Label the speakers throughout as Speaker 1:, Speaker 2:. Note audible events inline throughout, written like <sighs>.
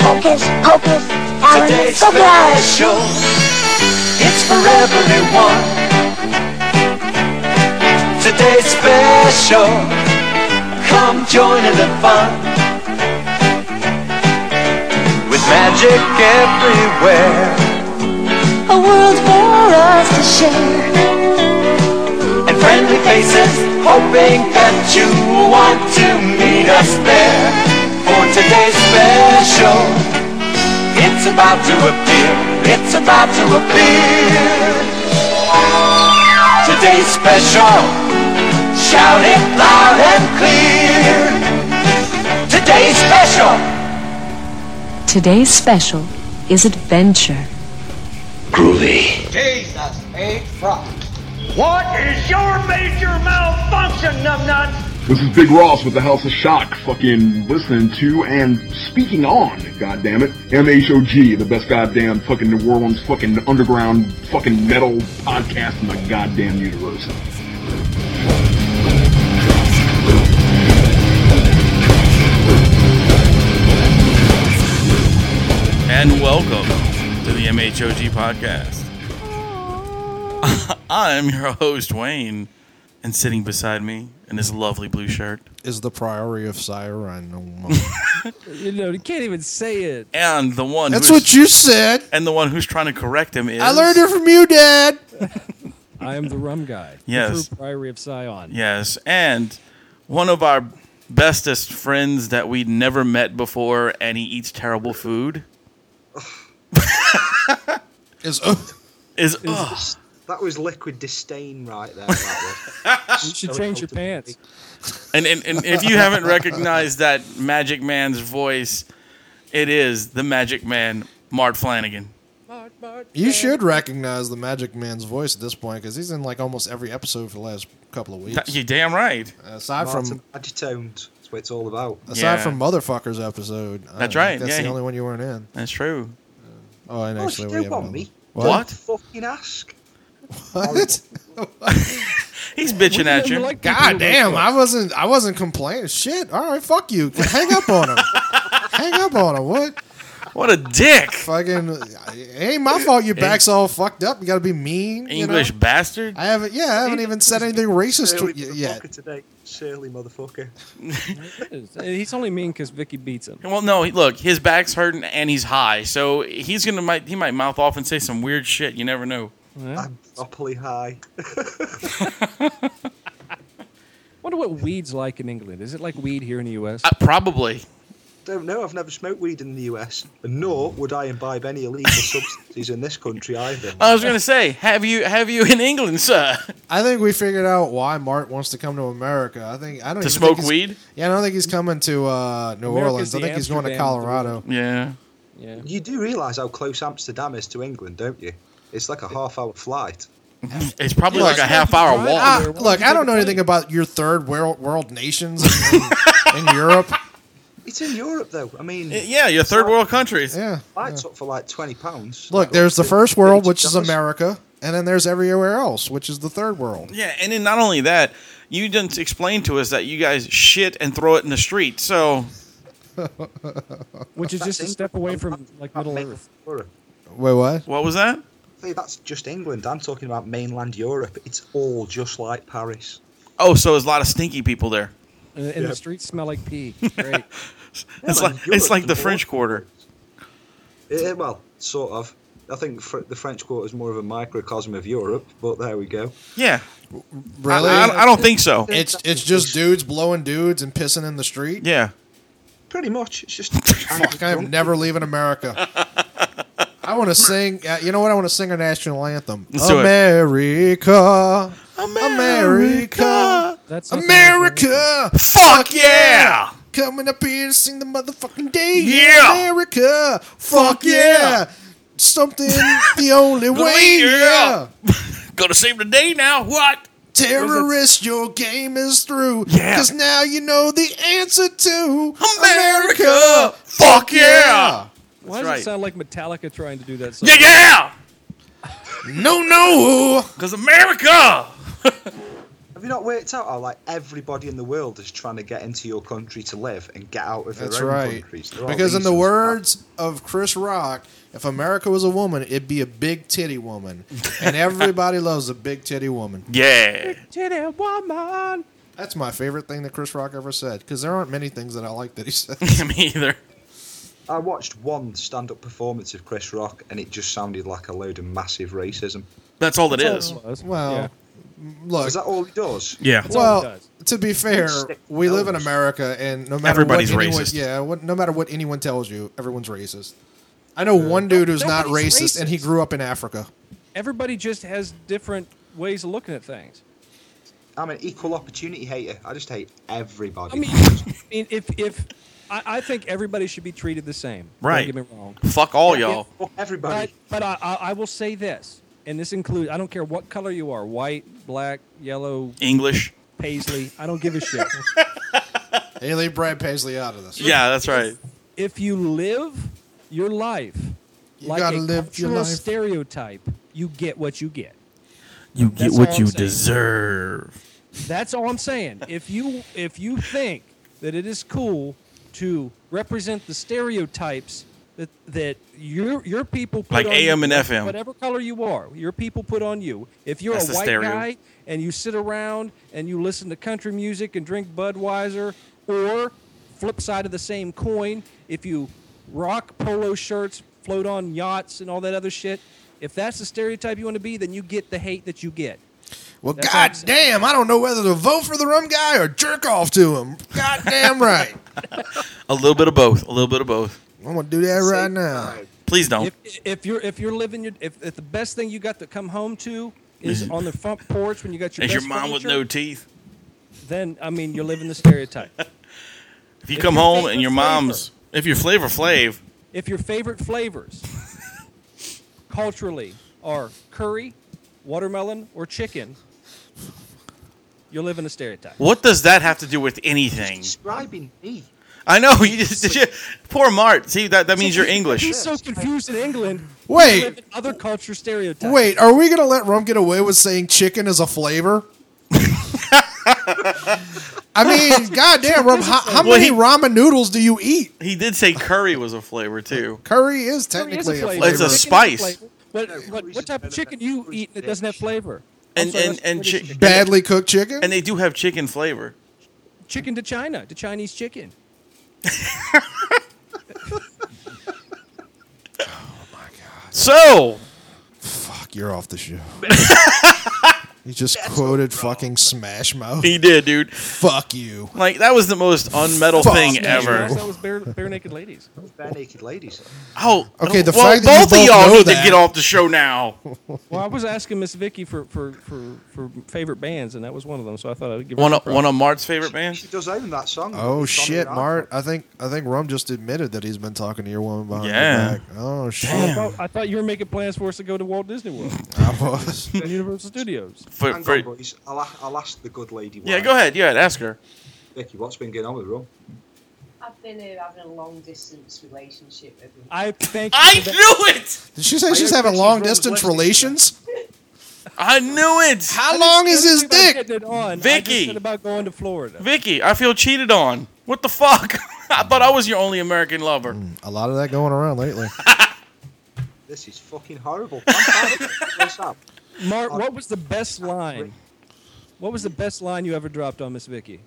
Speaker 1: Hocus Pocus Alan
Speaker 2: Today's
Speaker 1: Scopus.
Speaker 2: special. It's for everyone. Today's special. Come join in the fun. With magic everywhere.
Speaker 1: A world for us to share.
Speaker 2: and friendly faces, hoping that you want to meet us there. For today's special, it's about to appear, it's about to appear. Today's special, shout it loud and clear. Today's special.
Speaker 3: Today's special is adventure.
Speaker 4: Groovy.
Speaker 5: Jesus H. Frost.
Speaker 6: What is your major malfunction, numbnuts?
Speaker 7: This is Big Ross with the House of Shock, fucking listening to and speaking on, goddammit, MHOG, the best goddamn fucking New Orleans fucking underground fucking metal podcast in the goddamn universe.
Speaker 8: And welcome to the MHOG podcast. I'm your host, Wayne, and sitting beside me in this lovely blue shirt
Speaker 9: is the Priory of
Speaker 10: <laughs>
Speaker 9: Siren.
Speaker 11: You know, you can't even say it.
Speaker 8: and the one
Speaker 9: That's
Speaker 8: who's,
Speaker 9: what you said.
Speaker 8: and the one who's trying to correct him is
Speaker 9: I learned it from you, Dad.
Speaker 11: I am the rum guy.
Speaker 8: Yes.
Speaker 11: The true Priory of Sion.
Speaker 8: Yes, and one of our bestest friends that we never met before, and he eats terrible food
Speaker 9: It's, oh, <laughs>
Speaker 8: is ugh,
Speaker 10: That was liquid disdain right there.
Speaker 9: <laughs>
Speaker 10: That
Speaker 11: You should change your pants.
Speaker 8: and, and and if you haven't recognized that Magic Man's voice, it is the Magic Man, Mart Flanagan.
Speaker 9: you should recognize the Magic Man's voice at this point because he's in like almost every episode for the last couple of weeks. Uh,
Speaker 8: You damn right.
Speaker 9: Aside
Speaker 10: was
Speaker 9: from
Speaker 10: Martin Agitones. That's what it's all about.
Speaker 9: aside
Speaker 8: Yeah.
Speaker 9: from motherfuckers episode. I
Speaker 8: That's
Speaker 9: don't
Speaker 8: right,
Speaker 9: think That's
Speaker 8: yeah,
Speaker 9: the
Speaker 8: he-
Speaker 9: only one you weren't in.
Speaker 8: That's true.
Speaker 9: Oh, and
Speaker 10: Oh,
Speaker 9: actually,
Speaker 10: you
Speaker 9: we
Speaker 10: do
Speaker 9: have
Speaker 10: want
Speaker 9: another-
Speaker 10: me?
Speaker 8: What?
Speaker 10: Fucking ask.
Speaker 9: <laughs> What?
Speaker 8: He's bitching at you.
Speaker 11: You're like people
Speaker 9: God
Speaker 11: who-
Speaker 9: damn! I wasn't. I wasn't complaining. Shit. All right. Fuck you. Hang up
Speaker 10: <laughs>
Speaker 9: on him. Hang up on him. What?
Speaker 8: what a dick.
Speaker 9: Fucking. It ain't my
Speaker 8: <laughs>
Speaker 9: fault. Your back's all fucked up. You got to be mean. you know?
Speaker 8: English bastard.
Speaker 9: I haven't. Yeah, I haven't even said anything racist to
Speaker 10: Surly
Speaker 9: you
Speaker 10: motherfucker
Speaker 9: yet.
Speaker 10: today. Surly motherfucker.
Speaker 11: He's only mean because Vicky beats him.
Speaker 8: Well, no, he- look, his back's hurting and he's high, so he's gonna might he might mouth off and say some weird shit. You never know.
Speaker 10: I'm properly high.
Speaker 11: Wonder what weed's like in England. Is it like weed here in the U.S.?
Speaker 8: Uh, probably.
Speaker 10: Don't know. I've never smoked weed in the US, and nor would I imbibe any
Speaker 9: <laughs>
Speaker 10: illegal substances in this country either.
Speaker 8: I was gonna say, have you have you in England, sir?
Speaker 9: I think we figured out why Mart wants to come to America. I think I don't
Speaker 8: To
Speaker 9: even
Speaker 8: smoke
Speaker 9: think he's-
Speaker 8: weed?
Speaker 9: Yeah, I don't think he's coming to uh, New
Speaker 11: America's
Speaker 9: Orleans. I
Speaker 11: the
Speaker 9: think he's going to
Speaker 11: Amsterdam of the
Speaker 9: Colorado.
Speaker 8: Yeah.
Speaker 11: yeah.
Speaker 10: You do realise how close Amsterdam is to England, don't you? It's like a half-hour flight.
Speaker 8: It's probably
Speaker 9: Look,
Speaker 8: like a half hour
Speaker 11: right?
Speaker 8: walk.
Speaker 9: Ah,
Speaker 11: Where- where
Speaker 9: look,
Speaker 11: would you
Speaker 9: I don't know
Speaker 11: take a
Speaker 9: anything about your third world world nations in,
Speaker 8: <laughs>
Speaker 9: in Europe.
Speaker 10: It's in Europe, though. I mean,
Speaker 8: yeah, your third world countries.
Speaker 9: Yeah,
Speaker 10: flights up for like twenty pounds.
Speaker 9: look,
Speaker 10: Like,
Speaker 9: there's the
Speaker 10: two-
Speaker 9: first world, which is
Speaker 10: $32.
Speaker 9: America, and then there's everywhere else, which is the third world.
Speaker 8: Yeah, and then not only that, you didn't explain to us that you guys shit and throw it in the street. So
Speaker 11: Which is just a
Speaker 10: England.
Speaker 11: step away from like
Speaker 10: Not
Speaker 11: Middle
Speaker 10: mainland
Speaker 11: Earth.
Speaker 10: Europe.
Speaker 9: Wait, what?
Speaker 8: what was that?
Speaker 10: Hey, that's just England. I'm talking about mainland Europe. It's all just like Paris.
Speaker 8: Oh, so there's a lot of stinky people there.
Speaker 11: And, and the streets smell like
Speaker 8: <laughs>
Speaker 11: pee. Great.
Speaker 8: It's like it's like the French Quarter.
Speaker 10: Eh, eh, well, sort of. I think fr- the French Quarter is more of a microcosm of Europe, but there we go.
Speaker 8: Yeah,
Speaker 9: Really?
Speaker 8: I, I- I don't think so.
Speaker 9: it's it's just dudes blowing dudes and pissing in the street.
Speaker 8: Yeah.
Speaker 10: Pretty much, it's just.
Speaker 9: Fuck, I am never leaving America. I want to sing. Uh, you know what? I want to sing our national anthem.
Speaker 8: Let's do it.
Speaker 9: America, America,
Speaker 11: That's something like
Speaker 9: America.
Speaker 8: Fuck yeah!
Speaker 9: Coming up here to sing the motherfucking day.
Speaker 8: Yeah.
Speaker 9: America. Fuck yeah. Something the only way.
Speaker 8: yeah.
Speaker 9: Yeah.
Speaker 8: Gotta save the day now. What?
Speaker 9: Terrorist, your game is through.
Speaker 8: Yeah.
Speaker 9: Because now you know the answer to
Speaker 8: America. Fuck yeah.
Speaker 11: Why does
Speaker 8: That's
Speaker 11: it sound like Metallica trying to do that song?
Speaker 8: Yeah, yeah.
Speaker 9: No, no.
Speaker 8: Cause America.
Speaker 10: Have you not worked out how like everybody in the world is trying to get into your country to live and get out of
Speaker 9: That's
Speaker 10: their own
Speaker 9: right.
Speaker 10: countries? There are
Speaker 9: Because in the
Speaker 10: reasons.
Speaker 9: words of Chris Rock, if America was a woman, it'd be a big titty woman,
Speaker 8: <laughs>
Speaker 9: and everybody loves a big titty woman.
Speaker 8: Yeah. <laughs>
Speaker 11: Titty woman.
Speaker 9: That's my favorite thing that Chris Rock ever said. Because there aren't many things that I like that he said.
Speaker 8: Me either.
Speaker 10: I watched one stand-up performance of Chris Rock, and it just sounded like a load of massive racism.
Speaker 8: That's all it
Speaker 11: That's
Speaker 8: is.
Speaker 11: all it was.
Speaker 9: Well,
Speaker 11: Yeah.
Speaker 9: look.
Speaker 10: Is that all he does?
Speaker 8: Yeah.
Speaker 11: That's all he
Speaker 9: well,
Speaker 11: does.
Speaker 9: to be fair,
Speaker 10: Stick
Speaker 9: we live in
Speaker 10: nose.
Speaker 9: America, and no matter
Speaker 8: Everybody's
Speaker 9: what anyone,
Speaker 8: racist.
Speaker 9: yeah, what, no matter what anyone tells you, everyone's racist. I know one dude who's not
Speaker 11: Nobody's
Speaker 9: racist, and he
Speaker 11: racist.
Speaker 9: grew up in Africa.
Speaker 11: Everybody just has different ways of looking at things.
Speaker 10: I'm an equal opportunity hater. I just hate everybody.
Speaker 11: I mean, I mean if if I, I think everybody should be treated the same.
Speaker 8: Right.
Speaker 11: Don't get me wrong.
Speaker 8: Fuck all y'all.
Speaker 10: Fuck everybody.
Speaker 11: But, but I, I, I will say this, and this includes I don't care what color you are white, black, yellow,
Speaker 8: English.
Speaker 11: paisley. I don't give a shit.
Speaker 9: Hey, leave Brad Paisley out of this.
Speaker 8: Yeah, that's right.
Speaker 11: if you live your life
Speaker 9: You
Speaker 11: like a
Speaker 9: gotta live your
Speaker 11: cultural
Speaker 9: life.
Speaker 11: stereotype, you get what you get.
Speaker 8: You
Speaker 11: That's what all I'm you saying.
Speaker 8: deserve.
Speaker 11: That's all I'm
Speaker 8: <laughs>
Speaker 11: saying. If you if you think that it is cool to represent the stereotypes that that your your people put
Speaker 8: Like
Speaker 11: on
Speaker 8: AM
Speaker 11: you,
Speaker 8: and FM.
Speaker 11: whatever color you are, your people put on you. If you're
Speaker 8: That's the
Speaker 11: a white
Speaker 8: stereo.
Speaker 11: guy and you sit around and you listen to country music and drink Budweiser, or flip side of the same coin, if you rock polo shirts, float on yachts, and all that other shit. If that's the stereotype you want to be, then you get the hate that you get.
Speaker 9: Well,
Speaker 11: That's what I'm
Speaker 9: goddamn, I don't know whether to vote for the rum guy or jerk off to him. Goddamn
Speaker 11: <laughs>
Speaker 9: right.
Speaker 8: A little bit of both. A little bit of both.
Speaker 9: I'm gonna do that right now.
Speaker 8: Please don't.
Speaker 11: If, if you're if you're living your if, if the best thing you got to come home to is on the front porch when you got your
Speaker 8: Mm-hmm. Is your
Speaker 11: best
Speaker 8: mom with no
Speaker 11: furniture,
Speaker 8: teeth?
Speaker 11: then I mean you're living the stereotype.
Speaker 8: If you
Speaker 11: If
Speaker 8: come
Speaker 11: your
Speaker 8: home
Speaker 11: favorite
Speaker 8: and your mom's, if your flavor flav,
Speaker 11: if your favorite
Speaker 8: <laughs>
Speaker 11: flavors culturally are curry, watermelon, or chicken, you're living a stereotype.
Speaker 8: what does that have to do with anything?
Speaker 10: Describing me.
Speaker 8: I know <laughs> you just poor Mart. See that that means you're English.
Speaker 11: He's so confused in England. we
Speaker 9: Wait.
Speaker 11: live in other culture stereotypes.
Speaker 9: Wait, are we gonna let rum get away with saying chicken is a flavor?
Speaker 11: <laughs>
Speaker 9: I mean, goddamn, rum. How, how
Speaker 8: Well,
Speaker 9: many
Speaker 8: he-
Speaker 9: ramen noodles do you eat?
Speaker 8: He did say curry was a flavor too.
Speaker 9: Curry is
Speaker 11: Curry is
Speaker 9: technically
Speaker 11: a
Speaker 9: a
Speaker 11: flavor.
Speaker 9: flavor.
Speaker 8: It's a
Speaker 11: Chicken is
Speaker 8: spice.
Speaker 11: flavor. But, but what type of chicken you eat that doesn't have flavor? I'm
Speaker 8: And-
Speaker 11: sorry,
Speaker 8: and-
Speaker 11: that's
Speaker 8: and
Speaker 11: British
Speaker 8: chi-
Speaker 11: chicken.
Speaker 9: Badly cooked chicken.
Speaker 8: And they do have chicken flavor.
Speaker 11: chicken to China, to Chinese chicken.
Speaker 8: So
Speaker 9: Fuck, you're off
Speaker 11: <laughs>
Speaker 9: the show. you just quoted fucking Smash Mouth.
Speaker 8: <laughs> he did, dude.
Speaker 9: Fuck you.
Speaker 8: Like that was the most unmetal
Speaker 9: Fuck
Speaker 8: thing
Speaker 9: you.
Speaker 8: ever.
Speaker 11: That was bare, bare naked ladies.
Speaker 10: Bare naked ladies.
Speaker 8: Oh,
Speaker 9: Okay, the
Speaker 8: well,
Speaker 9: fact that you
Speaker 8: both of
Speaker 9: both
Speaker 8: y'all
Speaker 9: know
Speaker 8: need to
Speaker 9: that-
Speaker 8: get off the show now.
Speaker 11: Well, I was asking Miss Vicky for, for, for, for favorite bands, and that was one of them. So I thought I'd give her
Speaker 8: One
Speaker 11: a
Speaker 8: of, one of Mart's favorite bands.
Speaker 10: She does own that song.
Speaker 9: Oh
Speaker 10: It's on
Speaker 9: shit,
Speaker 10: her
Speaker 9: Mart.
Speaker 10: album.
Speaker 9: I think I think Rum just admitted that he's been talking to your woman behind
Speaker 8: Yeah.
Speaker 9: your back. Oh shit.
Speaker 11: I thought, I thought you were making plans for us to go to Walt Disney World
Speaker 9: I was.
Speaker 11: and Universal Studios.
Speaker 8: For-
Speaker 10: Hang
Speaker 8: for-
Speaker 10: on, boys. I'll, a- I'll ask the good lady.
Speaker 8: yeah,
Speaker 10: why.
Speaker 8: go ahead. Yeah, ask her.
Speaker 10: Vicky, what's been going on with Rum?
Speaker 12: I've been uh, having a long distance relationship with him.
Speaker 11: I <laughs> thank you.
Speaker 8: I
Speaker 11: for that.
Speaker 8: knew it.
Speaker 9: Did she say she's having long distance relations?
Speaker 8: I knew it.
Speaker 9: How long is his
Speaker 11: Everything about
Speaker 9: dick?
Speaker 11: getting it on, I just
Speaker 8: Vicky.
Speaker 11: said about going to Florida.
Speaker 8: Vicky, I feel cheated on. What the fuck? <laughs> I thought I was your only American lover.
Speaker 9: A lot of that going around lately.
Speaker 10: This is fucking horrible. I'm tired <laughs> of this up.
Speaker 11: Mark, what was the best line? What was the best line you ever dropped on Miss Vicky?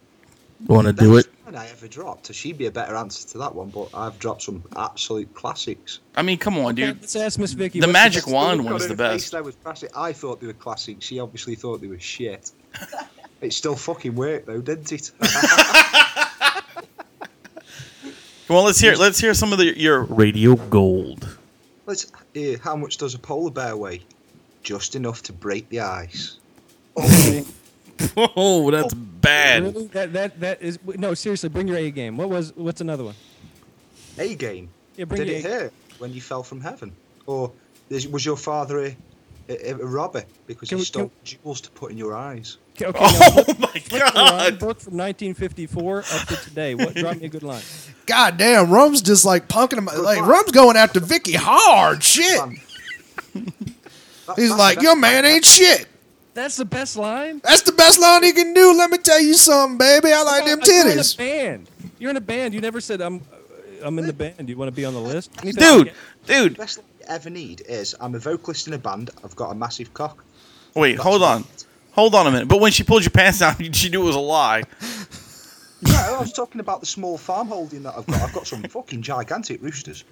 Speaker 8: Want to
Speaker 10: Best line I ever dropped. So she'd be a better answer to that one, but I've dropped some absolute classics.
Speaker 8: I mean, come on, dude.
Speaker 11: Let's ask Miss Vicky.
Speaker 8: The
Speaker 11: what's
Speaker 8: magic
Speaker 11: best-
Speaker 8: wand
Speaker 10: Look on
Speaker 8: one's the
Speaker 10: her face,
Speaker 8: best.
Speaker 10: they was classic. I thought they were classics. She obviously thought they were shit. <laughs> it still fucking worked though, didn't <laughs> it?
Speaker 8: Come on, let's hear. Let's hear some of the, <laughs> your radio gold.
Speaker 10: Let's hear how much does a polar bear weigh? Just enough to break the ice.
Speaker 8: Oh, that's bad.
Speaker 11: Really? That, that, that is no seriously. Bring your A game. What was what's another one?
Speaker 10: A game.
Speaker 11: Yeah, bring
Speaker 10: Did
Speaker 11: your
Speaker 10: it
Speaker 11: A-
Speaker 10: hurt when you fell from heaven? Or is- was your father a, a, a robber because
Speaker 11: Can
Speaker 10: he
Speaker 11: we-
Speaker 10: stole
Speaker 11: can-
Speaker 10: jewels to put in your eyes?
Speaker 11: Okay, okay,
Speaker 9: <laughs>
Speaker 11: now
Speaker 8: Oh my
Speaker 11: Flip the line,
Speaker 8: god.
Speaker 11: book from 1954 up to today. What drop me a good line?
Speaker 9: God damn, Rum's just like punking him. Like Rum's going after Vicky hard. Shit.
Speaker 10: <laughs> Man. That-
Speaker 9: He's
Speaker 10: that's
Speaker 9: like,
Speaker 10: the
Speaker 9: your
Speaker 10: best
Speaker 9: man
Speaker 10: line.
Speaker 9: ain't shit.
Speaker 11: That's the best line.
Speaker 9: That's the best line he can do. Let me tell you something, baby. I like them
Speaker 11: You're in a
Speaker 9: titties.
Speaker 11: band. You're in a band. You never said I'm. I'm in the band. Do you want to be on the list,
Speaker 8: dude? Dude.
Speaker 10: Best thing you ever need is I'm a vocalist in a band. I've got a massive <laughs> cock.
Speaker 8: Wait, hold on, hold on a minute. But when she pulled your pants down, <laughs> she knew it was a lie.
Speaker 10: No, I was talking about the small farm holding that I've got. I've got <laughs> some fucking gigantic roosters.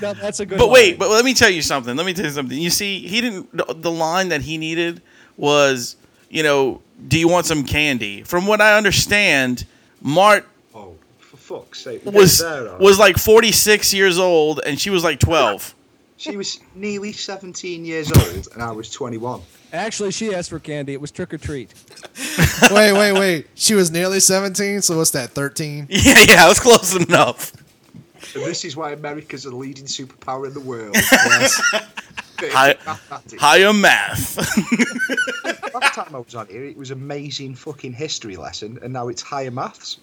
Speaker 11: No, that's a good.
Speaker 8: But
Speaker 11: line.
Speaker 8: wait, but let me tell you something. Let me tell you something. You see, he didn't. the- The line that he needed was, you know, do you want some candy? From what I understand, Mart
Speaker 10: Oh, For fuck's sake. we
Speaker 8: was
Speaker 10: get there, Alan.
Speaker 8: was like 46 years old, and she was like 12.
Speaker 10: She was nearly 17 years old and I was 21.
Speaker 11: Actually, she asked for candy. It was trick or treat.
Speaker 9: wait, wait, wait. She was nearly 17, so what's that, 13?
Speaker 8: <laughs> Yeah, yeah, I was close
Speaker 11: <laughs>
Speaker 8: enough.
Speaker 10: And this is why America's the leading superpower in the world. <laughs> Bit of
Speaker 8: Hi-
Speaker 10: mathematics.
Speaker 8: higher math. <laughs>
Speaker 10: Last time I was on here, it was amazing fucking history lesson, and now it's higher maths.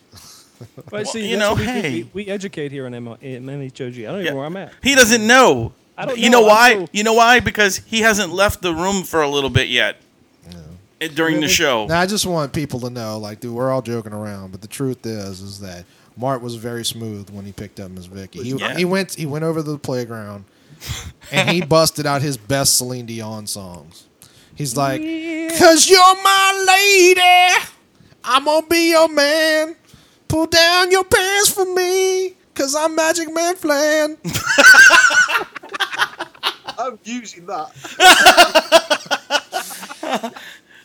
Speaker 11: But see,
Speaker 8: you
Speaker 11: that's
Speaker 8: know,
Speaker 11: what we, do.
Speaker 8: hey.
Speaker 11: we, we educate here in, M- in MHOG. I don't even know where I'm at.
Speaker 8: He doesn't know.
Speaker 11: I don't
Speaker 8: you know
Speaker 11: know. I
Speaker 8: why?
Speaker 11: know-
Speaker 8: You know why? Because he hasn't left the room for a little bit yet. Eh, During the show.
Speaker 9: Now, I just want people to know, like, dude, we're all joking around, but the truth is, is that Mart was very smooth when he picked up Miss Vicky. He,
Speaker 8: Yeah.
Speaker 9: he went he went over to the playground,
Speaker 11: <laughs>
Speaker 9: and he busted out his best Celine Dion songs. He's like, "Cause you're my lady, I'm gonna be your man. Pull down your pants for me, cause I'm Magic
Speaker 11: <laughs>
Speaker 9: Man Flan."
Speaker 10: I'm using that.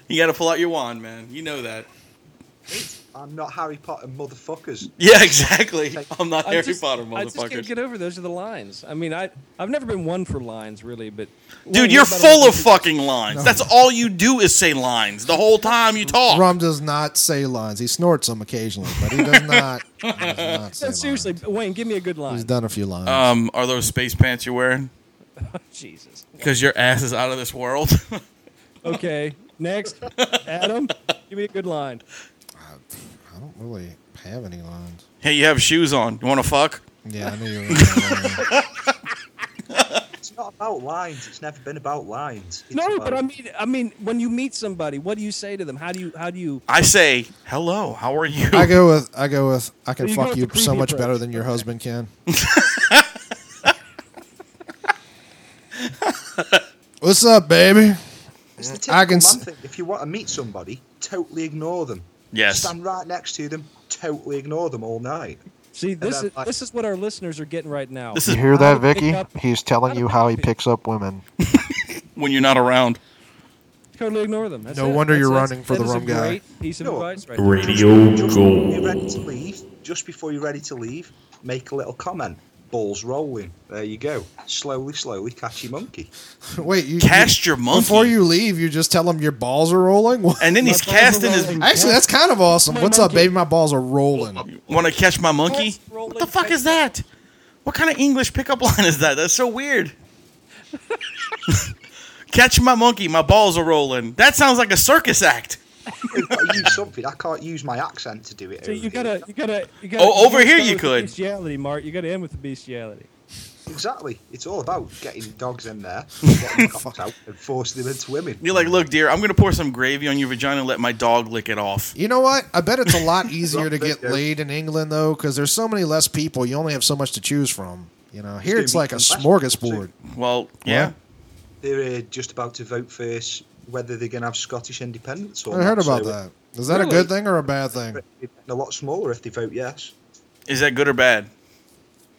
Speaker 8: You got to pull out your wand, man. You know that.
Speaker 10: I'm not Harry Potter, motherfuckers.
Speaker 8: Yeah, exactly. I'm not
Speaker 11: I
Speaker 8: Harry
Speaker 11: just-
Speaker 8: Potter,
Speaker 11: I just can't
Speaker 8: motherfucker.
Speaker 11: get over those are the lines. I mean, I I've never been one for lines really, but
Speaker 8: Dude, you're full of fucking lines. That's all you do is say lines the whole time you talk.
Speaker 9: Rum does not say lines. He snorts them occasionally, but he does not.
Speaker 11: <laughs> No, seriously, Wayne, give me a good
Speaker 9: He's
Speaker 11: line.
Speaker 9: done a few lines.
Speaker 8: Um, are those space pants you're wearing?
Speaker 11: Jesus.
Speaker 8: Because your ass is out of this world. <laughs>
Speaker 11: Okay, next, Adam, give me a good line.
Speaker 9: I don't really have any lines.
Speaker 8: hey, you have shoes on. You want to fuck?
Speaker 9: Yeah, I knew you were. Gonna go there.
Speaker 8: <laughs>
Speaker 10: It's not about lines. It's never been about lines. It's
Speaker 11: No,
Speaker 10: about-
Speaker 11: but I mean, I mean, when you meet somebody, what do you say to them? How do you how do you
Speaker 8: I say, hello, how are you?
Speaker 9: I go with I go with I can
Speaker 11: You go
Speaker 9: fuck
Speaker 11: with
Speaker 9: you
Speaker 11: the
Speaker 9: so
Speaker 11: creepy
Speaker 9: much
Speaker 11: approach.
Speaker 9: better than your husband can.
Speaker 8: <laughs>
Speaker 9: What's up, baby?
Speaker 10: It's the typical
Speaker 9: I can
Speaker 10: man
Speaker 9: s-
Speaker 10: thing. If you want to meet somebody, totally ignore them.
Speaker 8: Yes.
Speaker 10: Stand right next to them, totally ignore them all night.
Speaker 11: see? This
Speaker 10: then,
Speaker 11: is
Speaker 10: like-
Speaker 11: this is what our listeners are getting right now.
Speaker 8: This
Speaker 9: You
Speaker 8: is
Speaker 9: hear
Speaker 11: How
Speaker 9: that,
Speaker 11: to pick
Speaker 9: Vicky?
Speaker 11: up-
Speaker 9: He's telling you how he picks up women.
Speaker 8: when you're not around.
Speaker 11: totally ignore them. That's
Speaker 9: No
Speaker 11: it.
Speaker 9: wonder
Speaker 11: That's-
Speaker 9: you're
Speaker 11: that's-
Speaker 9: running for
Speaker 11: that
Speaker 9: the
Speaker 11: is a
Speaker 9: wrong guy.
Speaker 11: great Piece of
Speaker 10: No.
Speaker 11: advice, right? there.
Speaker 4: Radio
Speaker 10: Just before you're ready
Speaker 4: Gold.
Speaker 10: to leave, just before you're ready to leave, make a little comment. Balls rolling. There you go. Slowly, slowly, catchy monkey. <laughs>
Speaker 9: Wait, you
Speaker 8: Cast your
Speaker 9: you,
Speaker 8: monkey.
Speaker 9: before you leave, you just tell him your balls are rolling. What?
Speaker 8: and then he's casting his.
Speaker 9: Actually, that's kind of awesome.
Speaker 11: My
Speaker 9: What's up,
Speaker 11: monkey.
Speaker 9: baby? My balls are rolling.
Speaker 8: Want to catch my monkey?
Speaker 11: What's rolling
Speaker 8: What the fuck is that? What kind of English pickup <laughs> line is that? That's so weird. <laughs> catch my monkey, my balls are rolling. That sounds like a circus act.
Speaker 10: I've got to use something. I can't use my accent to do it.
Speaker 11: So
Speaker 10: over
Speaker 11: you
Speaker 10: here.
Speaker 11: gotta, you gotta, you gotta.
Speaker 8: Oh, over
Speaker 11: gotta
Speaker 8: here
Speaker 11: start
Speaker 8: you
Speaker 11: with the
Speaker 8: could.
Speaker 11: Bestiality, Mark. You gotta end with the bestiality.
Speaker 10: Exactly. It's all about getting dogs in
Speaker 11: <laughs>
Speaker 10: there, getting cocks out, and forcing them into women.
Speaker 8: You're like, look, dear, I'm gonna pour some gravy on your vagina and let my dog lick it off.
Speaker 9: You know what? I bet it's a lot
Speaker 11: <laughs>
Speaker 9: easier to get
Speaker 10: There you go.
Speaker 9: laid in England though, because there's so many less people. You only have so much to choose from. You know, here
Speaker 10: gonna
Speaker 9: it's
Speaker 10: be
Speaker 9: like a
Speaker 10: complex.
Speaker 9: smorgasbord.
Speaker 8: Well, yeah.
Speaker 10: They're uh, just about to vote for s- whether they're going to have Scottish independence or
Speaker 9: I heard
Speaker 10: not, so
Speaker 9: about that. Is that a
Speaker 11: Really?
Speaker 9: good thing or a bad thing?
Speaker 10: It's a lot smaller if they vote yes.
Speaker 8: Is that good or bad?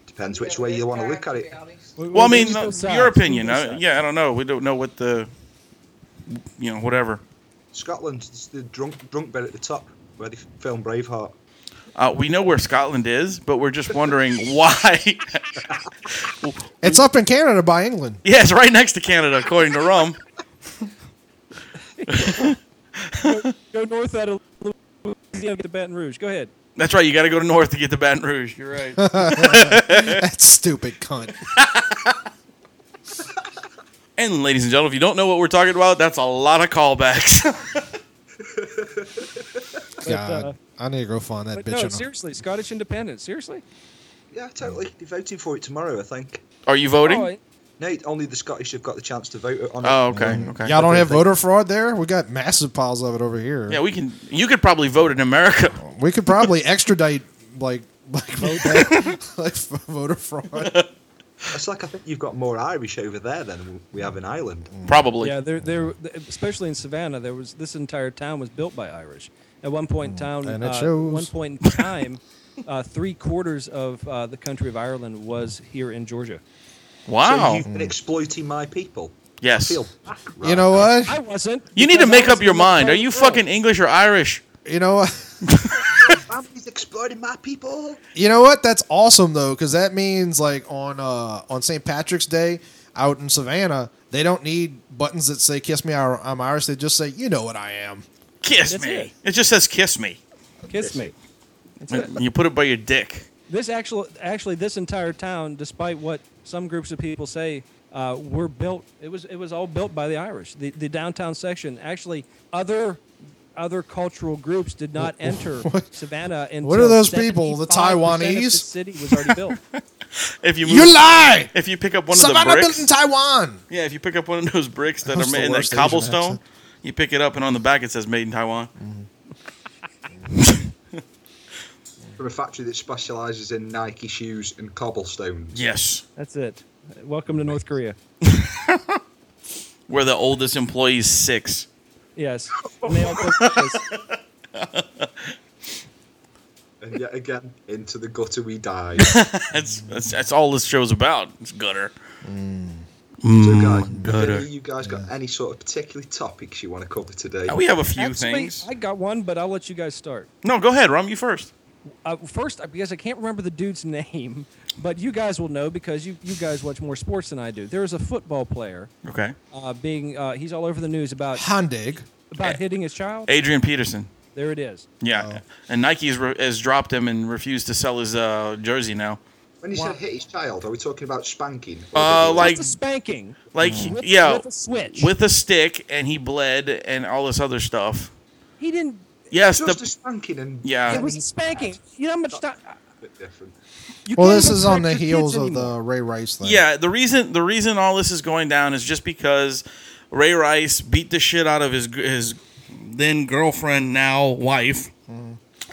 Speaker 10: Depends which way you want to look at it.
Speaker 8: Well, I mean,
Speaker 11: there's no
Speaker 8: uh,
Speaker 11: sides.
Speaker 8: your opinion.
Speaker 11: There's no
Speaker 8: I,
Speaker 11: sides.
Speaker 8: yeah, I don't know. We don't know what the, you know, whatever.
Speaker 10: Scotland, it's the drunk drunk bit at the top where they film Braveheart.
Speaker 8: Uh, we know where Scotland is, but we're just wondering <laughs> why.
Speaker 9: It's up in Canada by England.
Speaker 8: yeah, it's right next to Canada, according to Rum.
Speaker 11: Go north out of Louisiana to Baton Rouge. Go ahead.
Speaker 8: That's right. You got to go to North to get to Baton Rouge. You're right.
Speaker 9: <laughs> That stupid
Speaker 11: <laughs>
Speaker 9: cunt.
Speaker 8: and ladies and gentlemen, if you don't know what we're talking about, that's a lot of callbacks.
Speaker 9: <laughs> God, I need to go find that
Speaker 11: But
Speaker 9: bitch.
Speaker 11: no,
Speaker 9: on-
Speaker 11: seriously, Scottish independence. Seriously.
Speaker 10: Yeah, totally. They're voting for it tomorrow, I think.
Speaker 8: Are you voting?
Speaker 11: Oh, I-
Speaker 10: No, only the Scottish have got the chance to vote on it.
Speaker 8: Oh, okay, okay.
Speaker 9: Mm-hmm. Y'all don't
Speaker 10: Okay,
Speaker 9: have
Speaker 10: thank-
Speaker 9: voter fraud there? We got massive piles of it over here.
Speaker 8: Yeah, we can. You could probably vote in America. <laughs>
Speaker 9: We could probably extradite like <laughs> like vote that, <laughs> like voter fraud.
Speaker 10: It's like I think you've got more Irish over there than we have in Ireland.
Speaker 8: Mm.
Speaker 11: Yeah, there, there, especially in Savannah, there was this entire town was built by Irish. At one point in town,
Speaker 9: And it
Speaker 11: uh,
Speaker 9: shows.
Speaker 11: one point in
Speaker 9: <laughs>
Speaker 11: time, uh, three quarters of uh, the country of Ireland was here in Georgia.
Speaker 10: So you've been exploiting my people.
Speaker 8: Oh. Yes.
Speaker 10: Feel
Speaker 9: You know what?
Speaker 11: I wasn't.
Speaker 8: You need to make up your mind. Are you fucking English or Irish?
Speaker 9: You know what? <laughs>
Speaker 10: He's exploiting my people.
Speaker 9: You know what? That's awesome though, because that means like on uh, on St. Patrick's Day out in Savannah, they don't need buttons that say "Kiss me, I- I'm Irish." They just say, "You know what I am."
Speaker 8: Kiss
Speaker 11: That's
Speaker 8: me. It.
Speaker 11: it.
Speaker 8: just says kiss me.
Speaker 11: Kiss me. That's it.
Speaker 8: And you put it by your dick.
Speaker 11: This actual, actually, this entire town, despite what some groups of people say, uh, were built. It was it was all built by the Irish. The, the downtown section, actually, other other cultural groups did not
Speaker 9: <laughs>
Speaker 11: enter Savannah. Until
Speaker 9: What are those people,
Speaker 11: 75%
Speaker 9: the
Speaker 11: of The
Speaker 9: Taiwanese?
Speaker 11: city was
Speaker 9: <laughs>
Speaker 11: already built.
Speaker 8: If you move,
Speaker 9: You lie!
Speaker 8: If you pick up one
Speaker 9: Savannah
Speaker 8: of the
Speaker 9: built
Speaker 8: bricks,
Speaker 9: in Taiwan.
Speaker 8: yeah, if you pick up one of those bricks that
Speaker 9: That was
Speaker 8: are
Speaker 9: the
Speaker 8: made in that
Speaker 9: worst Asian
Speaker 8: cobblestone,
Speaker 9: accent.
Speaker 8: you pick it up and on the back it says "Made in Taiwan."
Speaker 10: From a factory that specialises in Nike shoes and cobblestones.
Speaker 8: Yes,
Speaker 11: That's it. Welcome to North Korea.
Speaker 8: where the oldest employee is six.
Speaker 11: Yes. And they all took this.
Speaker 10: And yet again, into the gutter we die.
Speaker 8: That's that's, that's all this show's about. It's gutter.
Speaker 10: so, guys,
Speaker 8: Mm,
Speaker 10: have any
Speaker 8: gutter.
Speaker 10: of you guys got any sort of particular topics you want to cover today?
Speaker 8: Now, we have a few
Speaker 11: Actually,
Speaker 8: things.
Speaker 11: I got one, but I'll let you guys start.
Speaker 8: No, go ahead, Rum. You first.
Speaker 11: uh, first because I can't remember the dude's <laughs> name, but you guys will know because you, you guys watch more sports than I do. There is a football player
Speaker 8: Okay.
Speaker 11: uh, being uh, he's all over the news about
Speaker 9: Hondig.
Speaker 11: about hitting his child.
Speaker 8: Adrian Peterson.
Speaker 11: There it is.
Speaker 8: Yeah, and Nike's re- has dropped him and refused to sell his uh, jersey now.
Speaker 10: When you said hit his child, are we talking about spanking?
Speaker 8: Uh, like
Speaker 11: It's a spanking.
Speaker 8: like
Speaker 11: With-
Speaker 8: yeah,
Speaker 11: with a switch.
Speaker 8: with a stick, and he bled and all this other stuff.
Speaker 11: He didn't.
Speaker 8: Yes,
Speaker 10: just
Speaker 8: the,
Speaker 10: a spanking and
Speaker 8: Yeah.
Speaker 11: It was a spanking. You know how much time.
Speaker 10: a bit different.
Speaker 11: you
Speaker 9: Well,
Speaker 11: can't
Speaker 9: this
Speaker 11: even
Speaker 9: is on the
Speaker 11: correct your
Speaker 9: heels
Speaker 11: kids
Speaker 9: of
Speaker 11: anymore.
Speaker 9: the Ray Rice thing.
Speaker 8: yeah. The reason the reason all this is going down is just because Ray Rice beat the shit out of his his then girlfriend, now wife,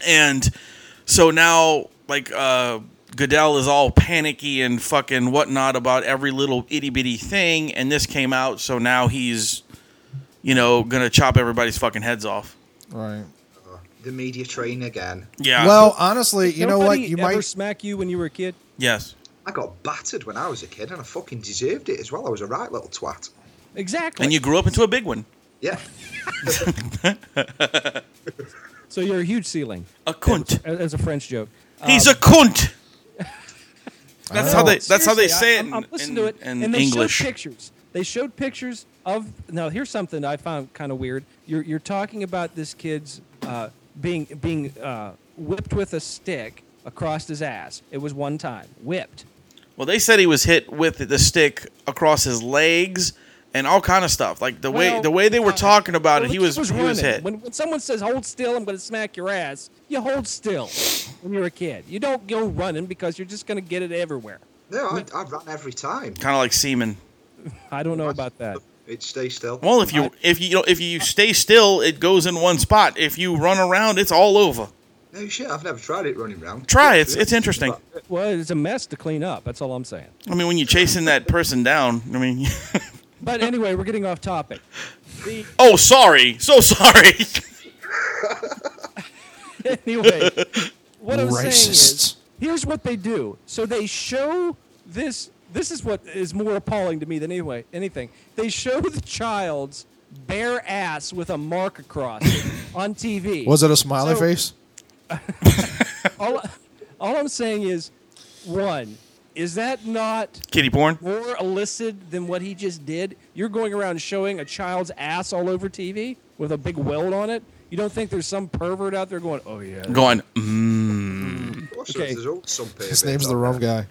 Speaker 8: and so now like uh, Goodell is all panicky and fucking whatnot about every little itty bitty thing, and this came out, so now he's you know gonna chop everybody's fucking heads off.
Speaker 9: Right.
Speaker 10: The media train again.
Speaker 8: Yeah.
Speaker 9: Well, honestly, you know what?
Speaker 11: Nobody
Speaker 9: You
Speaker 11: ever
Speaker 9: might.
Speaker 11: smack you when you were a kid.
Speaker 8: yes.
Speaker 10: I got battered when I was a kid, and I fucking deserved it as well. I was a right little twat.
Speaker 11: Exactly.
Speaker 8: And you grew up into a big one.
Speaker 10: Yeah.
Speaker 11: so you're a huge ceiling.
Speaker 8: A cunt.
Speaker 11: As as a French joke.
Speaker 8: He's
Speaker 11: Um,
Speaker 8: a cunt. <laughs> That's how
Speaker 9: know.
Speaker 8: they. That's how
Speaker 11: Seriously,
Speaker 8: they say
Speaker 11: I'm-
Speaker 8: it.
Speaker 11: I'm
Speaker 8: in-
Speaker 11: listening
Speaker 8: in-
Speaker 11: to it,
Speaker 8: in
Speaker 11: and they
Speaker 8: English.
Speaker 11: showed pictures. They showed pictures of. Now, here's something I found kind of weird. You're you're talking about this kid's uh, being being uh, whipped with a stick across his ass. It was one time whipped.
Speaker 8: Well, they said he was hit with the stick across his legs and all kind of stuff. Like the way
Speaker 11: Well,
Speaker 8: the way they were
Speaker 11: uh,
Speaker 8: talking about
Speaker 11: well,
Speaker 8: it,
Speaker 11: the
Speaker 8: he
Speaker 11: kid
Speaker 8: was, he was
Speaker 11: running.
Speaker 8: hit.
Speaker 11: When, when someone says hold still, I'm going to smack your ass. You hold still when you're a kid. You don't go running because you're just going to get it everywhere.
Speaker 10: No, I, I ran every time.
Speaker 8: Kind of like semen.
Speaker 11: I don't know about that.
Speaker 10: It stays still.
Speaker 8: Well, if you if you if you stay still, it goes in one spot. If you run around, it's all over.
Speaker 10: No shit, I've never tried it running round.
Speaker 8: Try it. It's, it's interesting.
Speaker 11: Well, it's a mess to clean up. That's all I'm saying.
Speaker 8: I mean, when you're chasing that person down, I mean, <laughs>
Speaker 11: But anyway, we're getting off topic. <laughs> The
Speaker 8: oh, sorry, so sorry. <laughs>
Speaker 11: anyway, what I'm saying
Speaker 9: Racists.
Speaker 11: is, here's what they do. So they show this. This is what is more appalling to me than anyway anything. They show the child's bare ass with a mark across it on TV.
Speaker 9: Was it a smiley
Speaker 11: So-
Speaker 9: face?
Speaker 11: all, all I'm saying is, one, is that not
Speaker 8: Kitty porn.
Speaker 11: more illicit than what he just did? You're going around showing a child's ass all over TV with a big welt on it. You don't think there's some pervert out there going, "Oh yeah,
Speaker 8: Going. Mm.
Speaker 10: Of course,
Speaker 11: Okay.
Speaker 10: there's always some pervert
Speaker 9: His name's
Speaker 10: out
Speaker 9: the rum guy.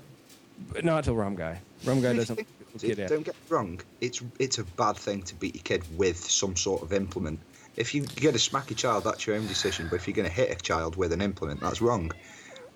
Speaker 11: But not to rum guy. Rum guy
Speaker 10: <laughs>
Speaker 11: doesn't get
Speaker 10: It-
Speaker 11: it.
Speaker 10: don't get me wrong. It's it's a bad thing to beat your kid with some sort of implement. If you get to smack your child, that's your own decision. But if you're going to hit a child with an implement, that's wrong.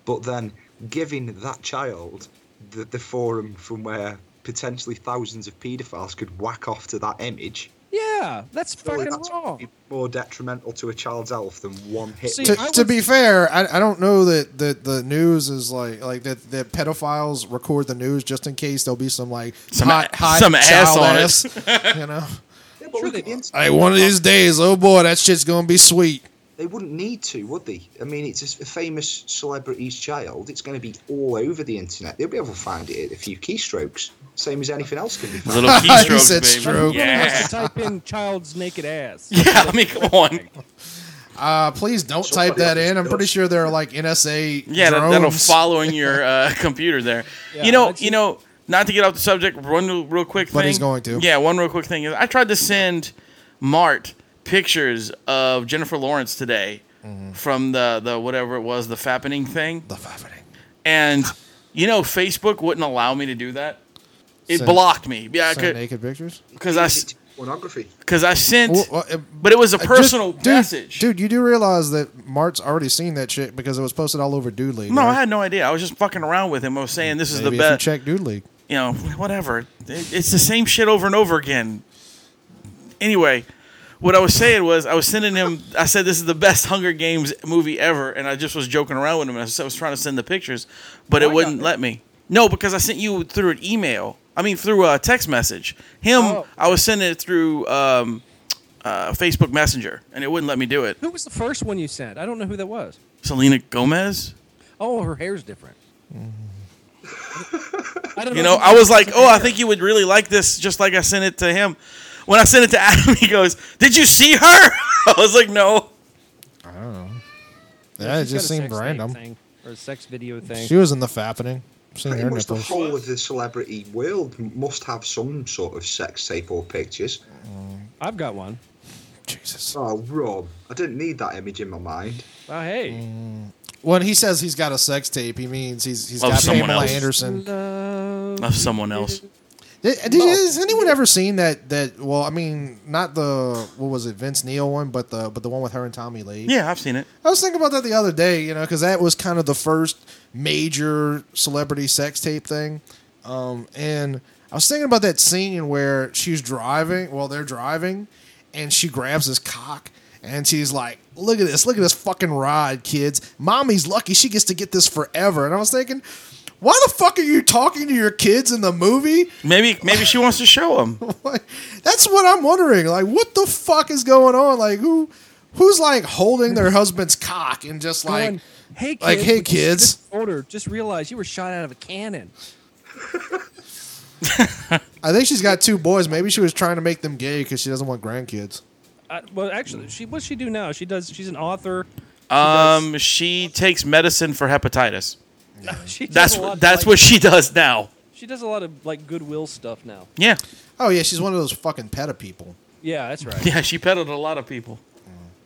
Speaker 10: But then giving that child the, the forum from where potentially thousands of paedophiles could whack off to that image.
Speaker 11: Yeah, that's
Speaker 10: Surely
Speaker 11: fucking
Speaker 10: that's
Speaker 11: wrong.
Speaker 10: More detrimental to a child's health than one hit.
Speaker 11: See,
Speaker 10: with-
Speaker 9: to, to be fair, I, I don't know that, that the news is like like that, that pedophiles record the news just in case there'll be some like
Speaker 8: Some
Speaker 9: hot
Speaker 8: a-
Speaker 9: hot
Speaker 8: some ass
Speaker 9: child
Speaker 8: on it.
Speaker 9: ass,
Speaker 8: <laughs>
Speaker 9: you know,
Speaker 10: Yeah, but look at the internet.
Speaker 9: like one of these days, oh boy, that shit's gonna be sweet.
Speaker 10: They wouldn't need to, would they? I mean, it's a famous celebrity's child. It's going to be all over the internet. They'll be able to find it in a few keystrokes, same as anything else can be found.
Speaker 11: <laughs>
Speaker 8: Little
Speaker 9: He
Speaker 8: keystrokes,
Speaker 9: said
Speaker 8: baby.
Speaker 9: stroke.
Speaker 11: Everyone
Speaker 8: Yeah.
Speaker 11: wants to type in child's naked ass.
Speaker 8: Yeah, <laughs> I mean, come on.
Speaker 9: Uh, please don't
Speaker 10: Somebody
Speaker 9: type that
Speaker 10: else
Speaker 9: in. I'm
Speaker 10: does.
Speaker 9: pretty sure they're like NSA
Speaker 8: Yeah, that,
Speaker 9: drones.
Speaker 8: that'll follow in your uh, <laughs> computer there. you
Speaker 11: Yeah,
Speaker 8: know,
Speaker 11: that's-
Speaker 8: you know. Not to get off the subject, one real- real quick thing.
Speaker 9: But he's going to.
Speaker 8: Yeah, one real quick thing is I tried to send Mart pictures of Jennifer Lawrence today
Speaker 9: Mm-hmm.
Speaker 8: from the the whatever it was the fappening thing,
Speaker 9: The fucking-
Speaker 8: and you know Facebook wouldn't allow me to do that. It
Speaker 9: Send-
Speaker 8: blocked me. Yeah,
Speaker 9: send naked pictures.
Speaker 8: because I
Speaker 10: It's pornography.
Speaker 8: because I sent,
Speaker 9: Well, well, it-
Speaker 8: but it was a
Speaker 9: uh, Just-
Speaker 8: personal
Speaker 9: dude,
Speaker 8: message.
Speaker 9: dude. You do realize that Mart's already seen that shit because it was posted all over Dude League.
Speaker 8: no, I
Speaker 9: right?
Speaker 8: had no idea. I was just fucking around with him. I was saying this is
Speaker 9: Maybe
Speaker 8: the
Speaker 9: if you
Speaker 8: best.
Speaker 9: check Dude League.
Speaker 8: you know, whatever. It- It's the same shit over and over again. Anyway, what I was saying was I was sending him. I said this is the best Hunger Games movie ever, and I just was joking around with him. And I was- I was trying to send the pictures, but it wouldn't let me. No, because I sent you through an email. I mean, through a text message. Him,
Speaker 11: Oh.
Speaker 8: I was sending it through um, uh, Facebook Messenger, and it wouldn't let me do it.
Speaker 11: Who was the first one you sent? I don't know who that was.
Speaker 8: Selena Gomez.
Speaker 11: Oh, her hair's different. I
Speaker 8: <laughs>
Speaker 11: don't
Speaker 8: Mm-hmm. You know, I was like, oh, I think you would really like this, just like I sent it to him. When I sent it to <laughs> Adam, he goes, Did you see her? <laughs> I was like, No.
Speaker 9: I don't know. Yeah, it just seemed random.
Speaker 11: Thing, or a sex video thing.
Speaker 9: She was in the fappening. Seen
Speaker 10: Pretty
Speaker 9: her
Speaker 10: much the
Speaker 9: nipples.
Speaker 10: whole of the celebrity world must have some sort of sex tape or pictures.
Speaker 11: I've got one.
Speaker 9: Jesus.
Speaker 10: Oh, Rob, I didn't need that image in my mind.
Speaker 11: Oh, hey.
Speaker 9: When he says he's got a sex tape, he means he's he's
Speaker 8: Of
Speaker 9: got
Speaker 8: someone
Speaker 9: Pamela
Speaker 8: else.
Speaker 9: Anderson.
Speaker 11: Love.
Speaker 8: Of someone else.
Speaker 9: Did, did you- has anyone ever seen that? That well, I mean, not the what was it, Vince Neil one, but the but the one with her and Tommy Lee.
Speaker 8: Yeah, I've seen it.
Speaker 9: I was thinking about that the other day, you know, because that was kind of the first major celebrity sex tape thing. Um, and I was thinking about that scene where she's driving, well, they're driving, and she grabs his cock and she's like, Look at this, look at this fucking ride, kids. Mommy's lucky she gets to get this forever. And I was thinking, why the fuck are you talking to your kids in the movie?
Speaker 8: Maybe maybe she wants to show him.
Speaker 9: Like, that's what I'm wondering. Like, what the fuck is going on? Like, who, who's like holding their husband's cock and just like,
Speaker 11: Going, hey, kids.
Speaker 9: like, hey,
Speaker 11: when you see
Speaker 9: kids.
Speaker 11: this Older, just realize you were shot out of a cannon.
Speaker 9: <laughs> I think she's got two boys. Maybe she was trying to make them gay because she doesn't want grandkids.
Speaker 11: I, Uh, well, actually, she what's she do now? She does. She's an author. <laughs>
Speaker 8: Um, she takes medicine for hepatitis.
Speaker 11: She does
Speaker 8: That's
Speaker 11: a lot of,
Speaker 8: that's
Speaker 11: like,
Speaker 8: what she does now. <laughs>
Speaker 11: she does. A lot of like goodwill stuff now.
Speaker 8: Yeah,
Speaker 9: Oh yeah, she's one of those fucking peta people.
Speaker 11: Yeah, that's right.
Speaker 8: yeah. She peddled a lot of people.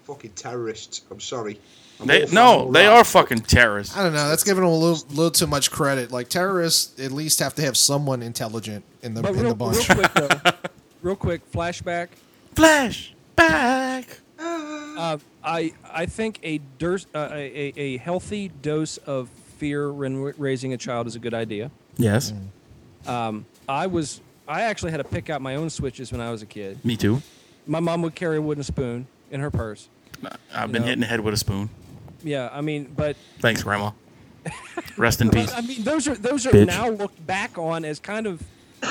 Speaker 10: Fucking terrorists. I'm sorry. I'm
Speaker 8: They
Speaker 10: all for
Speaker 8: no,
Speaker 10: animal
Speaker 8: they are
Speaker 10: rights.
Speaker 8: fucking terrorists.
Speaker 9: I don't know. That's giving them a little, little too much credit. Like terrorists, at least have to have someone intelligent in the
Speaker 11: But
Speaker 9: in
Speaker 11: real,
Speaker 9: the bunch.
Speaker 11: real quick,
Speaker 9: <laughs>
Speaker 11: though, real quick, flashback.
Speaker 8: Flash back.
Speaker 11: Uh, I I think a, durs- uh, a, a a healthy dose of fear when ra- raising a child is a good idea.
Speaker 8: Yes,
Speaker 11: Um, I was I actually had to pick out my own switches when I was a kid.
Speaker 8: me too.
Speaker 11: My mom would carry a wooden spoon in her purse.
Speaker 8: I've been
Speaker 11: Yeah.
Speaker 8: hitting the head with a spoon.
Speaker 11: Yeah, I mean, but
Speaker 8: Thanks, Grandma. Rest
Speaker 11: <laughs>
Speaker 8: in peace.
Speaker 11: I mean, those are those are
Speaker 8: Bitch.
Speaker 11: now looked back on as kind of,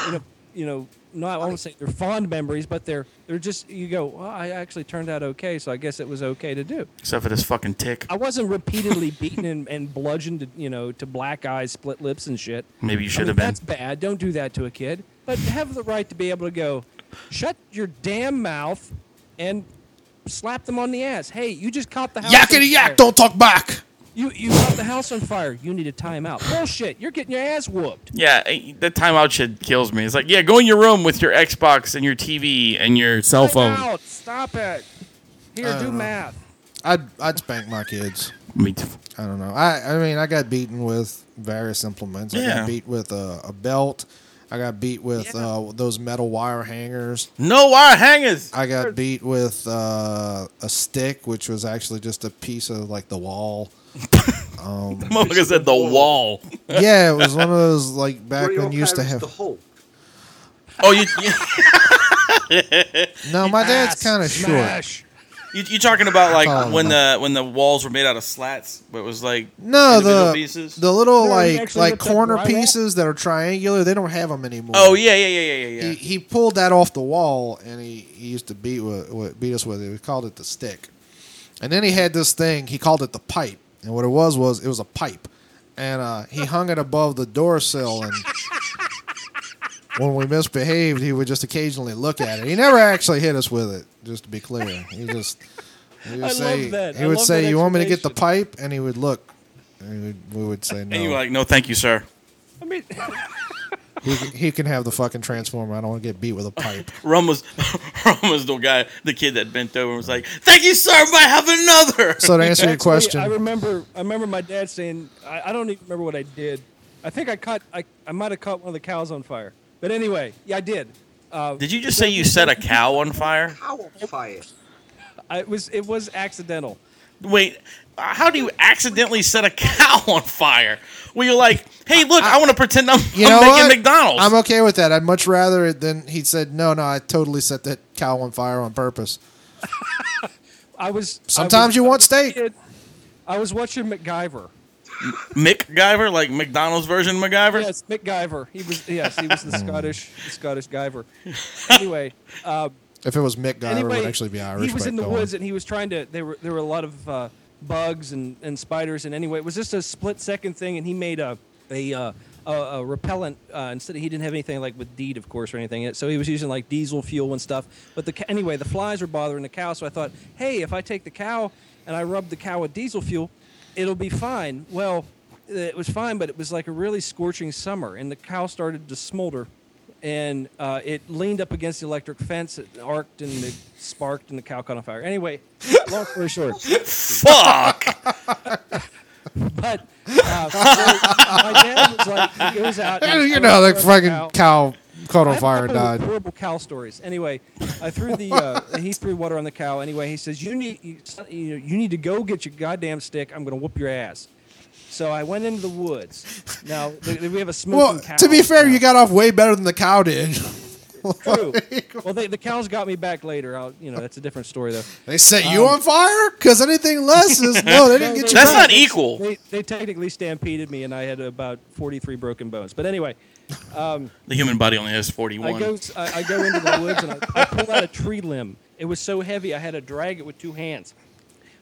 Speaker 11: you know, you know, not I won't say they're fond memories, but they're they're just you go. Well, I actually turned out okay, so I guess it was okay to do.
Speaker 8: Except for this fucking tick.
Speaker 11: I wasn't
Speaker 9: <laughs>
Speaker 11: repeatedly beaten and, and bludgeoned, to, you know, to black eyes, split lips, and shit.
Speaker 8: Maybe you
Speaker 11: I
Speaker 8: should
Speaker 11: mean,
Speaker 8: have been.
Speaker 11: That's bad. Don't do that to a kid. But have the right to be able to go, shut your damn mouth, and slap them on the ass. Hey, you just caught the house. on
Speaker 9: Yakety
Speaker 11: fire.
Speaker 9: yak! Don't talk back.
Speaker 11: You you caught the house on fire. You need a timeout. Bullshit. You're getting your ass whooped.
Speaker 8: Yeah, eh, that timeout shit kills me. It's like, yeah, go in your room with your Xbox and your TV and your cell phone.
Speaker 11: Timeout. Stop it. Here, do math.
Speaker 9: I'd I'd spank my kids.
Speaker 8: Me too.
Speaker 9: I don't know. I I mean, I got beaten with various implements. I
Speaker 8: Yeah.
Speaker 9: got beat with a, a belt. I got beat with uh, those metal wire hangers.
Speaker 8: No wire hangers. <laughs>
Speaker 9: I got beat with uh, a stick, which was actually just a piece of like
Speaker 8: <laughs>
Speaker 9: the wall.
Speaker 8: Motherfucker said the wall.
Speaker 9: Yeah, it was one of those like back
Speaker 10: Were your
Speaker 9: when you used to
Speaker 10: parents
Speaker 9: have.
Speaker 10: the Hulk.
Speaker 8: Oh, you.
Speaker 9: No, my dad's kind of short.
Speaker 8: Smash. You, you talking about like
Speaker 9: Oh,
Speaker 8: when the when the walls were made out of slats, but it was like
Speaker 9: No,
Speaker 8: individual
Speaker 9: the
Speaker 8: pieces.
Speaker 9: the little
Speaker 8: No, you
Speaker 9: like
Speaker 8: actually
Speaker 9: like
Speaker 8: ripped that
Speaker 9: corner
Speaker 8: right
Speaker 9: pieces that are triangular, they don't have them anymore.
Speaker 8: Oh yeah, yeah, yeah, yeah, yeah. yeah.
Speaker 9: He, he pulled that off the wall and he, he used to beat with, with beat us with it. We called it the stick. And then he had this thing. He called it the pipe. And what it was was it was a pipe, and uh, he hung it above the door sill. And <laughs> when we misbehaved, he would just occasionally look at it. He never actually hit us with it. Just to be clear, he just he would
Speaker 8: I
Speaker 9: say
Speaker 8: love that.
Speaker 9: he
Speaker 8: I
Speaker 9: would
Speaker 8: love
Speaker 9: say,
Speaker 8: that
Speaker 9: "You want me to get the pipe?" And he would look. And he would, we would say
Speaker 8: And
Speaker 9: no.
Speaker 8: <laughs> you were like, no, thank you, sir.
Speaker 11: I mean,
Speaker 9: he, can- he can have the fucking transformer. I don't want to get beat with a pipe.
Speaker 8: Rum was <laughs> Rum was the guy, the kid that bent over and was like, thank you, sir. I might have another.
Speaker 9: So to answer your
Speaker 11: Actually,
Speaker 9: question-
Speaker 11: I remember I remember my dad saying I, I don't even remember what I did. I think I caught I, I might have caught one of the cows on fire. But anyway, yeah, I did. Uh,
Speaker 8: <laughs> Did you just say you set a cow on fire?
Speaker 10: Cow on fire.
Speaker 11: I, it was it was accidental.
Speaker 8: Wait, uh, how do you accidentally set a <laughs> cow on fire? Were you like, hey, look, I, want to pretend I'm,
Speaker 9: You
Speaker 8: I'm
Speaker 9: know
Speaker 8: making
Speaker 9: what?
Speaker 8: McDonald's.
Speaker 9: I'm okay with that. I'd much rather it than he said, no, no, I totally set that cow on fire on purpose.
Speaker 11: <laughs> I was I
Speaker 9: Sometimes
Speaker 11: was-
Speaker 9: you
Speaker 11: I
Speaker 9: want
Speaker 11: was a
Speaker 9: steak.
Speaker 11: kid. I was watching MacGyver.
Speaker 8: McGyver, like McDonald's version of MacGyver.
Speaker 11: Yes, MacGyver. He was yes, he was
Speaker 9: <laughs>
Speaker 11: the Scottish the Scottish Guyver. Anyway, um,
Speaker 9: If it was Mick Guy, it
Speaker 11: anyway,
Speaker 9: would actually be Irish.
Speaker 11: He was
Speaker 9: but
Speaker 11: in the
Speaker 9: go
Speaker 11: woods
Speaker 9: on.
Speaker 11: and he was trying to. There were there were a lot of uh, bugs and, and spiders and anyway, it was just a split second thing, and he made a a uh, a, a repellent uh, instead. He didn't have anything like with deed, of course, or anything. So he was using like diesel fuel and stuff. But the ca- anyway, the flies were bothering the cow, so I thought, hey, if I take the cow and I rub the cow with diesel fuel, it'll be fine. Well. It was fine, but it was like a really scorching summer, and the cow started to smolder and uh, it leaned up against the electric fence. It arced and it sparked, and the cow caught on fire. Anyway, long story short.
Speaker 8: Fuck.
Speaker 11: <laughs> but uh, so my dad was like, he goes out. and
Speaker 9: you know, the
Speaker 11: throws
Speaker 9: fucking
Speaker 11: out-
Speaker 9: cow caught
Speaker 11: I
Speaker 9: on
Speaker 11: have
Speaker 9: fire
Speaker 11: a
Speaker 9: and
Speaker 11: couple of
Speaker 9: died.
Speaker 11: Horrible cow stories. Anyway, I threw the uh, he threw water on the cow. Anyway, he says you need you, you know, you need to go get your goddamn stick. I'm gonna whoop your ass. So I went into the woods. Now <laughs> th- th- we have a smoking
Speaker 9: Well,
Speaker 11: cow.
Speaker 9: to be fair, you got off way better than the cow did.
Speaker 11: <laughs> True. well, they, the cows got me back later. I'll, you know, that's a different story though. Um,
Speaker 9: They set you on fire because anything
Speaker 11: <laughs>
Speaker 9: less is no. They didn't get you. back.
Speaker 11: They, they technically stampeded me, and I had about forty-three broken bones. But anyway, um,
Speaker 8: The human body only has
Speaker 11: I
Speaker 8: 41.
Speaker 11: go I, I go into the woods and I, I pull out a tree limb. It was so heavy, I had to drag it with two hands.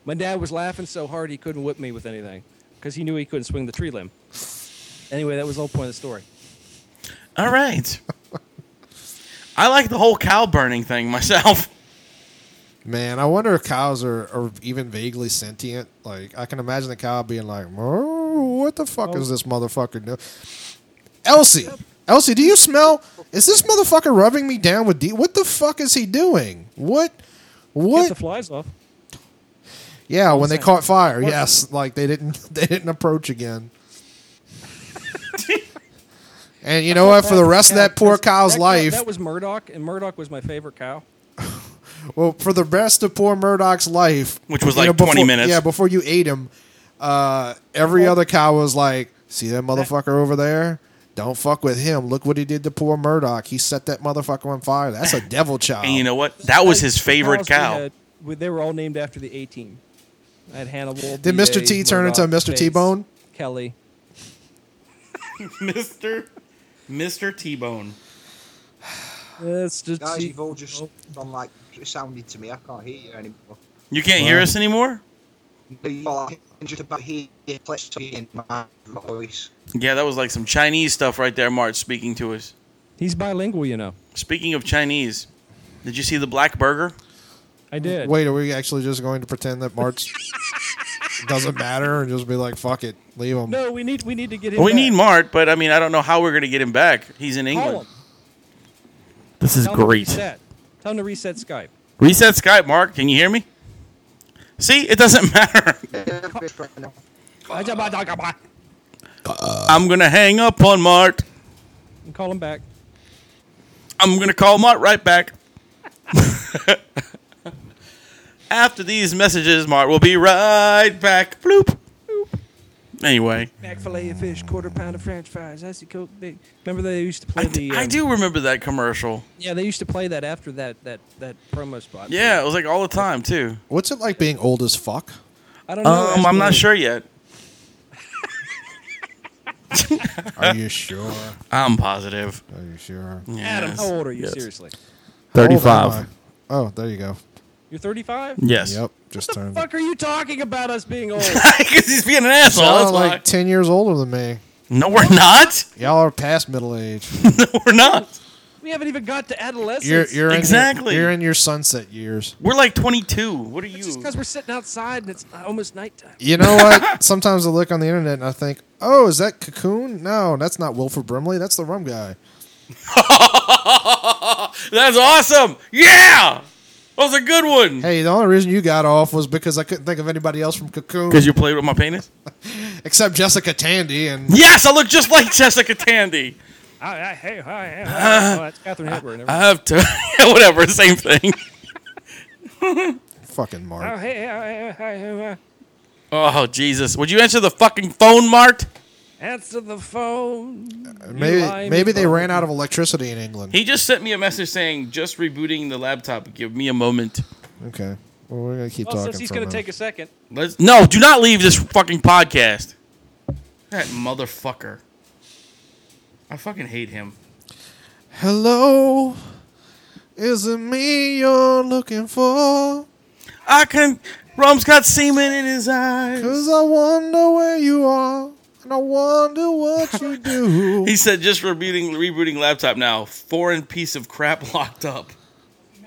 Speaker 11: My dad was laughing so hard he couldn't whip me with anything because he knew he couldn't swing the tree limb. Anyway, that was the whole point of the story.
Speaker 8: All right. I like the whole cow burning thing myself. <laughs>
Speaker 9: Man, I wonder if cows are, are even vaguely sentient. Like, I can imagine the cow being like, "Oh, what the fuck is this motherfucker doing?" Elsie, Elsie, do you smell? Is this motherfucker rubbing me down with? D- what the fuck is he doing? What?
Speaker 11: Get the
Speaker 9: What?
Speaker 11: flies off.
Speaker 9: Yeah, when they
Speaker 11: saying.
Speaker 9: caught fire,
Speaker 11: What-
Speaker 9: yes, like they didn't <laughs> they didn't approach again. and you know what? For the rest of that poor cow's
Speaker 11: That cow-
Speaker 9: life,
Speaker 11: that was Murdoch, and Murdoch was my favorite cow.
Speaker 9: <laughs> Well, for the rest of poor Murdoch's life,
Speaker 8: Which was
Speaker 9: you
Speaker 8: like 20
Speaker 9: before-
Speaker 8: minutes.
Speaker 9: Yeah, before you ate him, uh, every other cow was like, "See that motherfucker over there? Don't fuck with him. Look what he did to poor Murdoch. He set that motherfucker on fire. That's a
Speaker 8: <laughs>
Speaker 9: devil child."
Speaker 8: And you know what? That was his favorite
Speaker 11: Cows we
Speaker 8: cow.
Speaker 11: had- we- they were all named after the A team. I had Hannibal.
Speaker 9: Did
Speaker 11: B.A.,
Speaker 9: Mr. T turn into
Speaker 11: Murdoch,
Speaker 9: Mr.
Speaker 11: Bates,
Speaker 9: T-Bone?
Speaker 11: Kelly.
Speaker 8: Mr. Mr. T-Bone.
Speaker 11: That's just
Speaker 10: Guys, you've all just gone like sounded to me. I can't hear you anymore.
Speaker 8: You can't hear us anymore?
Speaker 10: You're like, I can just about hear you in my voice.
Speaker 8: Yeah, that was like some Chinese stuff right there, March, speaking to us.
Speaker 11: He's bilingual, you know.
Speaker 8: Speaking of Chinese, did you see the Black Burger?
Speaker 11: I did.
Speaker 9: Wait, are we actually just going to pretend
Speaker 8: <laughs>
Speaker 9: that March doesn't matter and just be like, "Fuck it, leave him"?
Speaker 11: No, we need we need to get him.
Speaker 8: We
Speaker 11: back.
Speaker 8: need Mart, but I mean, I don't know how we're going to get him back. He's in
Speaker 11: Call
Speaker 8: England.
Speaker 11: him.
Speaker 8: This is
Speaker 11: Tell him to
Speaker 8: great.
Speaker 11: Reset. Tell him to reset Skype.
Speaker 8: Reset Skype, Mark. Can you hear me? See, it doesn't <laughs> matter.
Speaker 11: And
Speaker 8: I'm going to hang up on Mart.
Speaker 11: call him back.
Speaker 8: I'm going to call Mart right <laughs> back. After these messages, Mart will be right back. Bloop. Anyway,
Speaker 11: McFillet of fish, quarter pound of French fries, icy coke. Big. Remember they used to play
Speaker 8: I,
Speaker 11: the.
Speaker 8: d- I
Speaker 11: um,
Speaker 8: do remember that commercial.
Speaker 11: Yeah, they used to play that after that that that promo spot.
Speaker 8: Yeah, it was like all the time too.
Speaker 9: What's it like being old as fuck?
Speaker 11: I don't know.
Speaker 8: Um,
Speaker 11: ask
Speaker 8: I'm not
Speaker 11: Lily.
Speaker 8: sure yet.
Speaker 9: Are you sure?
Speaker 8: I'm positive. <laughs>
Speaker 9: Are you sure?
Speaker 11: Adam,
Speaker 8: Yes.
Speaker 11: how old are you?
Speaker 8: Yes.
Speaker 11: Seriously,
Speaker 9: How old am
Speaker 13: 35.
Speaker 9: I? Oh, there you go.
Speaker 11: you're 35.
Speaker 8: Yes.
Speaker 9: Yep, just turned.
Speaker 11: Fuck, are you talking about us being
Speaker 8: <laughs>
Speaker 11: old?
Speaker 8: Because he's being an asshole.
Speaker 9: Y'all are
Speaker 8: that's why.
Speaker 9: like ten years older than me.
Speaker 8: No, we're not. <laughs>
Speaker 9: Y'all are past middle age.
Speaker 8: No, we're not.
Speaker 11: <laughs> we haven't even got to adolescence.
Speaker 9: You're, you're in your-
Speaker 8: Exactly.
Speaker 9: you're in your sunset years.
Speaker 8: We're like 22. What are
Speaker 11: It's just
Speaker 8: you?
Speaker 11: because we're sitting outside and it's almost nighttime.
Speaker 9: You know
Speaker 11: <laughs>
Speaker 9: what? Sometimes I look on the internet and I think, "Oh, is that Cocoon? No, that's not Wilford Brimley. That's the rum guy."
Speaker 8: That's awesome. Yeah, that was a good one.
Speaker 9: Hey, the only reason you got off was because I couldn't think of anybody else from Cocoon
Speaker 8: Because you played with my penis.
Speaker 9: except Jessica Tandy and
Speaker 8: Yes, I look just like <laughs> Jessica Tandy.
Speaker 11: <laughs> I, I, hey, hi, hey,
Speaker 8: Uh,
Speaker 11: oh, that's Catherine Hepburn. Never
Speaker 8: I have to. <laughs> whatever, same thing.
Speaker 9: fucking
Speaker 11: mind.
Speaker 9: Mark. Uh,
Speaker 11: oh, hey, hey, hey, hey, hey,
Speaker 8: Oh Jesus! Would you answer the fucking phone, Mart?
Speaker 11: hey, answer the phone. You lie,
Speaker 9: Maybe maybe
Speaker 11: me
Speaker 9: they
Speaker 11: phone. <laughs>
Speaker 9: ran out of electricity in England.
Speaker 8: He just sent me a message saying just rebooting the laptop. Give me a moment.
Speaker 9: Okay, well we're gonna keep
Speaker 11: Well,
Speaker 9: talking.
Speaker 11: since he's
Speaker 9: for a
Speaker 11: going to
Speaker 9: minute.
Speaker 11: take a second,
Speaker 8: Let's no. Do not leave this fucking podcast. That motherfucker. I fucking hate him.
Speaker 9: Hello, is it me you're looking for?
Speaker 8: I can. Rum's got semen in his eyes.
Speaker 9: Cause I wonder where you are, and I wonder what
Speaker 11: <laughs>
Speaker 9: you do.
Speaker 8: He said just rebooting rebooting laptop now. Foreign piece of crap locked up.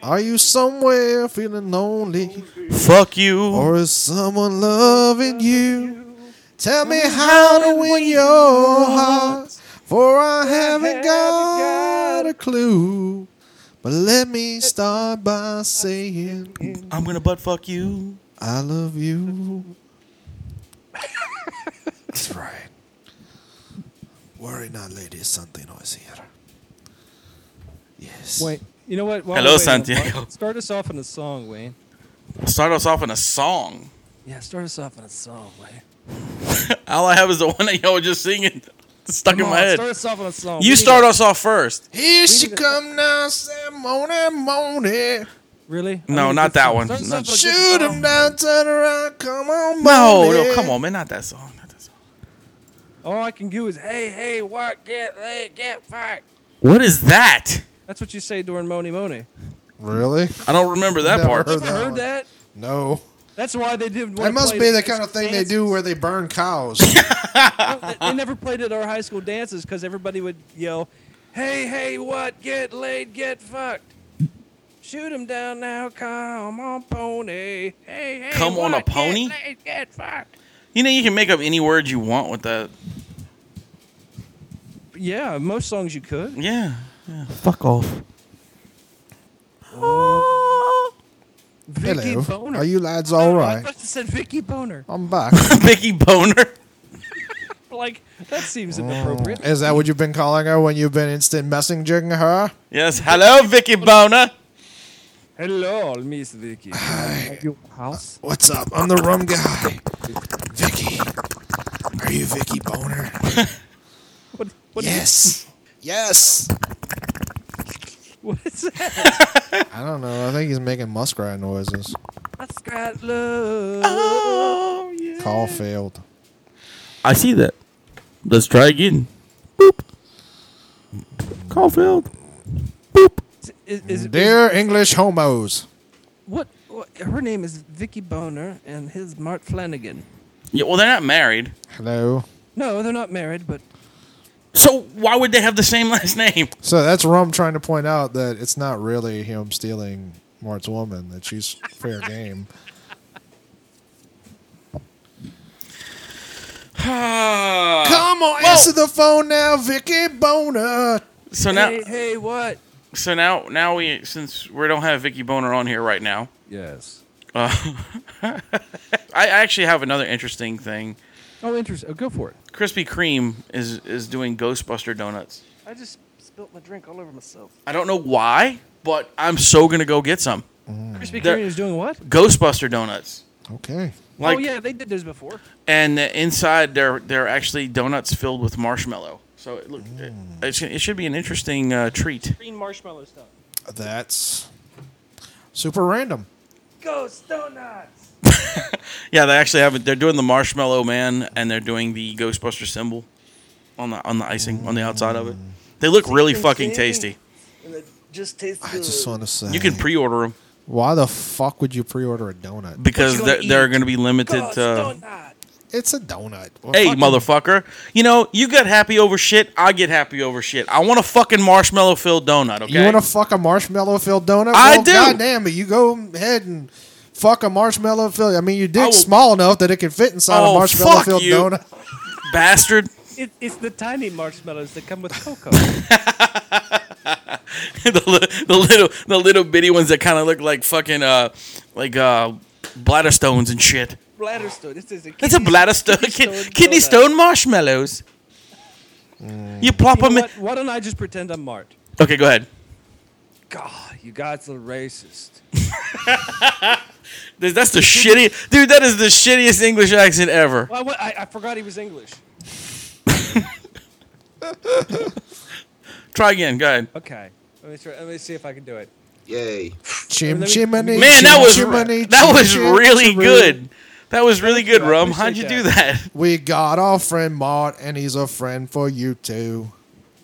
Speaker 9: Are you somewhere feeling lonely,
Speaker 8: Fuck you.
Speaker 9: or is someone loving you? Tell me how to win your heart, for I haven't got a clue. But let me start by saying
Speaker 8: I'm gonna butt fuck you.
Speaker 9: I love you. That's right. Worry not, lady, something is here. Yes.
Speaker 11: wait. You know what? While
Speaker 8: Hello,
Speaker 11: we're waiting, Mark,
Speaker 8: Santiago.
Speaker 11: Start us off in a song, Wayne.
Speaker 8: Start us off in a song.
Speaker 11: Yeah, start us off in a song, Wayne.
Speaker 8: All I have is the <laughs> one that y'all were just singing. <laughs> It's stuck in
Speaker 11: Come
Speaker 8: my
Speaker 11: on,
Speaker 8: head.
Speaker 11: Start us off in a song.
Speaker 8: you start us off first.
Speaker 9: Here she
Speaker 11: need to-
Speaker 9: come now, say morning, morning.
Speaker 11: Really? Oh, I
Speaker 8: No,
Speaker 11: mean,
Speaker 8: not
Speaker 11: good
Speaker 8: that
Speaker 11: song.
Speaker 8: one.
Speaker 11: Start us
Speaker 8: No.
Speaker 11: off with a good song.
Speaker 9: Shoot him down, turn around, come on,
Speaker 8: No,
Speaker 9: morning.
Speaker 8: no, come on, man, not that song. Not that song.
Speaker 11: All I can do is, hey, hey, what, get laid, get fucked.
Speaker 8: What is that?
Speaker 11: That's what you say during Money Money.
Speaker 9: Really?
Speaker 8: I don't remember that
Speaker 9: Never
Speaker 8: part.
Speaker 9: heard
Speaker 11: Ever
Speaker 9: that
Speaker 11: heard
Speaker 9: one.
Speaker 11: that?
Speaker 9: No.
Speaker 11: That's why they didn't.
Speaker 9: That
Speaker 11: want
Speaker 9: must
Speaker 11: play
Speaker 9: be
Speaker 11: it
Speaker 9: the
Speaker 11: at
Speaker 9: kind of
Speaker 11: school
Speaker 9: thing they
Speaker 11: dances.
Speaker 9: do where they burn <laughs> cows.
Speaker 11: They- they never played at our high school dances because everybody would yell, "Hey, hey, what? Get laid, get fucked." Shoot him down now, come on, pony. Hey, hey,
Speaker 8: Come on, a
Speaker 11: what? Get
Speaker 8: pony?
Speaker 11: laid, Get fucked.
Speaker 8: You know, you can make up any word you want with that.
Speaker 11: Yeah, most songs you could.
Speaker 8: Yeah. <laughs> yeah. Fuck off.
Speaker 11: Vicky
Speaker 9: Hello.
Speaker 11: Boner.
Speaker 9: Are you lads all
Speaker 11: I
Speaker 9: right?
Speaker 11: thought you said Vicky Boner.
Speaker 9: I'm back.
Speaker 8: Vicky Boner.
Speaker 11: Like that seems
Speaker 9: Oh.
Speaker 11: inappropriate.
Speaker 9: Is that what you've been calling her when you've been instant messaging her?
Speaker 8: Yes. Hello, Vicky Boner.
Speaker 11: Hello, Miss Vicky. At your house?
Speaker 9: What's up? I'm the rum guy. Vicky. Are you Vicky <laughs> Boner?
Speaker 11: What, what,
Speaker 9: yes. yes.
Speaker 11: what is that?
Speaker 9: <laughs> I don't know. I think he's making muskrat noises. Uh,
Speaker 11: That's got love.
Speaker 9: Call failed.
Speaker 8: I see that. Let's try again. Boop. Caulfield.
Speaker 11: Is, is,
Speaker 9: Dear English homos.
Speaker 11: What, what? Her name is Vicky Boner, and his Mart Flanagan.
Speaker 8: Yeah, well, they're not married.
Speaker 9: Hello.
Speaker 11: No, they're not married, but
Speaker 8: So why would they have the same last name?
Speaker 9: So that's Rum trying to point out that it's not really him stealing Mart's woman, that she's fair game.
Speaker 8: Uh,
Speaker 9: Come on, answer the phone now, Vicky Boner.
Speaker 8: So now,
Speaker 11: hey, hey, what?
Speaker 8: so now, now we since we don't have Vicky Boner on here right now.
Speaker 11: Yes.
Speaker 8: Uh, I actually have another interesting thing.
Speaker 11: Oh, interesting. Oh, go for it.
Speaker 8: Krispy Kreme is is doing Ghostbuster donuts.
Speaker 11: I just spilt my drink all over myself.
Speaker 8: I don't know why, but I'm so gonna go get some
Speaker 11: Krispy
Speaker 8: They're-
Speaker 11: Kreme is doing what?
Speaker 8: Ghostbuster donuts.
Speaker 9: Okay.
Speaker 11: oh yeah, they did this before.
Speaker 8: and the inside they're they're actually donuts filled with marshmallow. So it look, it,
Speaker 11: Mm.
Speaker 8: it, should, it should be an interesting uh, treat.
Speaker 11: Green marshmallow stuff.
Speaker 9: That's super random.
Speaker 11: Ghost donuts.
Speaker 8: Yeah, they actually have it. They're doing the marshmallow man, and they're doing the Ghostbuster symbol on the on the icing on the outside of it.
Speaker 11: Mm.
Speaker 8: They look really fucking tasty.
Speaker 13: And it just tastes
Speaker 9: I just want to say.
Speaker 8: Hmm. You can pre-order them
Speaker 9: Why the fuck would you pre-order a donut?
Speaker 8: because they're, they're going to be limited. Uh,
Speaker 9: It's a donut. Well,
Speaker 8: hey,
Speaker 9: fucking-
Speaker 8: motherfucker! You know you get happy over shit. I get happy over shit. I want a fucking marshmallow filled donut. Okay.
Speaker 9: You
Speaker 8: <laughs>
Speaker 9: want to fuck a marshmallow filled donut?
Speaker 8: I
Speaker 9: well,
Speaker 8: do.
Speaker 9: Goddamn it! You go ahead and fuck a marshmallow filled. I mean, your
Speaker 8: will-
Speaker 9: dick's small enough that it can fit inside
Speaker 8: Oh,
Speaker 9: a marshmallow
Speaker 8: fuck
Speaker 9: filled
Speaker 8: you.
Speaker 9: donut.
Speaker 8: bastard. <laughs>
Speaker 11: It, it's the tiny marshmallows that come with cocoa.
Speaker 8: the, li- the little the little bitty ones that kind of look like fucking uh like uh bladder stones and shit.
Speaker 11: bladder stone. This is a
Speaker 8: It's a
Speaker 11: kidney-
Speaker 8: bladder stone,
Speaker 11: kidney
Speaker 8: kid-
Speaker 11: stone
Speaker 8: kidney
Speaker 11: donut.
Speaker 8: stone marshmallows. You plop
Speaker 11: You know
Speaker 8: them in.
Speaker 11: what? Why don't I just pretend I'm Mart?
Speaker 8: Okay, go ahead.
Speaker 11: God, you guys are racist.
Speaker 8: Dude, That's the shitty dude. That is the shittiest English accent ever.
Speaker 11: Well, I, wa- I, I forgot he was English.
Speaker 8: Try again. Go ahead.
Speaker 11: Okay. Let me, try, let me see if I can do it.
Speaker 10: Yay.
Speaker 9: Chim
Speaker 11: Let me-
Speaker 9: chimney.
Speaker 8: Man,
Speaker 9: chim
Speaker 8: that was
Speaker 9: chimney,
Speaker 8: that
Speaker 9: chim
Speaker 8: was
Speaker 9: chim
Speaker 8: really
Speaker 9: chim.
Speaker 8: good. That was really good,
Speaker 11: I
Speaker 8: Rum. How'd you
Speaker 11: appreciate
Speaker 8: do that?
Speaker 9: We got our friend Mart, and he's a friend for you too.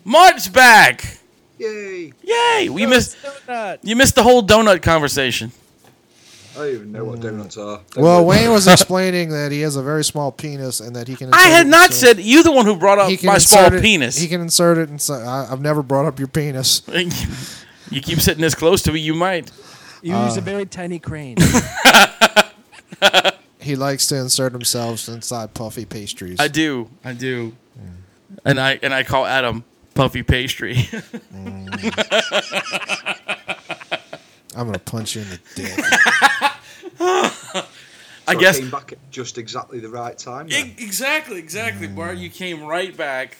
Speaker 8: Mart's back.
Speaker 10: Yay.
Speaker 8: Yay! We missed.
Speaker 11: Donut.
Speaker 8: You missed the whole donut conversation.
Speaker 10: I don't even know what donuts are. Don't
Speaker 9: Well,
Speaker 10: worry.
Speaker 9: Wayne was explaining that he has a very small penis and that he can.
Speaker 8: I
Speaker 9: insert
Speaker 8: had
Speaker 9: it
Speaker 8: not
Speaker 9: inside-
Speaker 8: said you the one who brought up
Speaker 9: He can
Speaker 8: my small
Speaker 9: insert it-
Speaker 8: penis.
Speaker 9: He can insert it inside. I, I've never brought up your penis.
Speaker 8: <laughs> you keep sitting this close to me, you might.
Speaker 11: You use a very tiny crane.
Speaker 9: He likes to insert himself inside puffy pastries.
Speaker 8: I do. I do. And I and I call Adam puffy pastry. <laughs>
Speaker 9: I'm gonna punch you in the dick. <laughs>
Speaker 8: I
Speaker 10: So
Speaker 8: guess-
Speaker 10: came back at just exactly the right time. then.
Speaker 8: exactly, exactly, Bart. You came right back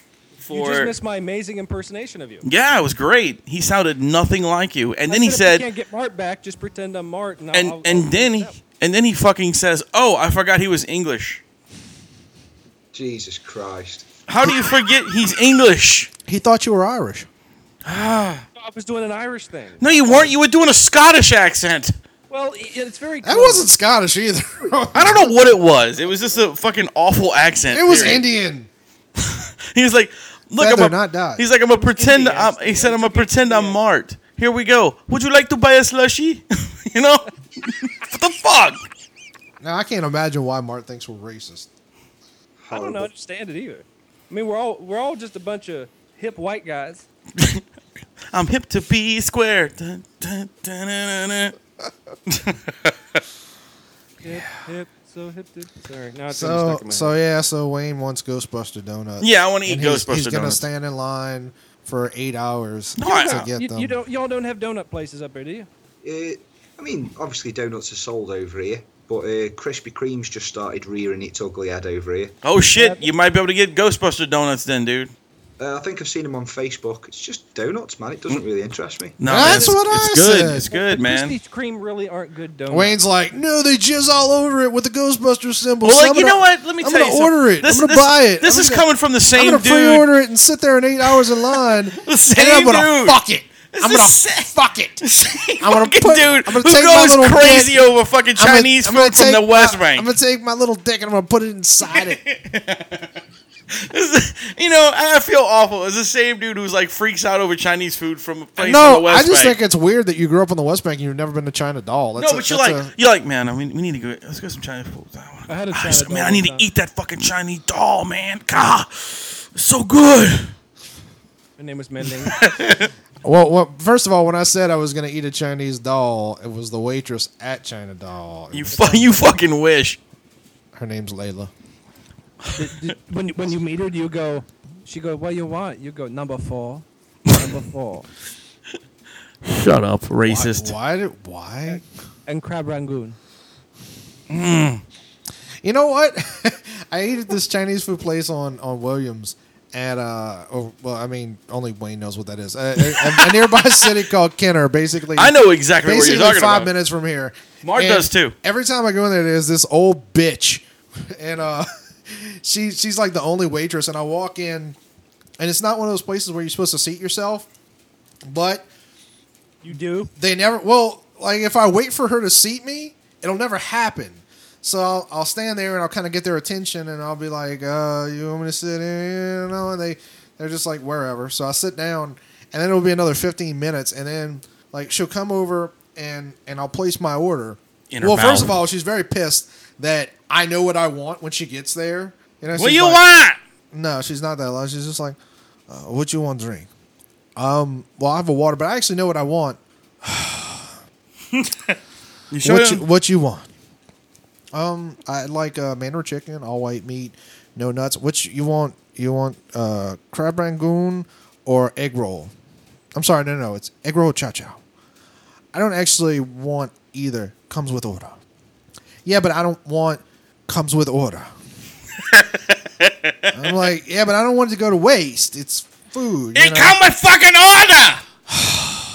Speaker 11: you just missed my amazing impersonation of you.
Speaker 8: Yeah, it was great. He sounded nothing like you. And
Speaker 11: I
Speaker 8: then he
Speaker 11: if you
Speaker 8: said
Speaker 11: can't get Mart back, just pretend I'm Mart. And, I'll-
Speaker 8: and
Speaker 11: I'll- I'll
Speaker 8: and
Speaker 11: fix
Speaker 8: then he
Speaker 11: it up."
Speaker 8: and then he fucking says, "Oh, I forgot he was English."
Speaker 10: Jesus Christ.
Speaker 8: How do you forget he's English?
Speaker 9: He thought you were Irish.
Speaker 11: I was doing an Irish thing.
Speaker 8: No, you weren't. You were doing a Scottish accent.
Speaker 11: Well, i- it's very.
Speaker 9: That
Speaker 11: close.
Speaker 9: wasn't
Speaker 8: <laughs>
Speaker 9: Scottish either. <laughs>
Speaker 8: I don't know what it was. It was just a fucking awful accent.
Speaker 9: It was
Speaker 8: period.
Speaker 9: Indian.
Speaker 8: He was like, "Look,
Speaker 9: Feather,
Speaker 8: I'm a,
Speaker 9: not die.
Speaker 8: He's like, "I'm gonna pretend. I'm, he said, "I'm gonna pretend I'm Mart." Here we go. Would you like to buy a slushie? <laughs> you know, what the fuck?
Speaker 9: Now I can't imagine why Mart thinks we're racist.
Speaker 11: I don't
Speaker 10: Horrible.
Speaker 11: understand it either. I mean, we're all we're all just a bunch of hip white guys.
Speaker 8: I'm hip to be square. Dun, dun, dun, dun, dun, dun.
Speaker 11: Hip, hip, so hip. To, sorry, now it's
Speaker 9: So
Speaker 11: stuck in my
Speaker 9: so yeah, so Wayne wants Ghostbuster donuts.
Speaker 8: Yeah, I wanna eat
Speaker 9: And he's-
Speaker 8: Ghostbuster
Speaker 9: He's gonna
Speaker 8: donuts.
Speaker 9: stand in line for eight hours
Speaker 8: No, I-
Speaker 9: to
Speaker 8: Yeah.
Speaker 9: get
Speaker 11: You,
Speaker 9: them.
Speaker 11: you don't, y'all don't have donut places up here, do you?
Speaker 10: Uh, I mean, obviously donuts are sold over here, but uh, Krispy Kreme's just started rearing its ugly head over here.
Speaker 8: Oh shit! You might be able to get Ghostbuster donuts then, dude.
Speaker 10: Uh, I think I've seen them on Facebook. It's just donuts, man. It doesn't really interest me.
Speaker 8: No,
Speaker 9: That's
Speaker 8: man,
Speaker 9: what
Speaker 8: it's,
Speaker 9: I
Speaker 8: it's good.
Speaker 9: said.
Speaker 8: It's good,
Speaker 11: The
Speaker 8: man.
Speaker 11: Krispy Kreme really aren't good donuts.
Speaker 9: Wayne's like, no, they jizz all over it with the Ghostbuster symbol.
Speaker 8: Well,
Speaker 9: so
Speaker 8: like
Speaker 9: I'm
Speaker 8: you
Speaker 9: gonna-
Speaker 8: know what? Let me
Speaker 9: I'm
Speaker 8: tell
Speaker 9: gonna
Speaker 8: you. something.
Speaker 9: order it.
Speaker 8: This,
Speaker 9: I'm gonna
Speaker 8: this-
Speaker 9: buy it.
Speaker 8: This
Speaker 9: I'm
Speaker 8: is
Speaker 9: gonna-
Speaker 8: coming from the
Speaker 9: I'm
Speaker 8: same
Speaker 9: gonna
Speaker 8: dude.
Speaker 9: pre-order it and sit there in eight hours in
Speaker 8: <laughs>
Speaker 9: line.
Speaker 8: The same
Speaker 9: and I'm gonna
Speaker 8: dude.
Speaker 9: fuck it.
Speaker 8: It's
Speaker 9: I'm
Speaker 8: the
Speaker 9: gonna
Speaker 8: same- <laughs>
Speaker 9: fuck it.
Speaker 8: Same
Speaker 9: I'm gonna
Speaker 8: fucking
Speaker 9: put-
Speaker 8: dude
Speaker 9: I'm gonna
Speaker 8: who
Speaker 9: take my
Speaker 8: goes
Speaker 9: little
Speaker 8: crazy
Speaker 9: dick-
Speaker 8: over fucking
Speaker 9: I'm gonna-
Speaker 8: Chinese
Speaker 9: I'm gonna
Speaker 8: food from
Speaker 9: take
Speaker 8: the West
Speaker 9: my-
Speaker 8: Bank.
Speaker 9: I'm gonna take my little dick and I'm gonna put it inside
Speaker 8: <laughs>
Speaker 9: it.
Speaker 8: you know, I feel awful. It's the same dude who's like freaks out over Chinese food from a place on the
Speaker 9: no,
Speaker 8: West
Speaker 9: I just
Speaker 8: Bank.
Speaker 9: think it's weird that you grew up on the West Bank and you've never been to China at all. That's
Speaker 8: no,
Speaker 9: a-
Speaker 8: but you're
Speaker 9: that's
Speaker 8: like
Speaker 9: a-
Speaker 8: you're like, man, I mean, we need to go. Let's go some Chinese food. I, wanna,
Speaker 11: I had a
Speaker 8: I
Speaker 11: China
Speaker 8: just-
Speaker 11: doll
Speaker 8: man, I
Speaker 11: one
Speaker 8: need to
Speaker 11: time.
Speaker 8: eat that fucking Chinese doll, man. God, it's so good.
Speaker 11: Her name was Mending.
Speaker 9: well, well, first of all, when I said I was gonna eat a Chinese doll, it was the waitress at China Doll. It
Speaker 8: You
Speaker 9: was-
Speaker 8: fu- you fucking wish.
Speaker 9: her name's Layla.
Speaker 11: when you, when you meet her, do you go? She go, what you want? You go number four, number four,
Speaker 8: Shut up, racist.
Speaker 9: Why? Why? Did, why?
Speaker 11: and crab rangoon.
Speaker 9: <laughs> You know what? I ate at this Chinese food place on on Williams, at uh, oh, well, I mean, only Wayne knows what that is. A, a, a nearby <laughs> city called Kenner, basically.
Speaker 8: I know exactly what you're
Speaker 9: basically
Speaker 8: talking
Speaker 9: five
Speaker 8: about.
Speaker 9: minutes from here.
Speaker 8: Mark
Speaker 9: And
Speaker 8: does too.
Speaker 9: Every time I go in there, there's this old bitch, <laughs> and uh, <laughs> she she's like the only waitress. And I walk in, and it's not one of those places where you're supposed to seat yourself, but
Speaker 11: you do.
Speaker 9: They never. Well, like if I wait for her to seat me, it'll never happen. So I'll, I'll stand there and I'll kind of get their attention, and I'll be like, uh, "You want me to sit in?" You know, and they they're just like wherever. So I sit down, and then it'll be another fifteen minutes, and then like she'll come over and and I'll place my order.
Speaker 8: In her
Speaker 9: well,
Speaker 8: mouth.
Speaker 9: first of all, she's very pissed that I know what I want when she gets there. You know,
Speaker 8: What
Speaker 9: she's
Speaker 8: you
Speaker 9: like-
Speaker 8: want?
Speaker 9: No, she's not that loud. She's just like, uh, "What you want to drink?" Um, well, I have a water, but I actually know what I want.
Speaker 8: <laughs> You sure?
Speaker 9: what you, what you want? Um, I like uh, mandarin chicken, all white meat, no nuts. Which you want? You want uh, crab rangoon or egg roll? I'm sorry, no, no, it's egg roll chow chow. I don't actually want either. Comes with order. Yeah, but I don't want comes with order. I'm like, yeah, but I don't want it to go to waste. It's food. you
Speaker 8: It
Speaker 9: know?
Speaker 8: come with Oh, fucking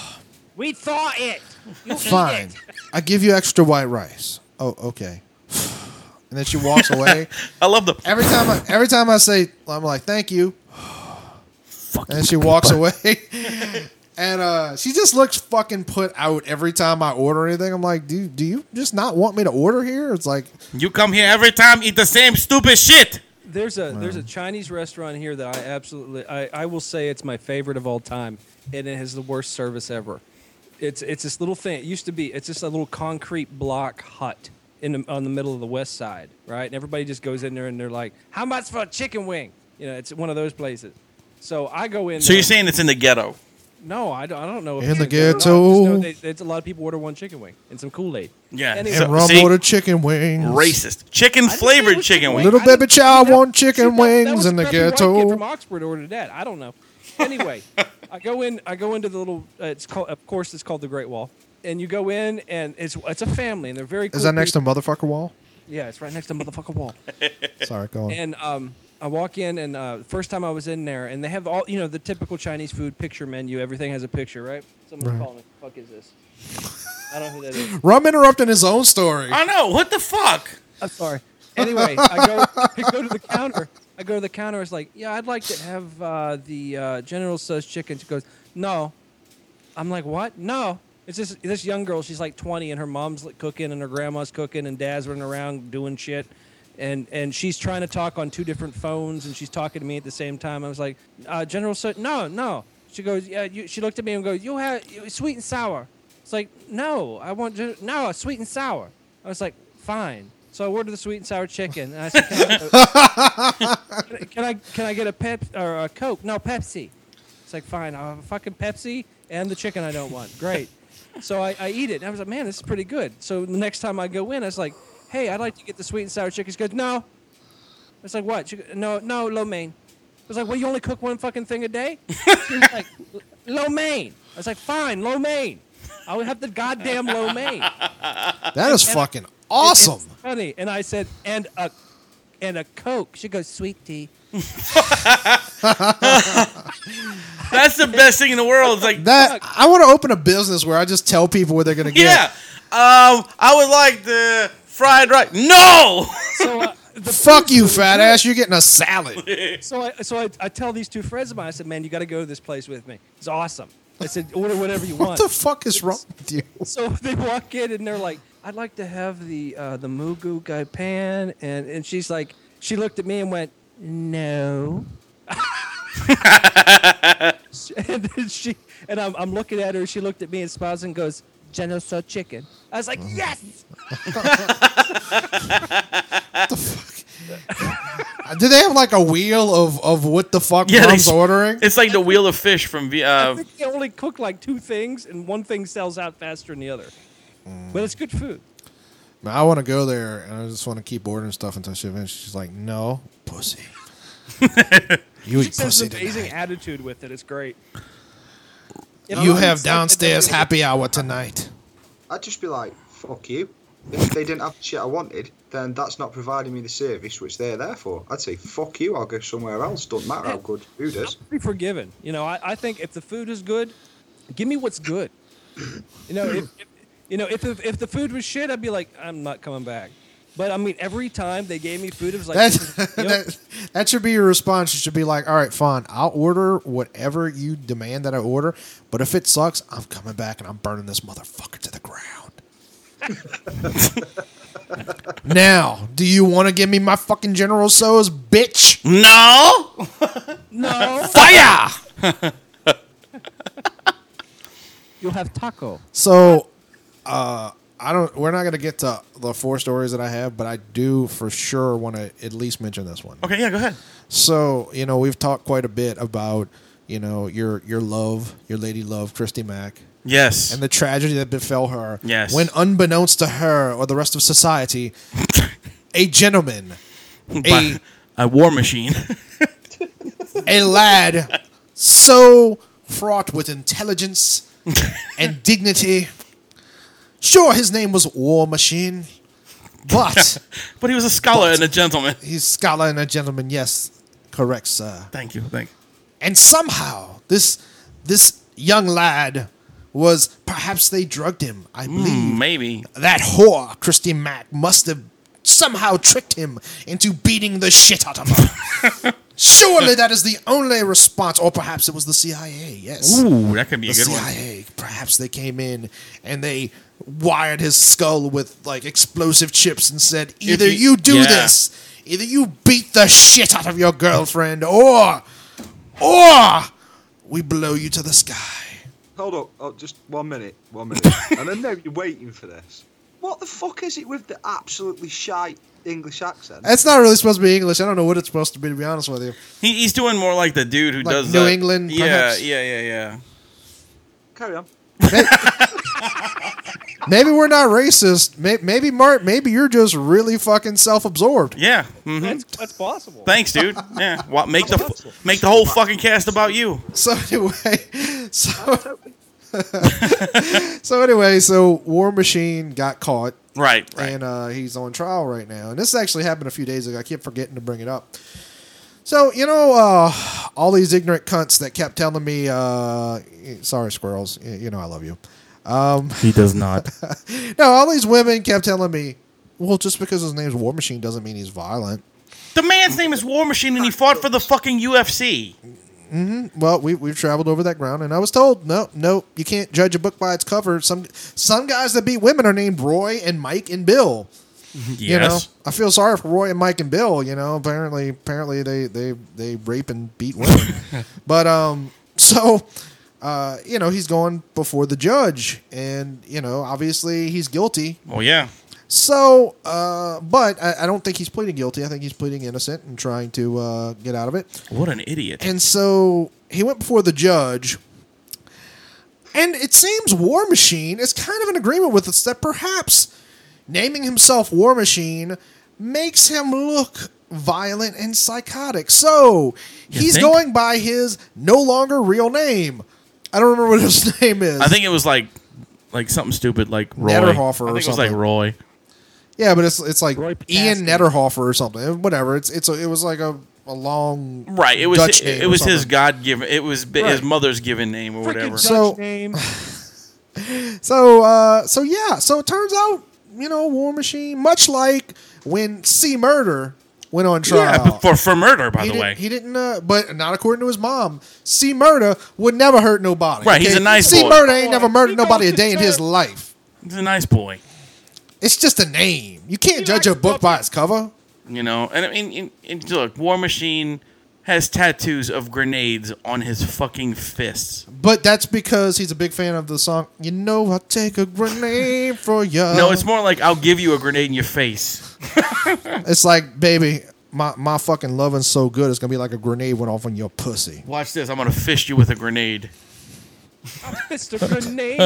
Speaker 8: order.
Speaker 11: We thaw it. You
Speaker 9: Fine. I give you extra white rice. Oh, okay. <sighs> And then she
Speaker 8: <laughs>
Speaker 9: walks away.
Speaker 8: I love the
Speaker 9: every time. I, every time I say, I'm like,
Speaker 8: <sighs>
Speaker 9: thank you. and she walks away. <laughs> and uh, she just looks fucking put out every time I order anything. I'm like, do do you just not want me to order here? It's like,
Speaker 8: You come here every time, eat the same stupid shit.
Speaker 11: There's a there's a Chinese restaurant here that I absolutely I, I will say it's my favorite of all time, and it has the worst service ever. It's it's this little thing. It used to be it's just a little concrete block hut in the, on the middle of the west side, right? And everybody just goes in there and they're like, "How much for a chicken wing?" You know, it's one of those places. So I go in.
Speaker 8: So
Speaker 11: there.
Speaker 8: you're saying it's in the ghetto?
Speaker 11: No, I don't, I don't know. If
Speaker 9: In
Speaker 11: it's
Speaker 9: the
Speaker 11: good or not. I just know
Speaker 9: ghetto.
Speaker 11: they- It's a lot of people order one chicken wing and some Kool Aid.
Speaker 8: Yeah.
Speaker 11: Anyway,
Speaker 9: and rum
Speaker 8: see,
Speaker 9: ordered chicken wings.
Speaker 8: Racist. Chicken flavored chicken wing.
Speaker 9: Little baby child want chicken
Speaker 11: that
Speaker 9: wings
Speaker 11: was
Speaker 9: in the
Speaker 11: probably a white kid
Speaker 9: ghetto.
Speaker 11: from Oxford ordered that. I don't know. Anyway, I go in. I go into the little. Uh, it's called. Of course, it's called the Great Wall. And you go in, and it's it's a family, and they're very. Cool
Speaker 9: Is that next to
Speaker 11: people.
Speaker 9: motherfucker wall?
Speaker 11: Yeah, it's right next to motherfucker wall.
Speaker 9: Sorry, go on.
Speaker 11: And um, I walk in, and uh, first time I was in there, and they have all you know the typical Chinese food picture menu. Everything has a picture, right? Someone's
Speaker 9: Right.
Speaker 11: calling. me. Fuck is this? I don't know who that is.
Speaker 9: Rum interrupting his own story.
Speaker 8: I know. What the fuck?
Speaker 11: I'm sorry. Anyway, I go, I go to the counter. I go to the counter. It's like, yeah, I'd like to have uh, the uh, General Tso's chicken. She goes, no. I'm like, what? No. It's this this young girl. She's like 20, and her mom's like cooking, and her grandma's cooking, and dad's running around doing shit, and and she's trying to talk on two different phones, and she's talking to me at the same time. I was like, uh, General Tso, no, no. She goes, yeah. You, she looked at me and goes, you have sweet and sour. It's like, no, I want Gen- no sweet and sour. I was like, fine. So I ordered the sweet and sour chicken, and I said, can
Speaker 9: <laughs>
Speaker 11: I, can I can I get a pep or a coke? No, Pepsi. It's like, fine, I'll have a fucking Pepsi and the chicken I don't want. Great. So I, I eat it. And I was like, man, this is pretty good. So the next time I go in, I was like, hey, I'd like to get the sweet and sour chicken. She goes, no. It's like, what? She goes, no, no, lo mein. I was like, well, you only cook one fucking thing a day? She
Speaker 9: <laughs>
Speaker 11: was like, lo mein. I was like, fine, lo mein. I would have the goddamn lo mein.
Speaker 9: That is
Speaker 11: And-
Speaker 9: fucking
Speaker 11: and-
Speaker 9: awesome.
Speaker 11: it's funny. And I said, and a, and a Coke. She goes, sweet tea.
Speaker 8: That's the best thing in the world. It's like
Speaker 9: That I want to open a business where I just tell people what they're gonna get.
Speaker 8: Yeah. Um, I would like the fried rice. No. <laughs>
Speaker 11: So uh, <laughs> the
Speaker 9: Fuck you, fat ass. You're getting
Speaker 8: <laughs>
Speaker 9: a salad.
Speaker 11: so I, so I, I tell these two friends of mine, I said, man, you got to go to this place with me. It's awesome. I said, order whatever you
Speaker 9: What
Speaker 11: want.
Speaker 9: the fuck is wrong with you?
Speaker 11: so <laughs> they walk in and they're like, I'd like to have the uh, the Mugu Guy Pan. And, and she's like, she looked at me and went, no. <laughs> and then she and I'm, I'm looking at her. She looked at me and smiles and goes, Geno so chicken. I was like, yes.
Speaker 9: Do they have like a wheel of of what the fuck
Speaker 8: Yeah, they
Speaker 9: mom's
Speaker 8: s-
Speaker 9: ordering?
Speaker 8: It's like the wheel of fish from V-
Speaker 11: I
Speaker 8: uh,
Speaker 11: think they only cook like two things, and one thing sells out faster than the other. But it's good food.
Speaker 9: Man, I want to go there and I just want to keep ordering stuff until she eventually. She's like, no,
Speaker 8: <laughs>
Speaker 9: pussy. you
Speaker 11: She
Speaker 9: eat
Speaker 11: has
Speaker 9: pussy
Speaker 11: an amazing
Speaker 9: tonight.
Speaker 11: attitude with it. It's great.
Speaker 9: You have downstairs happy hour tonight.
Speaker 10: I'd just be like, fuck you. If they didn't have the shit I wanted, then that's not providing me the service which they're there for. I'd say, fuck you, I'll go somewhere else. Doesn't matter how good food is.
Speaker 11: be forgiven. You know, I, I think if the food is good, give me what's good. You know, if, if- you know if, if if the food was shit, I'd be like, I'm not coming back. But I mean, every time they gave me food, it was like, this
Speaker 9: That, <laughs>
Speaker 11: is- you know,
Speaker 9: that, that should be your response. You should be like, all right, fine. I'll order whatever you demand that I order. But if it sucks, I'm coming back and I'm burning this motherfucker to the ground. <laughs> now, do you want to give me my fucking General So's, bitch?
Speaker 8: No.
Speaker 11: no
Speaker 9: Fire!
Speaker 11: You'll have taco.
Speaker 9: So, uh, I don't. We're not gonna get to the four stories that I have, but I do for sure want to at least mention this one.
Speaker 8: Okay, yeah, go ahead.
Speaker 9: So, you know, we've talked quite a bit about you know your your love, your lady love, Christy Mack.
Speaker 8: Yes.
Speaker 9: And the tragedy that befell her.
Speaker 8: Yes.
Speaker 9: When unbeknownst to her or the rest of society, a gentleman, a
Speaker 8: By a war machine. <laughs>
Speaker 9: a lad so fraught with intelligence and dignity. Sure, his name was War Machine, but
Speaker 8: but he was a scholar and a gentleman.
Speaker 9: He's a scholar and a gentleman. Yes, correct, sir.
Speaker 8: Thank you. Thank.
Speaker 9: And somehow this this young lad was perhaps they drugged him. I believe
Speaker 8: Mm, maybe.
Speaker 9: that whore, Christy Mack, must have somehow tricked him into beating the shit out of <laughs> her. Surely that is the only response, or perhaps it was the CIA. Yes.
Speaker 8: Ooh, that could be a
Speaker 9: the
Speaker 8: good one.
Speaker 9: CIA. Perhaps they came in and they wired his skull with like explosive chips and said, either
Speaker 8: you-
Speaker 9: you, do
Speaker 8: Yeah.
Speaker 9: this, either you beat the shit out of your girlfriend, or or we blow you to the sky.
Speaker 10: <laughs> Hold up, oh, just one minute, one <laughs> minute. and I know you're waiting for this. What the fuck is it with the absolutely shite English accent?
Speaker 9: That's not really supposed to be English. I don't know what it's supposed to be, to be honest with you.
Speaker 8: He, he's doing more like the dude who
Speaker 9: Like
Speaker 8: does
Speaker 9: New
Speaker 8: the-
Speaker 9: England,
Speaker 8: Yeah,
Speaker 9: perhaps?
Speaker 8: yeah, yeah, yeah.
Speaker 10: Carry on.
Speaker 9: Maybe we're not racist. May- Maybe Mart. Maybe you're just really fucking self-absorbed.
Speaker 8: Yeah. hmm
Speaker 11: That's, that's possible. <laughs>
Speaker 8: Thanks, dude. Yeah. What make the f- make the whole fucking cast about you?
Speaker 9: So anyway, <laughs> so so anyway, so War Machine got caught,
Speaker 8: Right. Right.
Speaker 9: and uh, he's on trial right now. And this actually happened a few days ago. I keep forgetting to bring it up. So you know, uh, all these ignorant cunts that kept telling me, uh, "Sorry, squirrels, y- you know I love you." Um,
Speaker 8: He does not.
Speaker 9: <laughs> no, all these women kept telling me, "Well, just because his name's War Machine doesn't mean he's violent."
Speaker 8: The man's name is War Machine, and he fought for the fucking UFC.
Speaker 9: hmm Well, we we've traveled over that ground, and I was told, no, no, you can't judge a book by its cover. Some some guys that beat women are named Roy and Mike and Bill.
Speaker 8: Yes.
Speaker 9: You know, I feel sorry for Roy and Mike and Bill. You know, apparently, apparently they they they rape and beat women. but um, so, uh, you know, he's going before the judge, and you know, obviously he's guilty.
Speaker 8: Well, yeah.
Speaker 9: So, uh, but I, I don't think he's pleading guilty. I think he's pleading innocent and trying to uh, get out of it.
Speaker 8: What an idiot.
Speaker 9: And so he went before the judge. And it seems War Machine is kind of in agreement with us that perhaps naming himself War Machine makes him look violent and psychotic. So
Speaker 8: You
Speaker 9: he's
Speaker 8: think?
Speaker 9: going by his no longer real name. I don't remember <laughs> what his name is.
Speaker 8: I think it was like like something stupid like Roy.
Speaker 9: Netterhofer or
Speaker 8: I think it was
Speaker 9: something.
Speaker 8: like Roy.
Speaker 9: yeah, but it's it's like
Speaker 11: Roy
Speaker 9: Ian
Speaker 11: Potaskin.
Speaker 9: Netterhofer or something. Whatever. It's it's a, it was like a, a long
Speaker 8: Right. It was
Speaker 9: Dutch
Speaker 8: it,
Speaker 9: name
Speaker 8: it
Speaker 9: or
Speaker 8: was his
Speaker 9: something.
Speaker 8: God given. It was bi- his
Speaker 11: Right.
Speaker 8: mother's given name or
Speaker 11: Freaking
Speaker 8: whatever.
Speaker 11: Dutch
Speaker 9: So-
Speaker 11: name.
Speaker 9: <sighs> So, uh, so yeah. So it turns out, you know, War Machine, much like when C Murder went on trial.
Speaker 8: yeah, but for for murder, by
Speaker 9: he
Speaker 8: the
Speaker 9: didn't,
Speaker 8: way.
Speaker 9: he didn't. Uh, but not according to his mom. C Murder would never hurt nobody.
Speaker 8: Right, he's a nice
Speaker 9: C
Speaker 8: boy.
Speaker 9: Murder ain't never
Speaker 11: He
Speaker 9: murdered nobody a
Speaker 11: don't
Speaker 9: day in his
Speaker 11: deserve-
Speaker 9: life.
Speaker 8: He's a nice boy.
Speaker 9: It's just a name. You can't judge a
Speaker 11: likes
Speaker 9: book by its cover.
Speaker 8: You know, and I mean, and- and look, War Machine has tattoos of grenades on his fucking fists.
Speaker 9: But that's because he's a big fan of the song. You know, I'll take
Speaker 8: <laughs>
Speaker 9: a grenade for you.
Speaker 8: No, it's more like I'll give you a grenade in your face.
Speaker 9: It's like, baby, my my fucking loving's so good. It's gonna be like a grenade went off on your pussy.
Speaker 8: Watch this. I'm gonna fist you with a grenade.
Speaker 11: Mr. Grenade.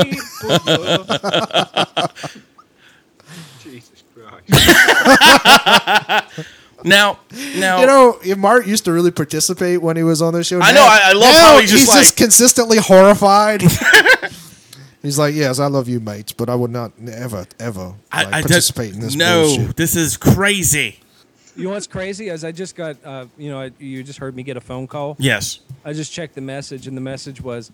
Speaker 11: Booger.
Speaker 10: Jesus Christ.
Speaker 8: Now, now,
Speaker 9: You know, if Mart used to really participate when he was on the show.
Speaker 8: I
Speaker 9: Now-
Speaker 8: know, I- I love
Speaker 9: now
Speaker 8: how he's just like- <laughs>
Speaker 9: consistently horrified. <laughs> He's like, yes, I love you, mates, but I would not ever, ever
Speaker 8: I,
Speaker 9: like,
Speaker 8: I just
Speaker 9: participate in this
Speaker 8: no.
Speaker 9: bullshit.
Speaker 8: This is crazy.
Speaker 11: You know what's crazy? As I just got, uh, you know, I, you just heard me get a phone call.
Speaker 8: Yes.
Speaker 11: I just checked the message, and the message was,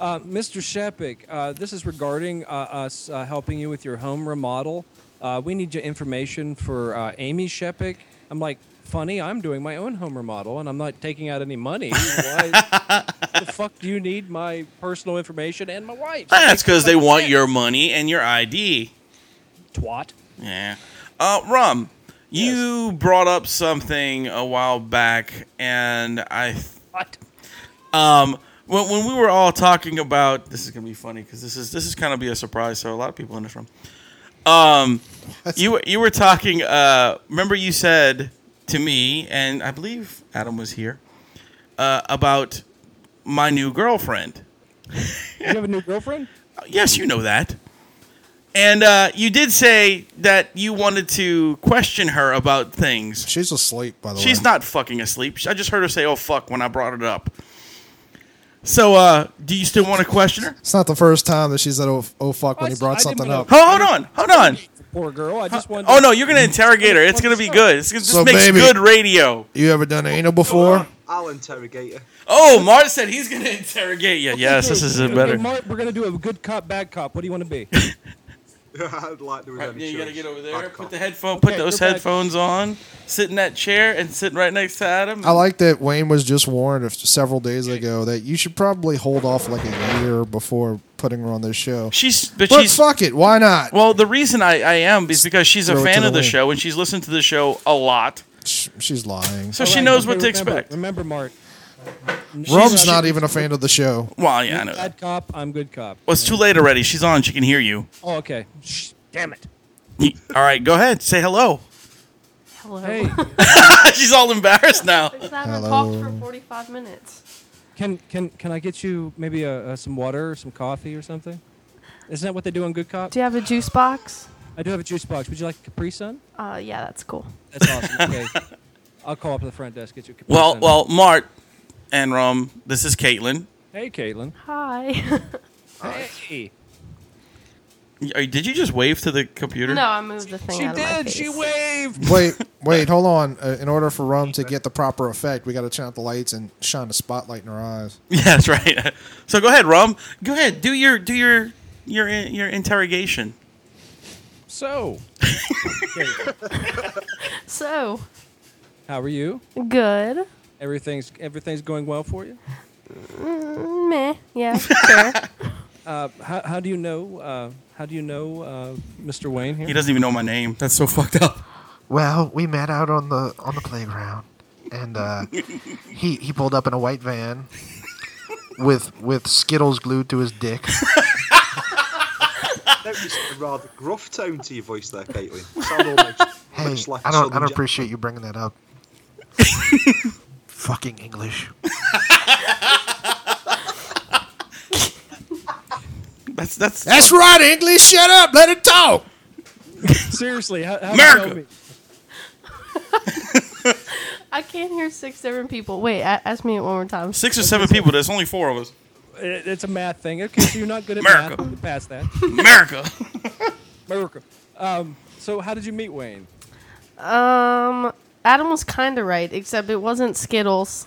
Speaker 11: uh, "Mr. Shepik, uh, this is regarding uh, us uh, helping you with your home remodel. Uh, we need your information for uh, Amy Shepik." I'm like, "Funny, I'm doing my own home remodel, and I'm not taking out any money. Why the fuck do you need my personal information and my wife?"
Speaker 8: That's because they want your money and your ID.
Speaker 11: twat.
Speaker 8: Yeah. Uh, Rum, you brought up something a while back, and I. Th-
Speaker 11: what?
Speaker 8: Um. When, when we were all talking about this is gonna be funny because this is this is kind of be a surprise to a lot of people in this room. Um, you you were talking. Uh, remember you said to me, and I believe Adam was here, uh, about my new girlfriend.
Speaker 11: You have a new girlfriend?
Speaker 8: Yes, you know that. And uh, you did say that you wanted to question her about things.
Speaker 9: She's asleep, by the
Speaker 8: She's not fucking asleep. I just heard her say, "Oh fuck," when I brought it up. So, uh, do you still want to question her?
Speaker 9: It's not the first time that she said, "Oh, oh fuck," when he brought something up.
Speaker 8: Ho- Hold on, hold on.
Speaker 11: Poor girl. I just wanted.
Speaker 8: Oh no, you're gonna interrogate her. It's gonna be good. It's gonna, this
Speaker 9: So,
Speaker 8: makes
Speaker 9: baby-
Speaker 8: good radio.
Speaker 9: You ever done anal before?
Speaker 10: I'll interrogate <laughs> her.
Speaker 8: Oh, Mart said he's gonna <laughs> interrogate you. yes, this is a
Speaker 11: Okay,
Speaker 8: better.
Speaker 11: Mark, we're gonna do a good cop, bad cop. What do you want to be?
Speaker 10: I'd like to have
Speaker 8: yeah, you gotta get over there. <laughs> Put the headphone.
Speaker 11: Okay,
Speaker 8: put those
Speaker 11: you're back.
Speaker 8: headphones on. Sit in that chair and sit right next to Adam.
Speaker 9: I like that Wayne was just warned of several days ago that you should probably hold off like a year before putting her on this show.
Speaker 8: She's but,
Speaker 9: But
Speaker 8: she's
Speaker 9: fuck it, why not?
Speaker 8: well. The reason I, I am is because she's a
Speaker 9: Throw it to
Speaker 8: fan
Speaker 9: the
Speaker 8: of the
Speaker 9: wind.
Speaker 8: show and she's listened to the show a lot,
Speaker 9: Sh- She's lying.
Speaker 8: so
Speaker 11: All
Speaker 8: she
Speaker 11: right,
Speaker 8: knows
Speaker 11: okay,
Speaker 8: what to
Speaker 11: remember-
Speaker 8: expect.
Speaker 11: Remember, Mark.
Speaker 9: Rum's not even a fan of the show.
Speaker 8: Well, yeah, I know. that.
Speaker 11: Bad cop. I'm good cop.
Speaker 8: Well, it's too late already. She's on. She can hear you. <clears throat>
Speaker 11: Oh, okay. Shh, damn it.
Speaker 8: All right, go ahead. Say hello.
Speaker 13: Hello.
Speaker 11: Hey,
Speaker 8: <laughs> she's all embarrassed now.
Speaker 13: Because I haven't
Speaker 9: Hello.
Speaker 13: talked for 45 minutes.
Speaker 11: can can can I get you maybe uh uh some water or some coffee or something? Isn't that what they do on Good Cop?
Speaker 13: Do you have a juice box?
Speaker 11: I do have a juice box. Would you like a Capri Sun?
Speaker 13: Uh, yeah, that's cool.
Speaker 11: That's awesome.
Speaker 13: <laughs>
Speaker 11: Okay. I'll call up to the front desk. Get you. a Capri
Speaker 8: Well,
Speaker 11: Sun.
Speaker 8: well, Mart and Rum. This is Caitlin.
Speaker 11: Hey, Caitlin.
Speaker 13: Hi. <laughs>
Speaker 11: Hey.
Speaker 8: Are- Did you just wave to the computer?
Speaker 13: no, I moved the thing
Speaker 11: She
Speaker 13: out of my
Speaker 11: did.
Speaker 13: face.
Speaker 11: She waved.
Speaker 9: Wait, wait, hold on. Uh, in order for Rum to get the proper effect, we got to turn out the lights and shine the spotlight in her eyes.
Speaker 8: <laughs> Yeah, that's right. <laughs> So go ahead, Rum. Go ahead. Do your do your your your interrogation.
Speaker 11: So,
Speaker 13: So,
Speaker 11: how are you?
Speaker 13: good.
Speaker 11: Everything's everything's going well for you.
Speaker 13: Mm, meh. Yeah,
Speaker 11: <laughs>
Speaker 13: sure.
Speaker 11: Uh, how, how do you know? Uh, how do you know, uh, Mr. Wayne here?
Speaker 8: He doesn't even know my name. That's so fucked up.
Speaker 14: Well, we met out on the on the playground, and uh, he he pulled up in a white van with with Skittles glued to his dick.
Speaker 10: Notice a rather gruff tone to your voice there, Caitlin. Sound almost <laughs>
Speaker 14: Hey,
Speaker 10: much like a
Speaker 14: I don't I
Speaker 10: Southern
Speaker 14: don't
Speaker 10: Jack-
Speaker 14: appreciate you bringing that up. Fucking English.
Speaker 8: That's that's
Speaker 9: That's right, English. Shut up. Let it talk.
Speaker 11: Seriously, how, how
Speaker 8: America!
Speaker 11: Do you know me?
Speaker 13: I can't hear six different people. Wait, a- ask me it one more time.
Speaker 8: six or seven people. There's only four of us.
Speaker 11: It- it's a math thing. Okay, so you're not good at
Speaker 8: America.
Speaker 11: math. Past that,
Speaker 8: America.
Speaker 11: America. Um, so how did you meet Wayne?
Speaker 13: Um, Adam was kind of right, except it wasn't Skittles.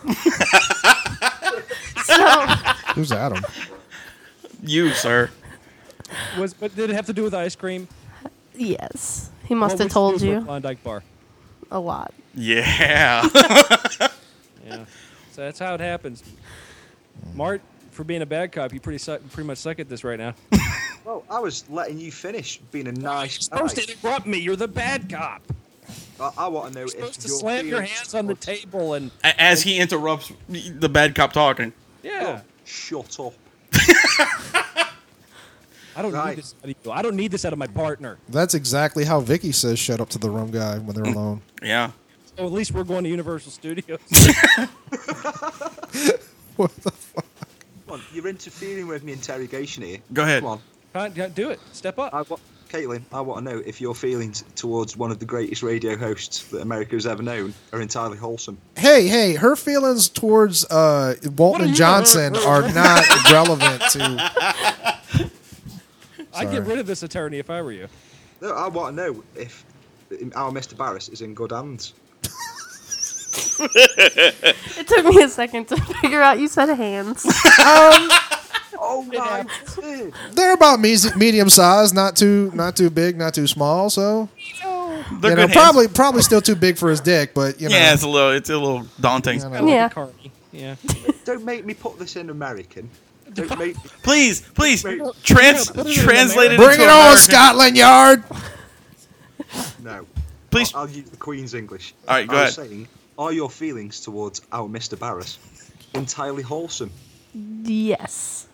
Speaker 13: so,
Speaker 9: Who's Adam?
Speaker 8: You, sir. <laughs>
Speaker 11: Was but did it have to do with ice cream?
Speaker 13: yes, he must
Speaker 11: What
Speaker 13: have
Speaker 11: would
Speaker 13: told
Speaker 11: do for a
Speaker 13: you
Speaker 11: Klondike bar.
Speaker 13: a lot.
Speaker 8: Yeah.
Speaker 11: Yeah. So that's how it happens. Mart, for being a bad cop, you pretty suck, pretty much suck at this right now.
Speaker 10: Well, I was letting you finish being a nice guy.
Speaker 11: Supposed to interrupt me. You're the bad cop.
Speaker 10: I, I want to know
Speaker 11: You're
Speaker 10: if
Speaker 11: supposed to
Speaker 10: your
Speaker 11: slam your
Speaker 10: feelings Oh,
Speaker 11: hands on the
Speaker 10: was-
Speaker 11: table and
Speaker 8: A- As he interrupts the bad cop talking.
Speaker 11: yeah.
Speaker 10: Shut up.
Speaker 11: I don't
Speaker 10: Right.
Speaker 11: need this. Out of you. I don't need this out of my partner.
Speaker 9: That's exactly how Vicky says shut up to the rum guy when they're alone.
Speaker 8: Yeah.
Speaker 11: So at least we're going to Universal Studios.
Speaker 10: Come on, you're interfering with me interrogation here.
Speaker 8: Go ahead.
Speaker 10: Come on.
Speaker 11: Can't, can't do it. Step up.
Speaker 10: I want, Caitlin, I want to know if your feelings towards one of the greatest radio hosts that America has ever known are entirely wholesome.
Speaker 9: Hey, hey, her feelings towards uh,
Speaker 11: are
Speaker 9: Walton
Speaker 11: you-
Speaker 9: <laughs> Johnson are not relevant to
Speaker 11: I'd
Speaker 10: Sorry.
Speaker 11: get rid of this attorney if I were you.
Speaker 10: No, I want to know if our Mr. Barris is in good hands.
Speaker 13: It took me a second to <laughs> figure out you said hands. Um,
Speaker 10: oh my!
Speaker 9: They're about mes- medium size, not too not too big, not too small. So
Speaker 8: They're
Speaker 9: you know,
Speaker 8: good hands.
Speaker 9: probably probably still too big for his dick, but you know.
Speaker 8: Yeah, it's a little, it's a little daunting.
Speaker 13: Yeah.
Speaker 11: Yeah.
Speaker 10: Don't make me put this
Speaker 11: <laughs>
Speaker 10: in American. Don't make me
Speaker 8: Please, please, trans,
Speaker 10: Put it in
Speaker 8: translate
Speaker 10: America.
Speaker 8: it. into
Speaker 10: Bring it on,
Speaker 8: American.
Speaker 10: Scotland Yard! No.
Speaker 8: Please.
Speaker 10: I'll, I'll use the Queen's English.
Speaker 8: All right, go
Speaker 10: I
Speaker 8: ahead.
Speaker 10: was saying, are your feelings towards our Mr. Barris entirely wholesome?
Speaker 13: yes.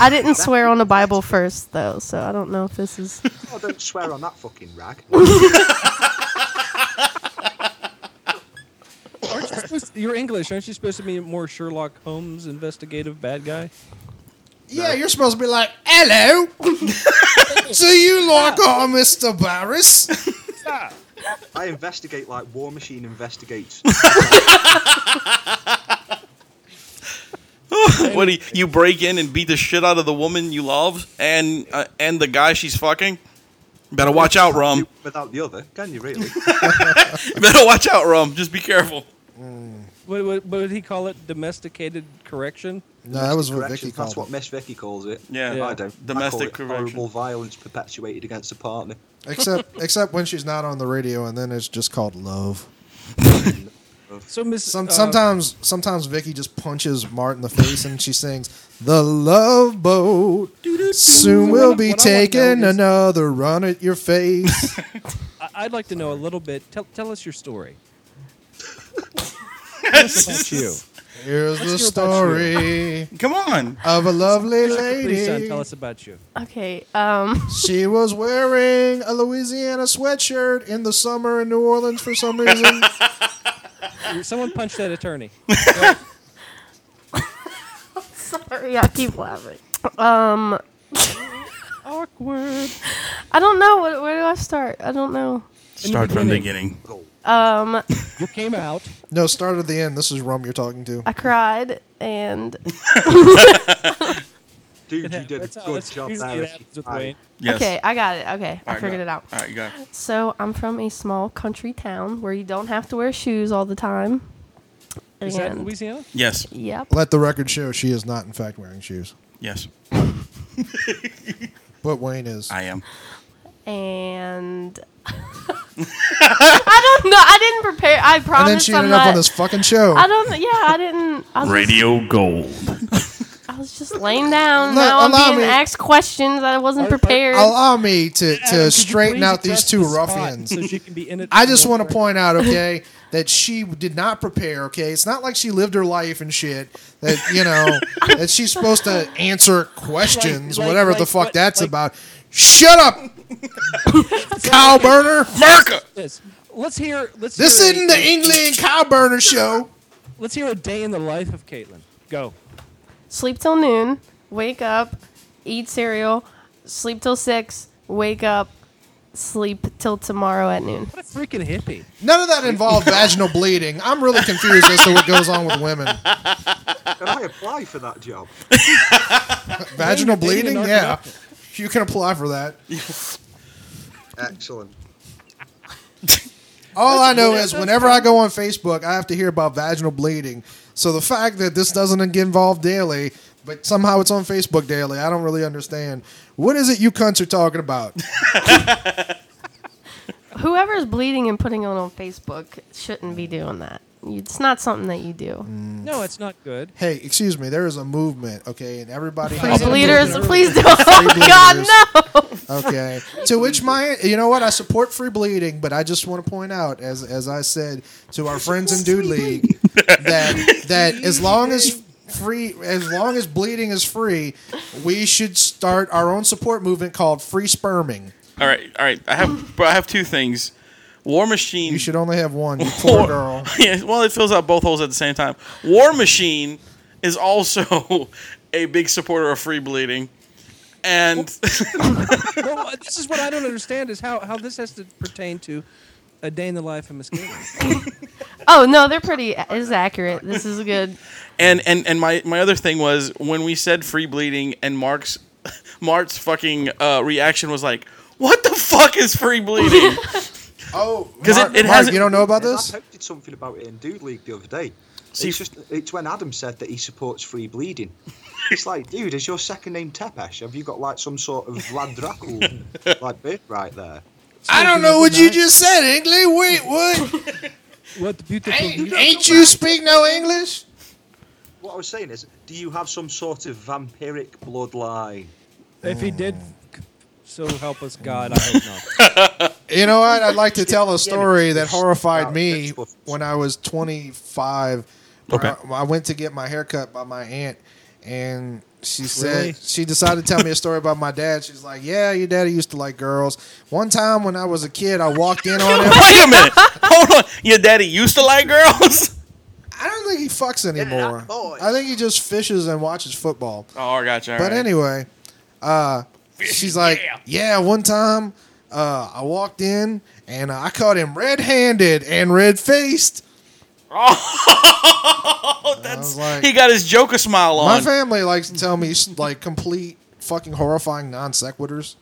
Speaker 13: I didn't swear on the Bible first, though, so I don't know if this is.
Speaker 10: Oh, don't swear on that fucking rag.
Speaker 11: Aren't you supposed you're English. Aren't you supposed to be more Sherlock Holmes investigative bad guy?
Speaker 9: Yeah, you're supposed to be like, <laughs> hello. Do you like our Mr. Barris?
Speaker 10: I investigate like War Machine investigates.
Speaker 8: what do you, you break in and beat the shit out of the woman you love and uh, and the guy she's fucking? Better watch out, Rum.
Speaker 10: Without the other, can you really?
Speaker 8: Better watch out, Rum. Just be careful.
Speaker 11: What, what, what did he call it? Domesticated correction?
Speaker 9: No, that was what
Speaker 10: Correction,
Speaker 9: Vicky
Speaker 10: That's
Speaker 9: called.
Speaker 10: what Miss Vicky calls it.
Speaker 8: Yeah.
Speaker 10: I don't.
Speaker 8: Domestic
Speaker 10: I call it Horrible violence perpetuated against a partner.
Speaker 9: it. Except <laughs> except when she's not on the radio, and then it's just called love.
Speaker 11: <laughs> So Miss uh,
Speaker 9: Some, sometimes sometimes Vicky just punches Mart in the face, and she sings, "The love boat soon
Speaker 11: So what I-
Speaker 9: will be
Speaker 11: what I wanna know
Speaker 9: taking
Speaker 11: is-
Speaker 9: another run at your face."
Speaker 11: <laughs> I- I'd like to know a little bit. Tell, tell us your story.
Speaker 8: That's
Speaker 11: you.
Speaker 9: Here's
Speaker 11: Let's
Speaker 9: the
Speaker 11: hear about
Speaker 9: story
Speaker 8: Come on.
Speaker 9: of a lovely
Speaker 11: Please, son, tell
Speaker 9: lady.
Speaker 11: us about you.
Speaker 13: Okay. <laughs> Um.
Speaker 9: She was wearing a Louisiana sweatshirt in the summer in New Orleans for some reason.
Speaker 11: <laughs> Someone punched that attorney.
Speaker 13: Sorry, I keep laughing. <laughs> Um.
Speaker 11: Awkward.
Speaker 13: I don't know. Where, where do I start? I don't know.
Speaker 8: Start from the beginning.
Speaker 13: Um.
Speaker 11: You came out.
Speaker 9: No, start at the end. This is Rum you're talking to.
Speaker 13: I cried
Speaker 11: <laughs>
Speaker 13: and.
Speaker 10: Dude, you did a
Speaker 11: That's how-
Speaker 10: good
Speaker 11: that's
Speaker 10: job
Speaker 11: usually
Speaker 10: there.
Speaker 11: what happens with Wayne.
Speaker 13: Okay, I got it. Okay, I
Speaker 10: Alright, go.
Speaker 13: figured it out.
Speaker 10: Alright, you got it.
Speaker 13: So I'm from a small country town where you don't have to wear shoes all the time.
Speaker 11: Is that
Speaker 13: And-
Speaker 11: Louisiana?
Speaker 8: Yes.
Speaker 13: Yep.
Speaker 9: Let the record show she is not, in fact, wearing shoes.
Speaker 8: Yes.
Speaker 9: But Wayne is.
Speaker 8: I am.
Speaker 13: And <laughs> I don't know. I didn't prepare. I promise.
Speaker 9: And then she
Speaker 13: I'm
Speaker 9: ended
Speaker 13: not,
Speaker 9: up on this fucking show.
Speaker 13: I don't. Yeah, I didn't. I was,
Speaker 8: Radio Gold.
Speaker 13: I was just laying down.
Speaker 9: Look,
Speaker 13: now
Speaker 9: allow
Speaker 13: I'm being
Speaker 9: me-
Speaker 13: asked questions. I wasn't prepared.
Speaker 9: Allow me to,
Speaker 13: could you
Speaker 9: to straighten
Speaker 13: please
Speaker 9: out these
Speaker 13: address
Speaker 9: two
Speaker 13: the spot
Speaker 9: ruffians.
Speaker 11: so she can be in it
Speaker 9: I just
Speaker 11: real
Speaker 9: want to
Speaker 11: quick? <laughs>
Speaker 9: point out, okay, that she did not prepare, okay? It's not like she lived her life and shit. That,
Speaker 11: <laughs>
Speaker 9: you know, that she's supposed to answer questions,
Speaker 11: Like- like-
Speaker 9: whatever the
Speaker 11: like
Speaker 9: fuck
Speaker 11: what-
Speaker 9: that's
Speaker 11: like-
Speaker 9: about.
Speaker 11: <laughs>
Speaker 9: Shut up, cow burner.
Speaker 11: Yes. Let's hear. Let's.
Speaker 9: This
Speaker 11: hear a-
Speaker 9: isn't the England cow burner show.
Speaker 11: Let's hear a day in the life of Caitlin. Go.
Speaker 13: sleep till noon, wake up, eat cereal, sleep till six, wake up, sleep till tomorrow at noon.
Speaker 11: What a freaking hippie.
Speaker 9: None of that involved vaginal bleeding. I'm really confused as to what goes on
Speaker 11: <laughs>
Speaker 9: with women.
Speaker 10: Can I apply for that job?
Speaker 9: Vaginal
Speaker 10: Being- being
Speaker 9: bleeding?
Speaker 10: an
Speaker 9: Yeah. You can apply for that.
Speaker 10: Excellent.
Speaker 9: All I
Speaker 13: <laughs>
Speaker 9: know
Speaker 10: That's-
Speaker 9: is whenever I go on Facebook, I have to hear about vaginal bleeding. So the fact that this doesn't get involved daily, but somehow it's on Facebook daily, I don't really understand. What is it you cunts are
Speaker 13: <laughs>
Speaker 9: talking about?
Speaker 13: Whoever's bleeding and putting it on Facebook shouldn't be doing that. You- It's not something that you do.
Speaker 11: No, it's not good. <laughs>
Speaker 9: Hey, excuse me, there is a movement, okay, and everybody
Speaker 13: Free
Speaker 9: has a
Speaker 13: bleeders,
Speaker 9: movement.
Speaker 13: please don't. <laughs> Oh,
Speaker 9: Free
Speaker 13: God,
Speaker 9: bleeders.
Speaker 13: no.
Speaker 9: Okay. to which my, you know what? I support free bleeding, but I just want to point out, as as I said to our friends in Dude League, that that as long as free, as long as bleeding is free, we should start our own support movement called free sperming.
Speaker 8: All right, all right. I have, I have two things. War Machine.
Speaker 9: You should only have one. You poor girl.
Speaker 8: Yeah, well, it fills out both holes at the same time. War Machine is also <laughs> a big supporter of free bleeding, and <laughs>
Speaker 11: well, uh, this is what I don't understand is how, how this has to pertain to a day in the life of Miss Caitlin.
Speaker 13: Oh no, they're pretty. It is accurate. This is good.
Speaker 8: and and and my my other thing was when we said free bleeding and Mark's <laughs> Mart's fucking uh, reaction was like, "What the fuck is free bleeding?"
Speaker 9: oh,
Speaker 8: because it, it
Speaker 9: Mark,
Speaker 8: hasn't.
Speaker 9: you don't know about this?
Speaker 10: I posted something about it in Dude League the other day.
Speaker 8: See-
Speaker 10: it's just it's when Adam said that he supports free bleeding. <laughs> it's like, dude, is your second name Tepesh? Have you got like some sort of Vlad
Speaker 9: <laughs>
Speaker 10: Dracul like bit right there?
Speaker 9: I don't know what you just said, English. Wait, what?
Speaker 11: <laughs> What beautiful
Speaker 9: ain't, <laughs> ain't you speak no English?
Speaker 10: What I was saying is, do you have some sort of vampiric bloodline?
Speaker 11: If he did, <sighs> so help us God, I hope not.
Speaker 9: You know what? I'd like to tell a story that horrified me when I was 25.
Speaker 8: Okay.
Speaker 9: I, I went to get my hair cut by my aunt, and she said
Speaker 11: Really?
Speaker 9: she decided to tell me a story about my dad. She's like, "Yeah, your daddy used to like girls. One time when I was a kid, I walked in on
Speaker 8: <laughs>
Speaker 9: him.
Speaker 8: Wait a minute. Hold on. Your daddy used to like girls. <laughs>
Speaker 9: I don't think he fucks anymore. I think he just fishes and watches football."
Speaker 8: Oh, I gotcha. all
Speaker 9: but
Speaker 8: right.
Speaker 9: anyway,
Speaker 8: <laughs>
Speaker 9: uh, she's like, yeah. one time uh, I walked in and I caught him red handed and red faced.
Speaker 8: <laughs> Oh, that's
Speaker 9: like-
Speaker 8: he got his Joker smile
Speaker 9: My
Speaker 8: on.
Speaker 9: family likes to tell me like complete fucking horrifying non sequiturs.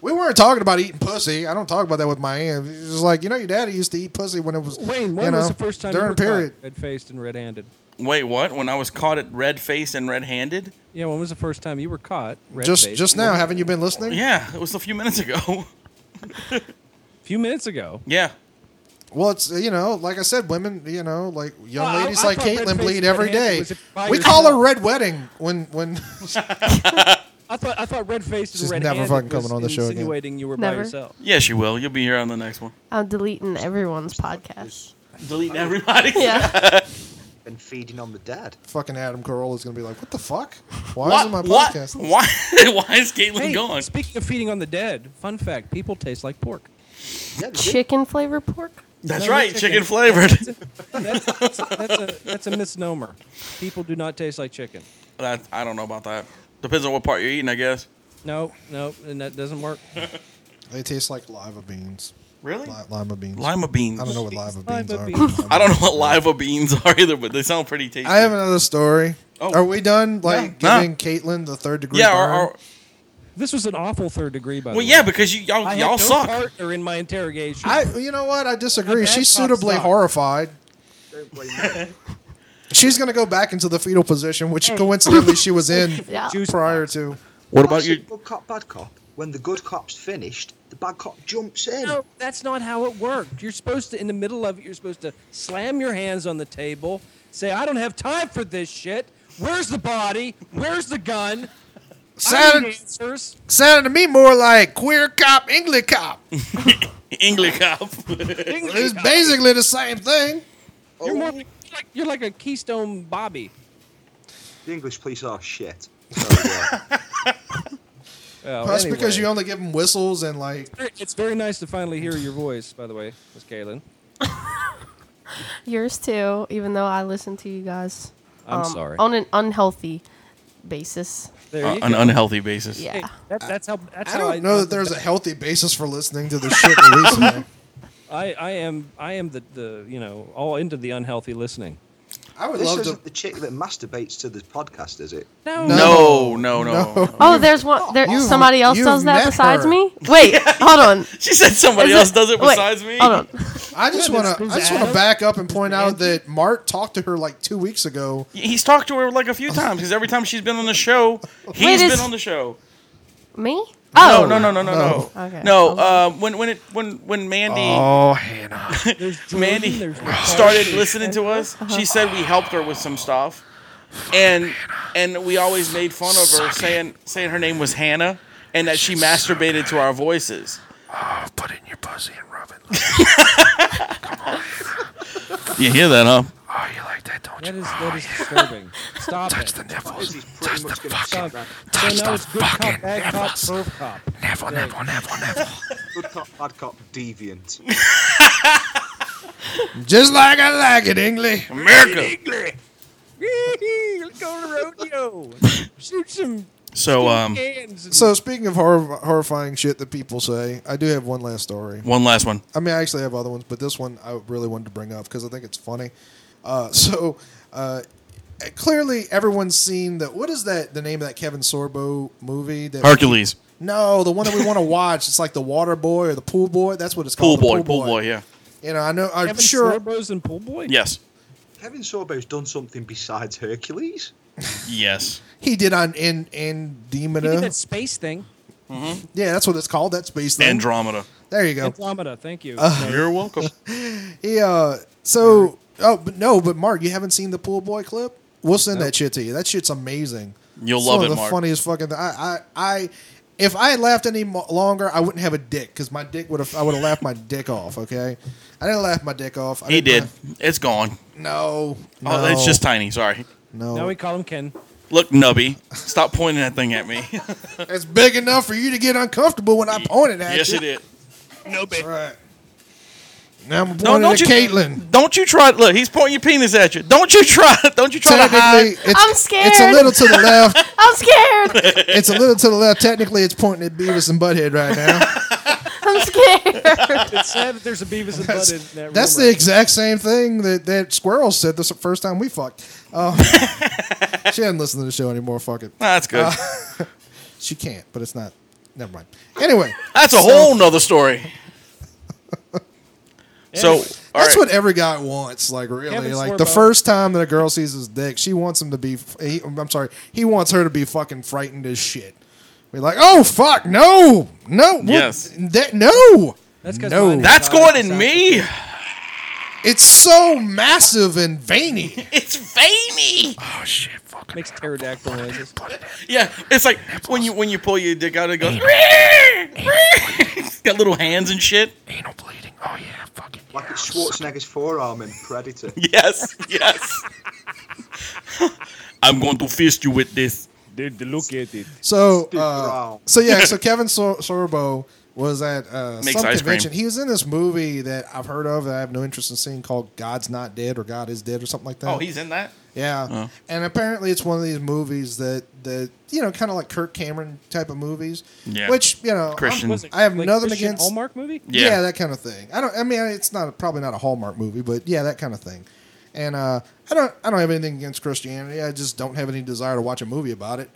Speaker 9: We weren't talking about eating pussy. I don't talk about that with my aunt. It's just like, you know, your daddy used to eat pussy when it was
Speaker 11: Wayne,
Speaker 9: you
Speaker 11: when
Speaker 9: know,
Speaker 11: was the first time
Speaker 9: during
Speaker 11: you were
Speaker 9: a period.
Speaker 11: caught red-faced and red-handed?
Speaker 8: Wait, what? When I was caught at red faced and red handed?
Speaker 11: Yeah, when was the first time you were caught red-faced?
Speaker 9: Just just now,
Speaker 11: A
Speaker 9: haven't you been listening?
Speaker 8: Yeah, it was a few minutes ago. <laughs>
Speaker 11: few minutes ago.
Speaker 8: yeah.
Speaker 9: Well, it's you know, like I said, women, you know, like young
Speaker 11: Well, I-
Speaker 9: ladies
Speaker 11: I
Speaker 9: like
Speaker 11: thought red
Speaker 9: Caitlyn
Speaker 11: face
Speaker 9: bleed
Speaker 11: and
Speaker 9: every
Speaker 11: red handed
Speaker 9: day.
Speaker 11: was if by
Speaker 9: We call her
Speaker 11: yourself.
Speaker 9: red wedding when
Speaker 8: <laughs>
Speaker 9: when
Speaker 11: I thought I thought red-faced
Speaker 9: She's
Speaker 11: and
Speaker 9: never
Speaker 11: red-handed
Speaker 9: fucking
Speaker 11: was
Speaker 9: coming on the show again.
Speaker 11: insinuating you were by
Speaker 13: Never.
Speaker 11: yourself.
Speaker 8: Yeah, she will. You'll be here on the next one.
Speaker 13: I'm deleting everyone's
Speaker 8: <laughs>
Speaker 13: podcast.
Speaker 8: Deleting everybody.
Speaker 13: Yeah.
Speaker 10: Been feeding on the dead.
Speaker 9: fucking Adam Carolla is gonna be like, "What the fuck?
Speaker 8: <laughs>
Speaker 9: Why
Speaker 8: What-
Speaker 9: is it my
Speaker 8: what-
Speaker 9: podcast?"
Speaker 8: Why? <laughs> Why is Caitlyn
Speaker 11: Hey,
Speaker 8: gone?
Speaker 11: speaking of feeding on the dead, fun fact: people taste like pork.
Speaker 13: <laughs> Chicken flavor pork?
Speaker 8: That's
Speaker 11: No,
Speaker 8: right,
Speaker 11: not
Speaker 8: chicken flavored. <laughs>
Speaker 11: That's, that's, that's, a, that's a misnomer. People do not taste like chicken.
Speaker 8: That, I don't know about that. Depends on what part you're eating, I guess.
Speaker 11: No, no, and that doesn't work.
Speaker 9: They taste like lima beans.
Speaker 8: Really?
Speaker 9: Li- lima beans.
Speaker 8: Lima beans.
Speaker 9: I don't know what lima
Speaker 11: Lima
Speaker 9: beans are.
Speaker 11: beans.
Speaker 9: but
Speaker 8: I don't know what lima beans are either, but they sound pretty tasty.
Speaker 9: I have another story.
Speaker 8: Oh.
Speaker 9: Are we done? Like
Speaker 8: Nah.
Speaker 9: giving Caitlyn the third degree
Speaker 8: yeah.
Speaker 9: burn?
Speaker 8: Or, or,
Speaker 11: This was an awful third degree, by
Speaker 8: well,
Speaker 11: the way.
Speaker 8: yeah, because you y'all
Speaker 11: I had
Speaker 8: y'all
Speaker 11: no
Speaker 8: suck.
Speaker 11: partner in my interrogation.
Speaker 9: I. You know what? I disagree.
Speaker 11: bad
Speaker 9: She's
Speaker 11: cock
Speaker 9: suitably
Speaker 11: suck.
Speaker 9: horrified.
Speaker 10: Don't blame
Speaker 9: <laughs>
Speaker 10: me.
Speaker 9: She's gonna go back into the fetal position, which coincidentally she was <laughs> in
Speaker 13: Yeah.
Speaker 9: prior to.
Speaker 8: What
Speaker 10: about
Speaker 8: you?
Speaker 10: Good cop, bad cop. When the good cop's finished, the bad cop jumps in.
Speaker 11: no, that's not how it worked. You're supposed to, in the middle of it, you're supposed to slam your hands on the table, say, "I don't have time for this shit. Where's the body? Where's the <laughs> gun? I need
Speaker 9: Sounded,
Speaker 11: answers."
Speaker 9: sounded to me more like queer cop, English <laughs> cop.
Speaker 8: <laughs> English cop.
Speaker 9: It's basically the same thing.
Speaker 11: You're more
Speaker 10: Oh.
Speaker 11: like, you're like a Keystone Bobby.
Speaker 10: The English police are
Speaker 9: <laughs>
Speaker 10: shit. So, uh, yeah.
Speaker 11: Well,
Speaker 9: That's
Speaker 11: anyway.
Speaker 9: because you only give them whistles and like
Speaker 11: It's very nice to finally hear your voice, by the way, Miss Kaylin.
Speaker 13: Yours too, even though I listen to you guys.
Speaker 11: I'm sorry.
Speaker 13: Um, On an unhealthy basis.
Speaker 11: There
Speaker 8: on
Speaker 7: Uh,
Speaker 11: you
Speaker 8: an
Speaker 11: go.
Speaker 8: unhealthy basis.
Speaker 11: Hey,
Speaker 13: Yeah.
Speaker 11: that, that's how. That's
Speaker 9: I
Speaker 11: how
Speaker 9: don't know
Speaker 11: I'm
Speaker 9: that
Speaker 11: the
Speaker 9: there's a
Speaker 11: best.
Speaker 9: healthy basis for listening to the shit <laughs> released. man.
Speaker 11: I, I am. I am the, the. You know, all into the unhealthy listening.
Speaker 9: I would
Speaker 10: this
Speaker 9: love
Speaker 10: isn't
Speaker 9: to.
Speaker 10: the chick that masturbates to the podcast, is it?
Speaker 11: No.
Speaker 8: No, no, no.
Speaker 13: Oh, there's one. There,
Speaker 9: you've-
Speaker 13: somebody else
Speaker 9: you've
Speaker 13: does that
Speaker 9: met
Speaker 13: besides
Speaker 9: her.
Speaker 13: me.
Speaker 9: <laughs>
Speaker 13: Wait, hold on.
Speaker 8: She said somebody
Speaker 13: Is
Speaker 8: else does it
Speaker 13: wait,
Speaker 8: besides me.
Speaker 13: Hold on.
Speaker 9: I just want to. I just want to back up and point out that Mart talked to her like two weeks ago.
Speaker 8: He's talked to her like a few times because every time she's been on the show, he's
Speaker 13: is-
Speaker 8: been on the show.
Speaker 13: Me?
Speaker 8: No,
Speaker 13: Oh
Speaker 8: no, no, no, no, no.
Speaker 13: Okay.
Speaker 8: No, uh, when when it when when Mandy
Speaker 14: Oh,
Speaker 9: Hannah!
Speaker 11: There's Jordan,
Speaker 8: Mandy <laughs>
Speaker 11: There's
Speaker 8: started listening to us, she said we helped her with some stuff, and and we always made fun of her saying saying her name was Hannah and that she masturbated to our voices.
Speaker 14: Oh, put in your pussy and rub it.
Speaker 8: You hear that, huh?
Speaker 14: Oh, you Oh, like that, don't
Speaker 11: that is that is disturbing. Stop it.
Speaker 14: nipples.
Speaker 10: He's pretty much
Speaker 11: Stop.
Speaker 10: going to sit
Speaker 11: it.
Speaker 10: back.
Speaker 11: So now it's good cop, bad cop, perv cop.
Speaker 14: Neville, Neville, Neville, Neville.
Speaker 10: Good cop, bad cop, deviant.
Speaker 9: Just like I like it, English.
Speaker 8: Mm-hmm. America.
Speaker 11: Let's go to the rodeo. <laughs> Shoot some
Speaker 8: So um,
Speaker 11: cans. And
Speaker 9: So speaking of horror, horrifying shit that people say, I do have one last story.
Speaker 8: one last one.
Speaker 9: I mean, I actually have <laughs> other ones, but this one I really wanted to bring up because I think it's funny. Uh, so, uh, clearly everyone's seen that. What is that? The name of that Kevin Sorbo movie? That
Speaker 8: Hercules.
Speaker 9: no, the one that we want to <laughs> watch. It's like the Water Boy or the Pool Boy. That's what it's
Speaker 8: Pool
Speaker 9: called.
Speaker 8: boy,
Speaker 9: the
Speaker 8: pool boy, Oh, yeah.
Speaker 9: You know, I know. I'm
Speaker 10: Kevin
Speaker 9: sure.
Speaker 11: Sorbo's in Pool Boy.
Speaker 8: Yes.
Speaker 10: Kevin Sorbo's done something besides Hercules.
Speaker 8: Yes.
Speaker 9: He did on in in
Speaker 11: He did that
Speaker 9: Demona.
Speaker 11: space thing. Mm-hmm.
Speaker 9: Yeah, that's what it's called. That space thing.
Speaker 8: Andromeda.
Speaker 9: There you go.
Speaker 11: Andromeda. Thank you.
Speaker 9: Uh,
Speaker 8: You're welcome.
Speaker 9: Yeah. uh, So, oh but no, but Mark, you haven't seen the pool boy clip? We'll send that shit to you. That shit's amazing.
Speaker 8: You'll
Speaker 9: Some
Speaker 8: love
Speaker 9: of
Speaker 8: it,
Speaker 9: the
Speaker 8: Mark.
Speaker 9: funniest fucking. Thing. I, I, I, if I had laughed any mo- longer, I wouldn't have a dick because my dick would have. I would have laughed my dick off. Okay, I didn't laugh my dick off. I
Speaker 8: He did.
Speaker 9: didn't
Speaker 8: It's gone.
Speaker 9: No.
Speaker 8: Oh,
Speaker 9: no.
Speaker 8: it's just tiny. Sorry.
Speaker 9: No.
Speaker 11: Now we call him Ken.
Speaker 8: Look, nubby. Stop pointing that thing
Speaker 9: <laughs>
Speaker 8: at me.
Speaker 9: laugh. It's big enough for you to get uncomfortable when I pointed at
Speaker 8: yes,
Speaker 9: you.
Speaker 8: it is. Nubby.
Speaker 9: Right. Now I'm
Speaker 8: No,
Speaker 9: pointing
Speaker 8: don't
Speaker 9: at
Speaker 8: you,
Speaker 9: Caitlin.
Speaker 8: Don't you try. Look, he's pointing your penis at you. Don't you try. <laughs> Don't you try to hide.
Speaker 9: Technically, it's,
Speaker 13: I'm scared.
Speaker 9: It's a little
Speaker 13: <laughs>
Speaker 9: to the left.
Speaker 13: I'm scared.
Speaker 9: it's a little to the left. Technically, it's pointing at Beavis and Butthead
Speaker 8: <laughs>
Speaker 9: right now. <laughs>
Speaker 13: I'm scared.
Speaker 11: It's sad that there's a Beavis and Butt in that
Speaker 9: That's
Speaker 11: room
Speaker 9: the exact same thing that, that Squirrel said the s- first time we fucked.
Speaker 8: <laughs>
Speaker 9: Uh, she doesn't listen to the show anymore. Fuck it.
Speaker 8: Nah, that's good.
Speaker 9: She can't, but it's not. Never mind. Anyway,
Speaker 8: that's a
Speaker 9: so
Speaker 8: whole nother story.
Speaker 9: <laughs>
Speaker 8: so all
Speaker 9: That's
Speaker 8: right.
Speaker 9: what every guy wants. Like really,
Speaker 11: Kevin
Speaker 9: like the
Speaker 11: Sorbo.
Speaker 9: first time that a girl sees his dick, she wants him to be. f- He, I'm sorry. He wants her to be fucking frightened as shit. We're like, oh fuck, no, no, what-
Speaker 8: Yes.
Speaker 9: that no.
Speaker 11: That's 'cause
Speaker 9: no.
Speaker 11: mine is
Speaker 8: That's going in me.
Speaker 9: It's so massive
Speaker 11: <laughs>
Speaker 9: and veiny.
Speaker 8: It's veiny.
Speaker 9: oh shit! Fuck.
Speaker 11: Makes pterodactyl noises.
Speaker 8: Yeah, it's like when you when you pull your dick out, it goes. it's <laughs> got little hands and shit.
Speaker 14: Anal bleeding. Oh yeah, fucking.
Speaker 10: Like it's Schwarzenegger's forearm in Predator.
Speaker 8: Yes, yes. <laughs> I'm going to fist you with this.
Speaker 11: look at it.
Speaker 9: So, uh,
Speaker 10: Wow.
Speaker 9: so yeah. So Kevin Sor- Sorbo was at uh,
Speaker 8: Makes
Speaker 9: some
Speaker 8: ice cream.
Speaker 9: convention. He was in this movie that I've heard of that I have no interest in seeing called "God's Not Dead" or "God Is Dead" or something like that.
Speaker 8: Oh, he's in that.
Speaker 9: yeah.
Speaker 8: Oh.
Speaker 9: And apparently, it's one of these movies that that you know, kind of like Kirk Cameron type of movies.
Speaker 8: Yeah.
Speaker 9: Which you know, I'm-
Speaker 8: Christian.
Speaker 11: Was it
Speaker 9: I have
Speaker 11: like
Speaker 9: nothing
Speaker 11: Christian
Speaker 9: against-
Speaker 11: Hallmark movie.
Speaker 8: Yeah.
Speaker 9: Yeah. that kind of thing. I don't. I mean, it's not probably not a Hallmark movie, but yeah, that kind of thing. And uh, I don't. I don't have anything against Christianity. I just don't have any desire to watch a movie about it.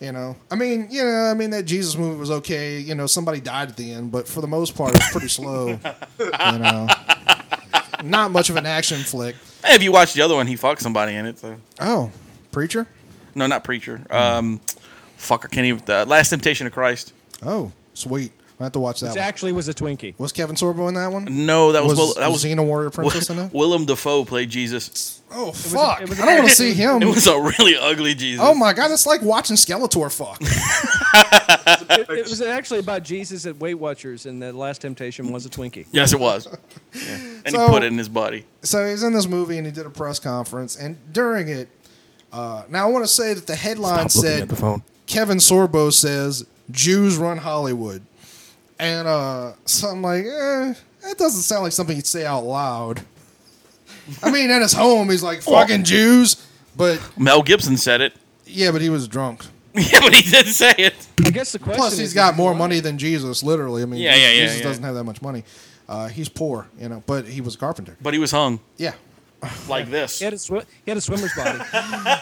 Speaker 9: You know. I mean, you know. I mean, that Jesus movie was okay. You know, somebody died at the end, but for the most part, it's pretty slow. you know. Not much of an action flick.
Speaker 8: Hey, if you watch the other one, he fucked somebody in it. So.
Speaker 9: Oh, preacher.
Speaker 8: No, not preacher. Um, fuck, I can't even. The Last Temptation of Christ.
Speaker 9: Oh, sweet. I have to watch that.
Speaker 11: It
Speaker 9: One.
Speaker 11: actually was a Twinkie.
Speaker 9: Was Kevin Sorbo in that one?
Speaker 8: No, that was,
Speaker 9: Was-
Speaker 8: Will, that
Speaker 9: was
Speaker 8: was
Speaker 9: Xena Warrior Princess
Speaker 7: <laughs>
Speaker 9: in
Speaker 8: <laughs>
Speaker 9: that?
Speaker 8: Willem Dafoe played Jesus.
Speaker 9: Oh fuck!
Speaker 11: it was
Speaker 9: I
Speaker 11: a-
Speaker 9: don't want to see him.
Speaker 8: It was a really ugly Jesus.
Speaker 9: oh my god, that's like watching Skeletor. Fuck. <laughs>
Speaker 11: It, it was actually about Jesus at Weight Watchers, and the Last Temptation was a Twinkie.
Speaker 8: Yes, it was. Yeah. And he
Speaker 9: So-
Speaker 8: put it in his body.
Speaker 9: so he's in this movie and he did a press conference and during it uh, now i want to say that the headline said kevin sorbo says jews run hollywood and uh, so i'm like eh, that doesn't sound like something he'd say out loud i mean at his home he's like fucking jews but
Speaker 8: Mel Gibson said it. <laughs>
Speaker 9: yeah but he was drunk
Speaker 8: Yeah, but he didn't say it.
Speaker 11: I guess the question
Speaker 9: plus
Speaker 11: is,
Speaker 9: he's
Speaker 11: is
Speaker 9: got
Speaker 11: it
Speaker 9: more
Speaker 11: why?
Speaker 9: money than jesus literally i mean
Speaker 8: Yeah, yeah, yeah,
Speaker 9: jesus
Speaker 8: yeah.
Speaker 9: doesn't have that much money uh, he's poor you know but he was a carpenter
Speaker 8: But he was hung <laughs>
Speaker 9: yeah
Speaker 8: like this.
Speaker 11: He had a, swi- he had a swimmer's body.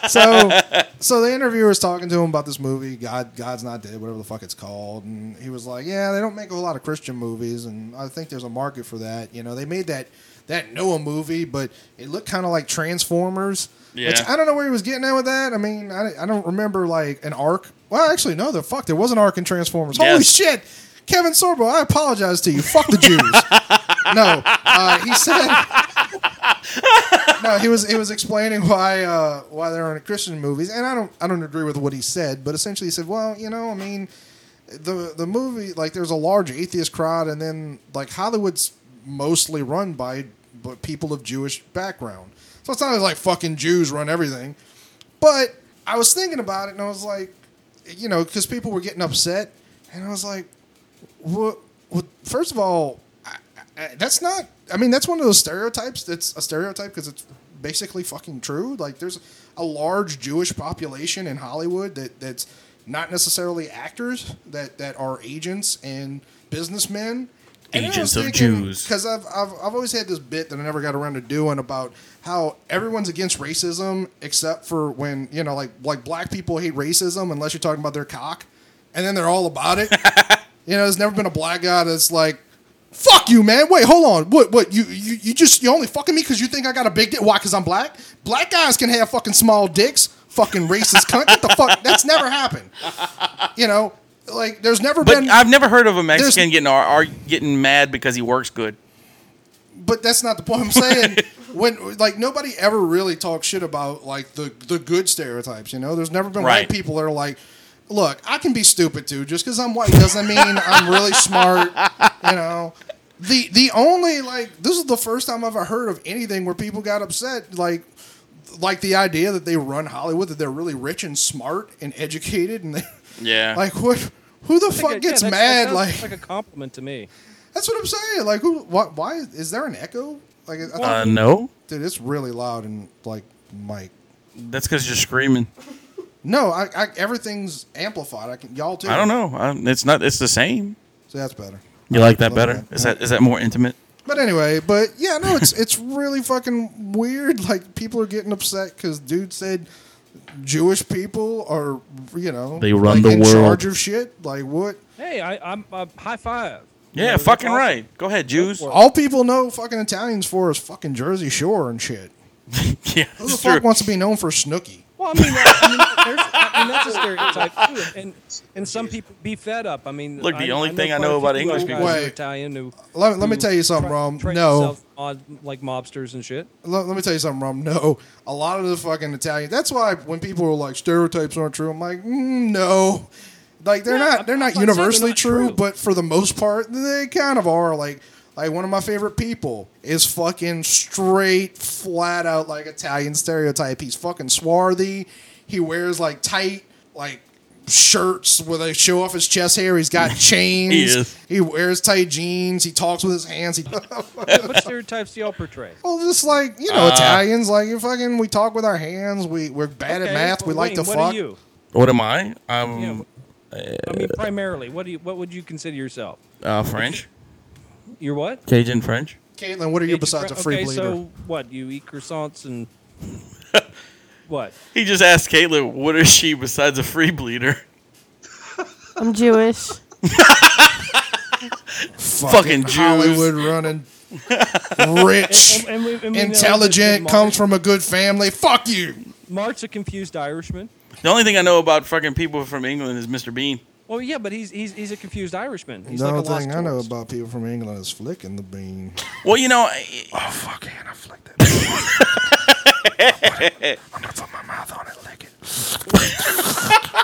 Speaker 9: so so the interviewer's talking to him about this movie god god's not dead whatever the fuck it's called and he was like yeah they don't make a whole lot of christian movies and i think there's a market for that you know they made that that noah movie but it looked kind of like transformers which
Speaker 8: Yeah.
Speaker 9: i don't know where he was getting at with that i mean i, I don't remember like an arc well actually no the fuck there was an arc in transformers holy
Speaker 8: Yes.
Speaker 9: shit kevin sorbo i apologize to you fuck the jews no uh, he said no, he was he was explaining why uh, why there aren't Christian movies, and I don't I don't agree with what he said, but essentially he said, well, you know, I mean, the the movie like there's a large atheist crowd, and then like Hollywood's mostly run by but people of Jewish background, so it's not like fucking Jews run everything. But I was thinking about it, and I was like, you know, because people were getting upset, and I was like, well, well first of all, I, I, that's not. I mean, that's one of those stereotypes. That's a stereotype because it's basically fucking true. Like, there's a large Jewish population in Hollywood that that's not necessarily actors that that are agents and businessmen
Speaker 8: Agents of Jews.
Speaker 9: Because I've, I've, I've always had this bit that I never got around to doing about how everyone's against racism except for when, you know, like like black people hate racism unless you're talking about their cock. And then they're all
Speaker 8: <laughs>
Speaker 9: about it. you know, there's never been a black guy that's like, fuck you, man. Wait, hold on. What, what, you, you, you just, you only fucking me because you think I got a big dick? Why? Because I'm black? Black guys can have fucking small dicks. Fucking racist cunt. Get the fuck. That's never happened. You know, like, there's never
Speaker 8: But
Speaker 9: been.
Speaker 8: I've never heard of a Mexican getting ar- ar- getting mad because he works good.
Speaker 9: but that's not the point I'm saying. when like nobody ever really talks shit about like the the good stereotypes, you know. There's never been
Speaker 8: Right.
Speaker 9: white people that are like, look, I can be stupid too. Just because I'm white doesn't mean I'm really smart. You know. The the only like this is the first time I've ever heard of anything where people got upset like like the idea that they run Hollywood that they're really rich and smart and educated and they
Speaker 8: Yeah.
Speaker 9: like what who the
Speaker 11: I think
Speaker 9: fuck
Speaker 11: it- yeah,
Speaker 9: gets
Speaker 11: that- that
Speaker 9: mad
Speaker 11: sounds
Speaker 9: like
Speaker 11: like a compliment to me.
Speaker 9: that's what I'm saying. Like, who? Why? why is, is there an echo? Like, I thought-
Speaker 8: Uh, no.
Speaker 9: dude, it's really loud and like Mike.
Speaker 8: That's because you're screaming.
Speaker 9: No, I, I everything's amplified. I can y'all too.
Speaker 8: I don't know. i it's not. It's the same.
Speaker 9: So that's better.
Speaker 8: You like that
Speaker 9: Love
Speaker 8: better? Is that is that more intimate?
Speaker 9: But anyway, but yeah, no, it's it's really fucking weird. Like people are getting upset because dude said Jewish people are you know
Speaker 8: They run
Speaker 9: like,
Speaker 8: the
Speaker 9: in
Speaker 8: world.
Speaker 9: charge of shit. Like what?
Speaker 11: Hey, I, I'm uh, high five.
Speaker 8: Yeah, fucking right. Go ahead, Jews.
Speaker 9: All people know fucking Italians for is fucking Jersey Shore and shit.
Speaker 8: yeah,
Speaker 9: Who the fuck wants to be known for Snooky?
Speaker 11: Well, I mean, that, I mean, there's, I mean that's a stereotype too, and and some people beef that up. I mean,
Speaker 8: Look, the
Speaker 11: I,
Speaker 8: only
Speaker 11: I
Speaker 8: thing I
Speaker 11: quite
Speaker 8: know
Speaker 11: a
Speaker 8: about
Speaker 11: few
Speaker 8: English
Speaker 11: guys
Speaker 8: people-
Speaker 11: who are
Speaker 9: Wait.
Speaker 11: Italian who
Speaker 9: Let, let me
Speaker 11: who
Speaker 9: tell you something,
Speaker 11: Mm. tra-
Speaker 9: Rom.
Speaker 11: train
Speaker 9: Mm, No,
Speaker 11: themselves odd, like mobsters and shit.
Speaker 9: let, let me tell you something, Rom. No, a lot of the fucking Italian. That's why when people are like stereotypes aren't true, I'm like, mm, no, like they're not they're not
Speaker 11: saying they're
Speaker 9: universally
Speaker 11: not
Speaker 9: true,
Speaker 11: true.
Speaker 9: but for the most part, they kind of are. Like like one of my favorite people is fucking straight, flat out like Italian stereotype. He's fucking swarthy. He wears like tight like shirts where they show off his chest hair. He's got chains.
Speaker 8: <laughs> He is.
Speaker 9: He wears tight jeans. He talks with his hands. He <laughs>
Speaker 11: What stereotypes do y'all portray?
Speaker 9: Well, just like you know,
Speaker 8: Uh,
Speaker 9: Italians, like you fucking, we talk with our hands. We we're bad at
Speaker 11: Okay,
Speaker 9: math. We
Speaker 11: well,
Speaker 9: like to
Speaker 11: Wayne, what Are
Speaker 9: fuck.
Speaker 11: you?
Speaker 8: What am I? I'm
Speaker 11: I mean, primarily, what do you? What would you consider yourself?
Speaker 8: uh, French,
Speaker 11: You're what?
Speaker 8: Cajun French.
Speaker 9: Caitlin, what are you
Speaker 11: Cajun
Speaker 9: besides a
Speaker 11: Fre-
Speaker 9: free
Speaker 11: okay,
Speaker 9: bleeder?
Speaker 11: so what? You eat croissants and what?
Speaker 8: He just asked Caitlin, "What is she besides a free bleeder?" <laughs>
Speaker 13: I'm Jewish.
Speaker 8: Fucking Jews.
Speaker 9: Hollywood
Speaker 8: <laughs>
Speaker 9: running, rich,
Speaker 11: And- and- and we- and we know this in
Speaker 9: intelligent,
Speaker 11: March.
Speaker 9: comes from a good family. Fuck you.
Speaker 11: Mart's a confused Irishman.
Speaker 8: The only thing I know about fucking people from England is Mr. Bean.
Speaker 11: Well, Oh, yeah, but he's he's, he's a confused Irishman. He's
Speaker 9: the
Speaker 11: like a
Speaker 9: only
Speaker 11: lost
Speaker 9: thing I know
Speaker 11: tourist.
Speaker 9: about people from England is flicking the bean. <laughs>
Speaker 8: Well, you know. I-
Speaker 14: Oh fuck, Anna, flick
Speaker 8: <laughs>
Speaker 14: that. I'm gonna put my mouth on it, lick it.
Speaker 8: <laughs>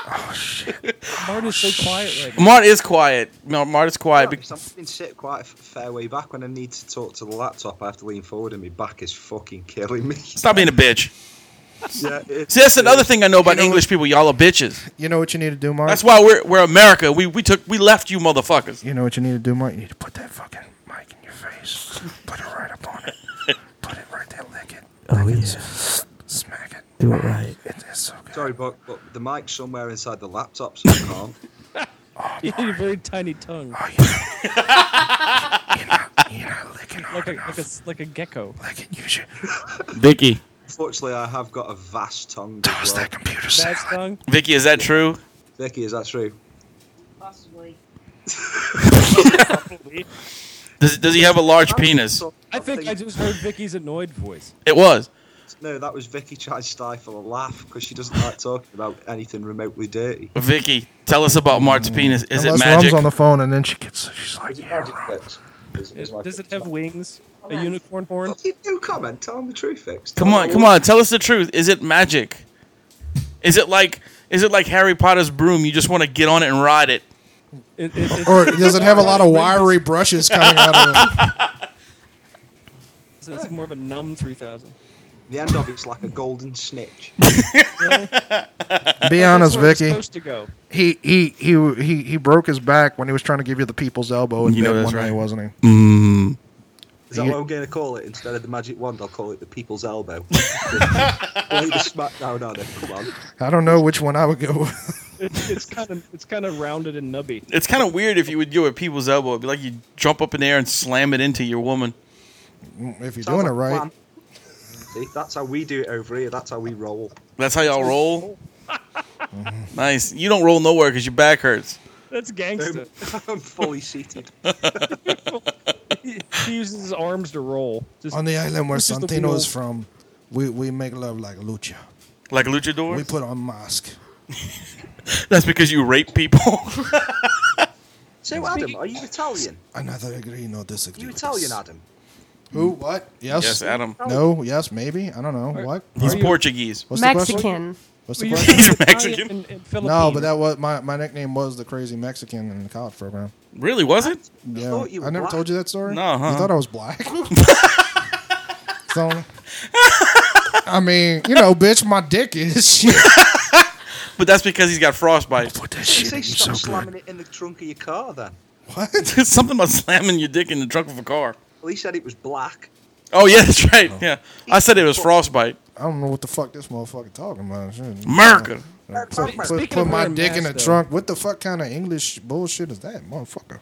Speaker 14: oh shit. Oh,
Speaker 11: Mart is so quiet right now.
Speaker 8: Mart is quiet. No, Mart is quiet.
Speaker 10: Sorry,
Speaker 8: be-
Speaker 10: 'cause I've been sit quite a fair way back. When I need to talk to the laptop, I have to lean forward, and my back is fucking killing me.
Speaker 8: Stop being a bitch.
Speaker 10: yeah, <laughs> it-
Speaker 8: See, that's another thing I know about English people. Y'all are bitches.
Speaker 9: You know what you need to do, Mark.
Speaker 8: That's why we're we're America. We we took we left you motherfuckers.
Speaker 9: you know what you need to do, Mark. You need to
Speaker 14: Put that fucking mic in your face. Put it right up on it.
Speaker 8: <laughs>
Speaker 14: Put it right there, lick it.
Speaker 4: Oh,
Speaker 14: Lick it.
Speaker 4: yeah.
Speaker 14: Smack it.
Speaker 4: Do it right.
Speaker 14: It- it's so good.
Speaker 10: Sorry, but, but the mic's somewhere inside the laptop, so I can't.
Speaker 11: You need a very tiny tongue,
Speaker 14: Oh, you're, you're not, you're not licking hard
Speaker 11: like a
Speaker 14: enough.
Speaker 11: like a s- like a gecko.
Speaker 14: Lick it. You should
Speaker 8: Vicky,
Speaker 10: Fortunately, I have got a vast tongue. as
Speaker 14: toss
Speaker 10: well.
Speaker 14: that computer
Speaker 11: Bad
Speaker 14: salad.
Speaker 11: tongue.
Speaker 8: Vicky, is that true?
Speaker 10: Vicky, is that true?
Speaker 12: Possibly.
Speaker 8: Does does he have a large penis?
Speaker 11: I think I just heard Vicky's annoyed voice.
Speaker 8: It was.
Speaker 10: No, that was Vicky trying to stifle a laugh because she doesn't like talking about anything remotely dirty.
Speaker 8: Vicky, tell us about Mart's penis. Is it
Speaker 9: Unless
Speaker 8: magic?
Speaker 9: Rom's on the phone, and then she gets, she's like,
Speaker 10: Is it
Speaker 9: yeah,
Speaker 10: magic
Speaker 9: Rom.
Speaker 10: fix? Is- is my
Speaker 11: Does it
Speaker 10: fix
Speaker 11: have
Speaker 10: magic?
Speaker 11: wings? A unicorn horn?
Speaker 10: You do comment. Tell him the truth, fix.
Speaker 8: come on, come on. Tell us the truth. Is it magic? Is it like is it like Harry Potter's broom? You just want to get on it and ride it.
Speaker 11: It, it, it,
Speaker 9: Or does it have a lot of wiry brushes coming out of it?
Speaker 11: so it's more of a numb three thousand.
Speaker 10: The end of it's like a golden snitch.
Speaker 11: <laughs>
Speaker 9: Be honest,
Speaker 11: Where it's
Speaker 9: Vicky.
Speaker 11: supposed to go.
Speaker 14: He, he he he he broke his back when he was trying to give you the people's elbow in
Speaker 8: You know
Speaker 14: bed
Speaker 8: that's
Speaker 14: one
Speaker 8: right.
Speaker 14: night, wasn't he?
Speaker 8: Mm.
Speaker 10: Is that
Speaker 14: You-
Speaker 10: what I'm going to call it? Instead of the magic wand, I'll call it the people's
Speaker 8: <laughs>
Speaker 10: elbow. Lay the smackdown on it. Come on.
Speaker 9: I don't know which one I would go <laughs> with.
Speaker 11: it's it's kind of it's kind of rounded and nubby.
Speaker 7: It's kind of weird if you would do it at people's elbow. It'd be like you jump up in the air and slam it into your woman.
Speaker 9: If you're
Speaker 10: Sounds
Speaker 9: doing it
Speaker 10: like
Speaker 9: right,
Speaker 10: a plan. See, that's how we do it over here. That's how we roll.
Speaker 7: That's how y'all
Speaker 8: <laughs>
Speaker 7: roll.
Speaker 8: Mm-hmm.
Speaker 7: nice. You don't roll nowhere because your back hurts.
Speaker 11: That's gangster.
Speaker 10: <laughs> I'm fully seated.
Speaker 11: he, he uses his arms to roll. Just
Speaker 9: on the island where
Speaker 11: pushes the
Speaker 9: Santino is
Speaker 11: wheel.
Speaker 9: from, we, we make love like lucha.
Speaker 7: Like luchador?
Speaker 9: We put on mask.
Speaker 7: That's because you rape people.
Speaker 10: So, Adam, are you Italian?
Speaker 9: Another agree, no disagree.
Speaker 10: You
Speaker 9: with
Speaker 10: Italian,
Speaker 9: this.
Speaker 10: Adam?
Speaker 9: Who? What? Yes.
Speaker 7: Yes, Adam.
Speaker 9: No. Yes. Maybe. I don't know. What?
Speaker 7: He's Portuguese.
Speaker 9: What's the question?
Speaker 13: Mexican.
Speaker 9: What's the
Speaker 11: Well,
Speaker 9: question?
Speaker 11: you're <laughs>
Speaker 7: He's Mexican.
Speaker 11: Italian and
Speaker 9: No,
Speaker 11: Filipino.
Speaker 9: but that was my, my nickname was the crazy Mexican in the college program.
Speaker 7: Really, was it?
Speaker 9: Yeah,
Speaker 10: thought you were
Speaker 9: I never
Speaker 10: black.
Speaker 9: told you that story.
Speaker 7: No, uh-uh. huh?
Speaker 9: you thought I
Speaker 7: <laughs>
Speaker 9: was black. so, I mean, you know, bitch, my dick is <laughs> shit.
Speaker 7: But that's because he's got frostbite.
Speaker 15: Put that
Speaker 10: You
Speaker 15: shit
Speaker 10: say
Speaker 15: in you
Speaker 10: stop
Speaker 15: so
Speaker 10: slamming
Speaker 15: good.
Speaker 10: it in the trunk of your car then.
Speaker 7: It's <laughs> Something about slamming your dick in the trunk of a car.
Speaker 10: Well, he said it was black.
Speaker 7: Oh yeah, that's right. Yeah, I said it was frostbite.
Speaker 9: I don't know what the fuck this motherfucker talking about. Shit.
Speaker 7: America.
Speaker 9: Put, put-
Speaker 11: Speaking
Speaker 9: put
Speaker 11: of
Speaker 9: my
Speaker 11: wearing
Speaker 9: dick in the
Speaker 11: masks, though.
Speaker 9: trunk. What the fuck kind of English bullshit is that, motherfucker?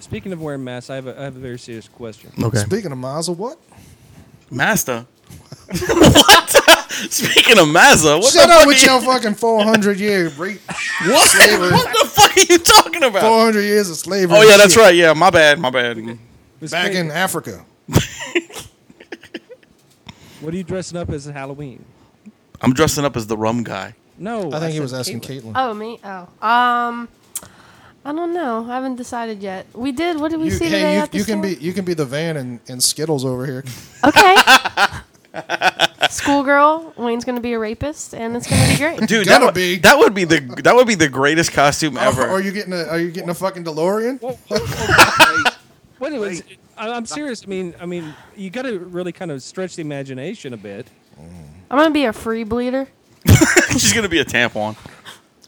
Speaker 11: Speaking of wearing masks, I have a, I have a very serious question.
Speaker 7: Okay.
Speaker 9: Speaking of Mazda, what?
Speaker 7: Mazda. <laughs> what? Speaking of Mazda, what
Speaker 9: Shut
Speaker 7: the
Speaker 9: up
Speaker 7: fuck
Speaker 9: with
Speaker 7: are
Speaker 9: your fucking 400 year rape,
Speaker 7: you, <laughs> what? <laughs> what the fuck are you talking about?
Speaker 9: 400 years of slavery.
Speaker 7: oh yeah, that's
Speaker 9: shit
Speaker 7: right. Yeah, my bad. My bad.
Speaker 11: Miss
Speaker 9: Back
Speaker 11: Craig,
Speaker 9: in Africa.
Speaker 11: what are you dressing up as at Halloween?
Speaker 7: I'm dressing up as the rum guy.
Speaker 11: No,
Speaker 9: I think he
Speaker 11: said
Speaker 9: was asking
Speaker 11: Caitlyn.
Speaker 9: Caitlin.
Speaker 13: Oh me. Oh. Um. I don't know. I haven't decided yet. We did. What did we
Speaker 9: You,
Speaker 13: see today
Speaker 9: hey, you,
Speaker 13: at the
Speaker 9: you can
Speaker 13: store?
Speaker 9: be you can be the van and, and Skittles over here.
Speaker 13: Okay.
Speaker 9: <laughs>
Speaker 13: Schoolgirl. Wayne's gonna be a rapist, and it's gonna be
Speaker 9: <laughs>
Speaker 13: great.
Speaker 7: Dude, that
Speaker 9: Gotta
Speaker 7: would
Speaker 9: be. Oh,
Speaker 7: that would be the that would be the greatest costume ever.
Speaker 9: <laughs> Are you getting a Are you getting a fucking DeLorean?
Speaker 11: Well, anyways, I, I'm serious. I mean, I mean, you got to really kind of stretch the imagination a bit.
Speaker 13: I'm gonna be a free bleeder.
Speaker 7: She's gonna be a tampon.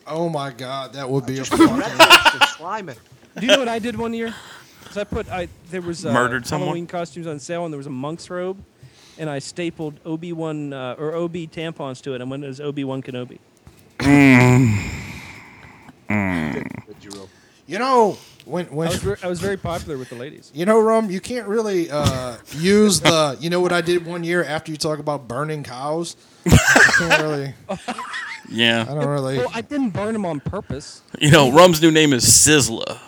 Speaker 9: Oh my god, that would be a
Speaker 10: Red
Speaker 9: fucking.
Speaker 10: lobster slimy.
Speaker 11: Do you know what I did one year? 'Cause I put I there was uh,
Speaker 7: Murdered someone?
Speaker 11: Halloween costumes on sale, and there was a monk's robe, and I stapled Obi Wan uh, or Ob tampons to it, and went as Obi Wan Kenobi.
Speaker 9: Mm.
Speaker 10: Did you roll?
Speaker 9: You know when
Speaker 11: I
Speaker 9: when
Speaker 11: was, ver- I was very popular with the ladies.
Speaker 9: you know Rum, you can't really uh, use the. You know what I did one year after you talk about burning cows. I can't really. I
Speaker 7: <laughs> Yeah,
Speaker 9: don't really.
Speaker 11: Well, I didn't burn them on purpose.
Speaker 7: you know, rum's new name is Sizzler.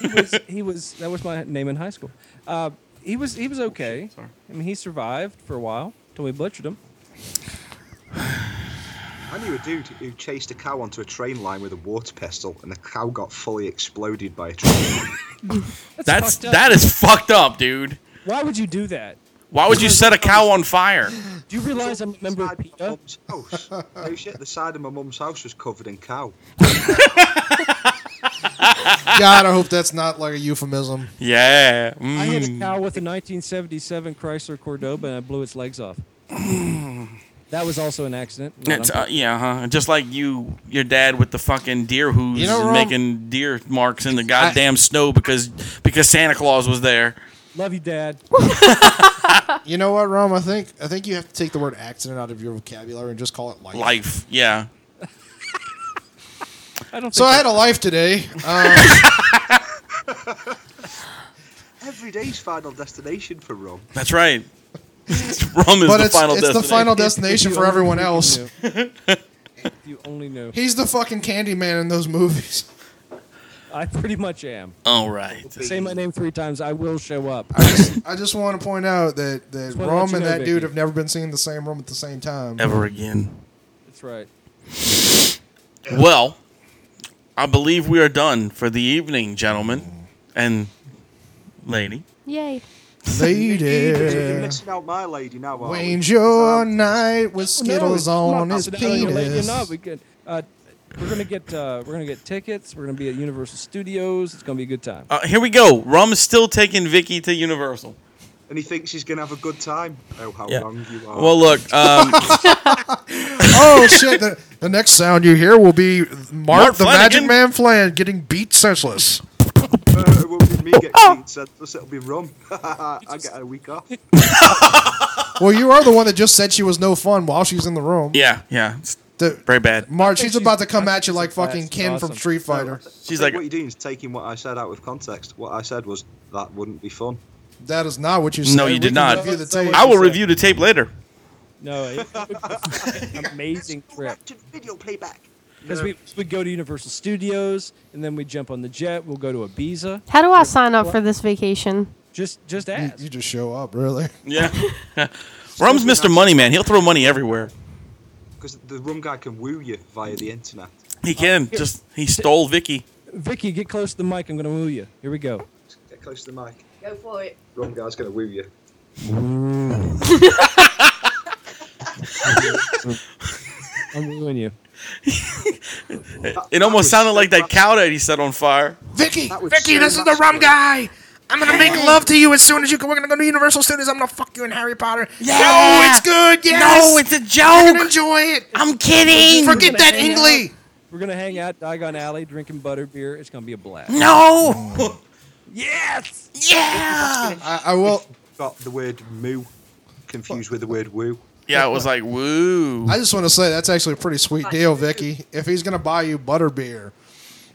Speaker 11: He was, he was that was my name in high school. Uh, he was he was
Speaker 9: Oh,
Speaker 11: okay.
Speaker 7: Sorry.
Speaker 11: I mean, he survived for a while till we butchered him.
Speaker 10: I knew a dude who chased a cow onto a train line with a water pistol, and the cow got fully exploded by a train.
Speaker 7: That's
Speaker 11: fucked up.
Speaker 7: that is fucked up, dude.
Speaker 11: Why would you do that?
Speaker 7: Why would you set a cow
Speaker 11: <laughs>
Speaker 7: on fire?
Speaker 11: Do you realize I'm a member of
Speaker 10: Side my
Speaker 11: PETA?
Speaker 10: mum's house. No shit, the side of my mum's house was covered in cow.
Speaker 9: God, I hope that's not like a euphemism.
Speaker 7: Yeah.
Speaker 11: I hit a
Speaker 7: mm.
Speaker 11: cow with a 1977 Chrysler Cordoba and I blew its legs off. that was also an accident. Not
Speaker 7: It's,
Speaker 11: on-
Speaker 7: uh, yeah, huh? Just like you, your dad with the fucking deer hooves
Speaker 9: You know,
Speaker 7: and
Speaker 9: Rum-
Speaker 7: making deer marks in the goddamn snow because because Santa Claus was there.
Speaker 11: Love you, Dad.
Speaker 9: You know what, Rum? I think I think you have to take the word accident out of your vocabulary and just call it life.
Speaker 7: Life, yeah.
Speaker 11: I don't.
Speaker 9: So I
Speaker 11: think
Speaker 9: had a
Speaker 7: <laughs>
Speaker 9: life today. Um,
Speaker 10: Every day's final destination for Rum.
Speaker 7: That's right. Rum is
Speaker 9: but
Speaker 7: the
Speaker 9: it's,
Speaker 7: final
Speaker 9: it's the
Speaker 7: destination.
Speaker 9: final
Speaker 11: If
Speaker 7: <laughs>
Speaker 9: destination
Speaker 11: you
Speaker 9: for everyone
Speaker 11: only
Speaker 9: else.
Speaker 11: knew. If you only knew.
Speaker 9: He's the fucking candy man in those movies.
Speaker 11: I pretty much am.
Speaker 7: All right.
Speaker 11: Say my name three times. I will show up.
Speaker 9: I just, I just want to point out that, that
Speaker 11: wanna let
Speaker 9: Rum
Speaker 11: you
Speaker 9: and
Speaker 11: know,
Speaker 9: that dude
Speaker 11: Vicky.
Speaker 9: have never been seen in the same room at the same time.
Speaker 7: Ever again.
Speaker 11: That's right.
Speaker 7: Well, I believe we are done for the evening, gentlemen and lady.
Speaker 13: Yay.
Speaker 10: You're
Speaker 9: Lady,
Speaker 10: missing out my lady now, aren't we?
Speaker 9: Wayne's your night with Skittles
Speaker 11: Oh, No,
Speaker 9: on
Speaker 11: no,
Speaker 9: his
Speaker 11: no, no, you're letting-
Speaker 9: penis.
Speaker 11: you're not. We get, uh, we're gonna get. Uh, we're gonna get tickets. We're gonna be at Universal Studios. It's gonna be a good time.
Speaker 7: Uh, here we go. Rum is still taking Vicky to Universal.
Speaker 10: And he thinks he's going to have a good time. Oh, how
Speaker 7: Yeah.
Speaker 10: wrong you are.
Speaker 7: Well, look, um,
Speaker 9: Oh shit! The, the next sound you hear will be Mark,
Speaker 7: Mark
Speaker 9: the
Speaker 7: Flanagan?
Speaker 9: Magic Man Flan getting beat senseless.
Speaker 10: Uh, it won't be me getting beat, so it'll be Rum. <laughs> I get a week off.
Speaker 9: Well, you are the one that just said she was no fun while she's in the room.
Speaker 7: yeah, yeah. It's
Speaker 8: Very bad.
Speaker 9: March, she's about to come at you like fucking Ken from Street Fighter.
Speaker 8: She's
Speaker 10: like, what you're doing is taking what I said out of context. What I said was that wouldn't be fun.
Speaker 9: That is not what you said.
Speaker 8: No, you
Speaker 9: We
Speaker 8: did
Speaker 9: can
Speaker 8: not.
Speaker 9: review the tape.
Speaker 8: I will review the tape later.
Speaker 11: No, it was an <laughs> amazing trip.
Speaker 10: Video playback.
Speaker 11: Because we we go to Universal Studios and then we jump on the jet. We'll go to Ibiza.
Speaker 13: How do I sign up for this vacation?
Speaker 11: Just just ask.
Speaker 9: You just show up, really.
Speaker 8: Yeah. Rum's Mr. Money Man. He'll throw money everywhere.
Speaker 10: Because the rum guy can woo you via the internet.
Speaker 8: He can. Just he stole Vicky.
Speaker 11: Vicky, get close to the mic. I'm gonna woo you. Here we go.
Speaker 10: Get close to the mic.
Speaker 12: Go for it.
Speaker 10: Rum guy's going to woo you.
Speaker 11: I'm wooing you.
Speaker 8: It almost sounded like that cow that he set on fire.
Speaker 14: Vicky,
Speaker 10: That was
Speaker 14: Vicky,
Speaker 10: so
Speaker 14: this is the
Speaker 10: much
Speaker 14: rum
Speaker 10: better.
Speaker 14: guy. I'm gonna make love to you as soon as you can. We're gonna go to Universal Studios. I'm gonna fuck you in Harry Potter.
Speaker 1: Yeah.
Speaker 14: No, it's good. Yes.
Speaker 1: No, it's a
Speaker 14: You're gonna
Speaker 1: joke.
Speaker 14: enjoy it.
Speaker 1: I'm kidding.
Speaker 14: Forget that English.
Speaker 11: We're gonna hang out Diagon Alley, drinking butter beer. It's gonna be a blast.
Speaker 14: <laughs>
Speaker 1: No.
Speaker 11: Yes.
Speaker 1: Yeah.
Speaker 9: I, I will.
Speaker 10: Got the word moo confused with the word woo.
Speaker 8: Yeah, it was like woo.
Speaker 9: I just want to say that's actually a pretty sweet deal, Vicky. If he's gonna buy you butterbeer,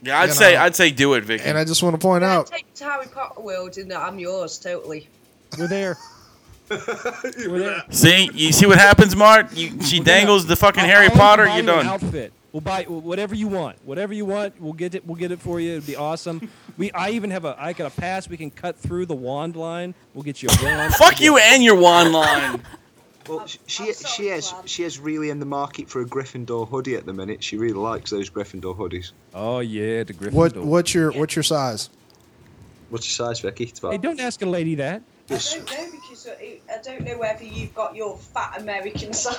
Speaker 8: Yeah, I'd
Speaker 9: You
Speaker 8: say
Speaker 9: know.
Speaker 8: I'd say do it, Vicky.
Speaker 9: and I just want to point out,
Speaker 12: Take to Harry Potter world and I'm yours totally.
Speaker 11: We're there. We're there.
Speaker 8: see, you see what happens, Mark? You, she dangles the fucking
Speaker 11: I'll-
Speaker 8: Harry
Speaker 11: I'll even
Speaker 8: Potter.
Speaker 11: buy
Speaker 8: You're
Speaker 11: you an
Speaker 8: done.
Speaker 11: Outfit. We'll buy whatever you want. Whatever you want, we'll get it. We'll get it for you. It'd be
Speaker 8: <laughs>
Speaker 11: awesome. We, I even have a. I got a pass. We can cut through the wand line. We'll get you a
Speaker 8: <laughs>
Speaker 11: wand.
Speaker 8: Fuck you and your wand line.
Speaker 10: Well, sh- she she is she is really in the market for a Gryffindor hoodie at the minute. She really likes those Gryffindor hoodies.
Speaker 11: Oh yeah, the Gryffindor.
Speaker 9: what what's your what's your size?
Speaker 10: What's your size, Vicky? It's about
Speaker 11: Hey, don't ask a lady that.
Speaker 12: I don't know because I I don't know whether you've got your fat American side.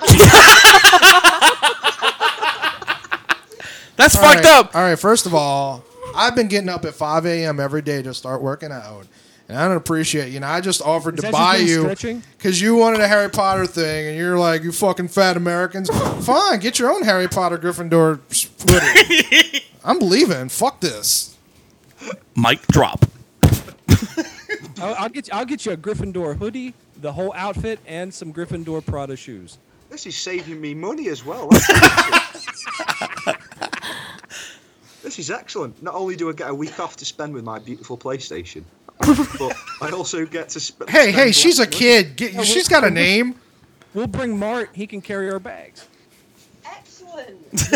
Speaker 8: That's
Speaker 9: All
Speaker 8: fucked
Speaker 9: right,
Speaker 8: up.
Speaker 9: All right, first of all, I've been getting up at 5 a.m. every day to start working out, and I don't appreciate. You know, I just offered
Speaker 11: Is
Speaker 9: to
Speaker 11: that
Speaker 9: buy
Speaker 11: just been
Speaker 9: you
Speaker 11: stretching?
Speaker 9: because you wanted a Harry Potter thing, and you're like, you fucking fat Americans. Fine, get your own Harry Potter Gryffindor hoodie. I'm leaving. Fuck this.
Speaker 8: Mic drop.
Speaker 11: I'll, I'll get. You, I'll get you a Gryffindor hoodie, the whole outfit, and some Gryffindor Prada shoes.
Speaker 10: This is saving me money as <laughs>
Speaker 8: <laughs>
Speaker 10: well. That's awesome. this is excellent. Not only do I get a week off to spend with my beautiful PlayStation, but I also get to sp- spend.
Speaker 9: Hey, hey,
Speaker 10: lots
Speaker 9: she's a
Speaker 10: of money.
Speaker 9: kid. Get, she's got a name.
Speaker 11: We'll bring Mart. He can carry our bags.
Speaker 12: Excellent.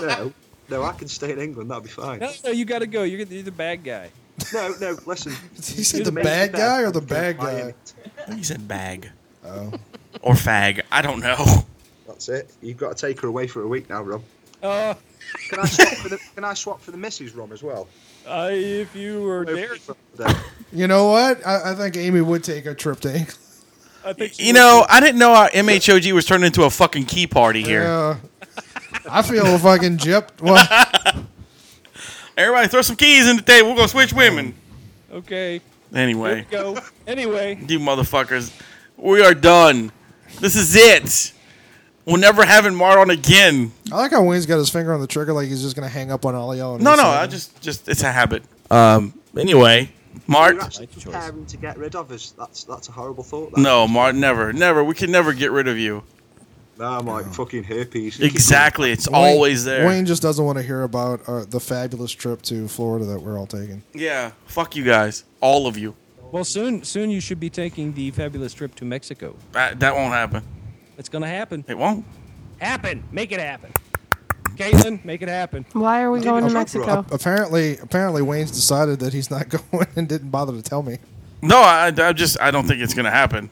Speaker 10: No, no, I can stay in England. That'll be fine.
Speaker 11: No, no, you got to go. You're, you're the bad guy.
Speaker 10: No, no, listen.
Speaker 9: He said
Speaker 10: You're
Speaker 9: the
Speaker 10: main
Speaker 9: bad guy or the
Speaker 10: Don't
Speaker 9: <laughs> bad
Speaker 10: buy
Speaker 9: guy?
Speaker 10: it.
Speaker 8: He said bag
Speaker 9: Oh,
Speaker 8: or fag. I don't know.
Speaker 10: That's it. You've got to take her away for a week now, Rob.
Speaker 11: Uh,
Speaker 10: Can I swap for the Can I swap for the Mrs. Rom as well?
Speaker 11: I, if you were there,
Speaker 9: you know what? I, I think Amy would take a trip to England. <laughs>
Speaker 11: I think she
Speaker 8: You
Speaker 11: would
Speaker 8: know, I didn't know our MHOG was turned into a fucking key party here.
Speaker 9: Yeah. I feel fucking gypped. Well,
Speaker 8: Everybody throw some keys in the table. We're gonna switch women.
Speaker 11: be. Okay. Here we
Speaker 8: Anyway,
Speaker 11: go. Anyway,
Speaker 8: <laughs> you motherfuckers, we are done. This is it. We'll never have it Mart on again.
Speaker 9: I like how Wayne's got his finger on the trigger, like he's just gonna hang up on all y'all.
Speaker 8: <laughs>
Speaker 9: and
Speaker 8: No,
Speaker 9: he's
Speaker 8: no,
Speaker 9: like-
Speaker 8: I just, just it's a habit. Um. Anyway,
Speaker 10: You're
Speaker 8: Mart.
Speaker 10: actually
Speaker 11: Nice choice.
Speaker 10: preparing to get rid of us. That's that's a horrible thought. that.
Speaker 8: No, Mart, never, never. We can never get rid of you.
Speaker 10: No, I'm like fucking herpes. You keep
Speaker 8: Exactly. It's
Speaker 9: Wayne-
Speaker 8: always there.
Speaker 9: Wayne just doesn't want to hear about uh, the fabulous trip to Florida that we're all taking.
Speaker 8: Yeah. Fuck you guys. All of you.
Speaker 11: well, soon, soon you should be taking the fabulous trip to Mexico.
Speaker 8: That, that won't happen.
Speaker 11: It's gonna happen.
Speaker 8: It won't.
Speaker 11: Happen. Make it happen. Caitlin, make it happen.
Speaker 13: Why are we going to
Speaker 10: Trump
Speaker 13: Mexico?
Speaker 9: Apparently, apparently Wayne's decided that he's not <laughs> going and didn't bother to tell me.
Speaker 8: No, I, I just I don't think it's gonna happen.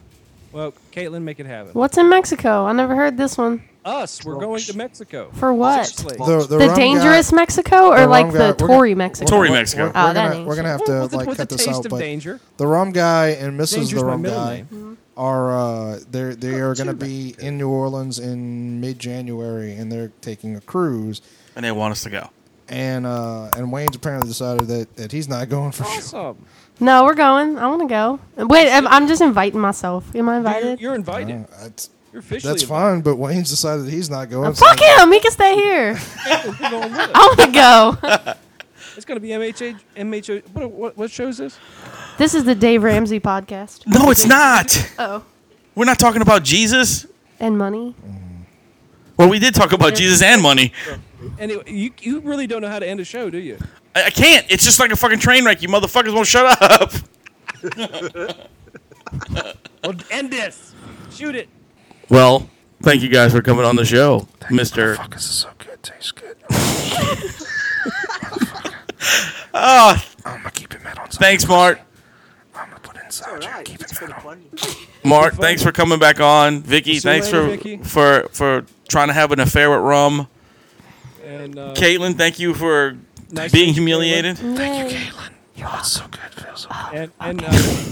Speaker 11: Well, Caitlin, make it happen.
Speaker 13: What's in Mexico? I never heard this one.
Speaker 11: Us, we're going to Mexico.
Speaker 13: For what?
Speaker 11: Seriously.
Speaker 9: The, the,
Speaker 13: The
Speaker 9: rum
Speaker 13: dangerous
Speaker 9: guy-
Speaker 13: Mexico or
Speaker 9: the
Speaker 13: like
Speaker 9: rum
Speaker 13: the
Speaker 9: guy- we're
Speaker 13: Tory
Speaker 9: gonna-
Speaker 13: Mexico?
Speaker 8: Tory
Speaker 9: we're-
Speaker 8: Mexico.
Speaker 9: We're,
Speaker 13: Oh,
Speaker 9: we're
Speaker 13: that
Speaker 9: gonna,
Speaker 13: ain't
Speaker 9: we're gonna have to
Speaker 11: With the-
Speaker 9: like
Speaker 11: with
Speaker 9: cut
Speaker 11: the
Speaker 9: this
Speaker 11: taste
Speaker 9: out.
Speaker 11: of
Speaker 9: But
Speaker 11: danger.
Speaker 9: the rum guy and Mrs.
Speaker 11: Danger's
Speaker 9: the
Speaker 11: my
Speaker 9: rum
Speaker 11: middle Mm-hmm.
Speaker 9: guy are uh, they're they are gonna be in New Orleans in mid January and they're taking a cruise.
Speaker 8: And they want us to go.
Speaker 9: And uh, and Wayne's apparently decided that, that he's not going for sure.
Speaker 11: Awesome.
Speaker 13: No, we're going. I want to go. Wait, I'm, I'm just inviting myself. Am I
Speaker 11: You're,
Speaker 13: invited?
Speaker 11: you're invited.
Speaker 9: Uh, that's-
Speaker 11: you're officially
Speaker 9: That's
Speaker 11: invited.
Speaker 9: fine, but Wayne's decided that he's not going. so-
Speaker 13: Fuck him. He can stay <laughs> here.
Speaker 11: You're going with us.
Speaker 13: I want to go.
Speaker 11: It's gonna be MHA, MHO. What, what, what show is this?
Speaker 13: <laughs> this is the Dave Ramsey podcast.
Speaker 8: No, it's not.
Speaker 13: Oh,
Speaker 8: We're not talking about Jesus.
Speaker 13: and money.
Speaker 7: Well, we did talk about Jesus and money.
Speaker 16: And it, you, you really don't know how to end a show, do you?
Speaker 7: I, I can't. It's just like a fucking train wreck. You motherfuckers won't shut up.
Speaker 16: well, end this. Shoot it.
Speaker 7: Well, thank you guys for coming on the show, Mister.
Speaker 17: This is so good. Tastes good. <laughs>
Speaker 7: Oh, Thanks, Mart. Mart, thanks for coming back on. Vicky,
Speaker 16: See you
Speaker 7: thanks
Speaker 16: later,
Speaker 7: for
Speaker 16: Vicky.
Speaker 7: for for trying to have an affair with Rum.
Speaker 16: And uh,
Speaker 7: Caitlin, thank you for
Speaker 16: Nice
Speaker 7: being
Speaker 16: to meet you, Caitlin.
Speaker 7: humiliated.
Speaker 13: Thank you,
Speaker 17: Caitlin. Oh, it's so good. Feels so good.
Speaker 16: and, and uh,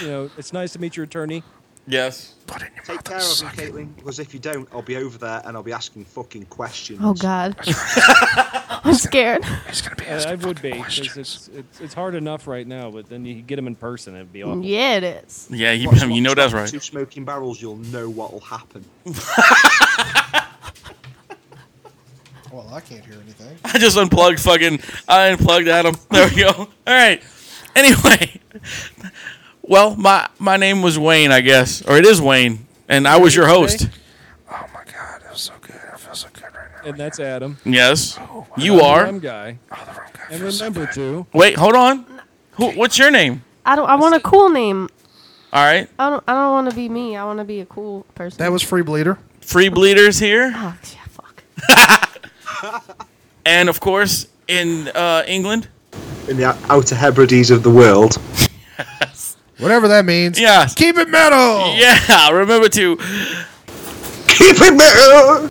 Speaker 16: you know, it's nice to meet your attorney.
Speaker 7: Yes.
Speaker 10: Take care of him, Caitlin, because if you don't, I'll be over there and I'll be asking fucking questions.
Speaker 13: Oh God. <laughs> I'm scared.
Speaker 16: Uh, I would be. 'cause It's, it's, it's hard enough right now, but then you get him in person, it'd be awful.
Speaker 13: Yeah, it is.
Speaker 7: Yeah,
Speaker 8: <laughs>
Speaker 7: you,
Speaker 10: Watch-
Speaker 7: you know
Speaker 10: watch
Speaker 7: that's
Speaker 10: Top
Speaker 7: right.
Speaker 10: Two smoking barrels, you'll know what'll happen.
Speaker 9: Well, I can't hear anything.
Speaker 7: I just unplugged fucking. I unplugged Adam. <laughs> There we go. All right. Anyway, <laughs> well, my my name was Wayne, I guess, or it is Wayne, and I was your host.
Speaker 17: Oh God, it was so good. I feel so good right Oh
Speaker 16: And that's Adam.
Speaker 7: Yes,
Speaker 16: I'm
Speaker 7: you
Speaker 16: the
Speaker 7: are.
Speaker 16: Rum guy. And remember to.
Speaker 7: Wait, hold on. Who, what's your name?
Speaker 13: I don't. I want a cool name.
Speaker 7: All right,
Speaker 13: I don't. I don't want to be me. I want to be a cool person.
Speaker 17: That was free bleeder.
Speaker 7: Free Bleeders here,
Speaker 13: Oh, yeah, fuck.
Speaker 7: and of course in uh, England.
Speaker 10: In the outer Hebrides of the world. <laughs>
Speaker 9: Whatever that means.
Speaker 7: Yeah,
Speaker 9: Keep it metal.
Speaker 7: yeah. <laughs> Remember to
Speaker 10: Keep it metal.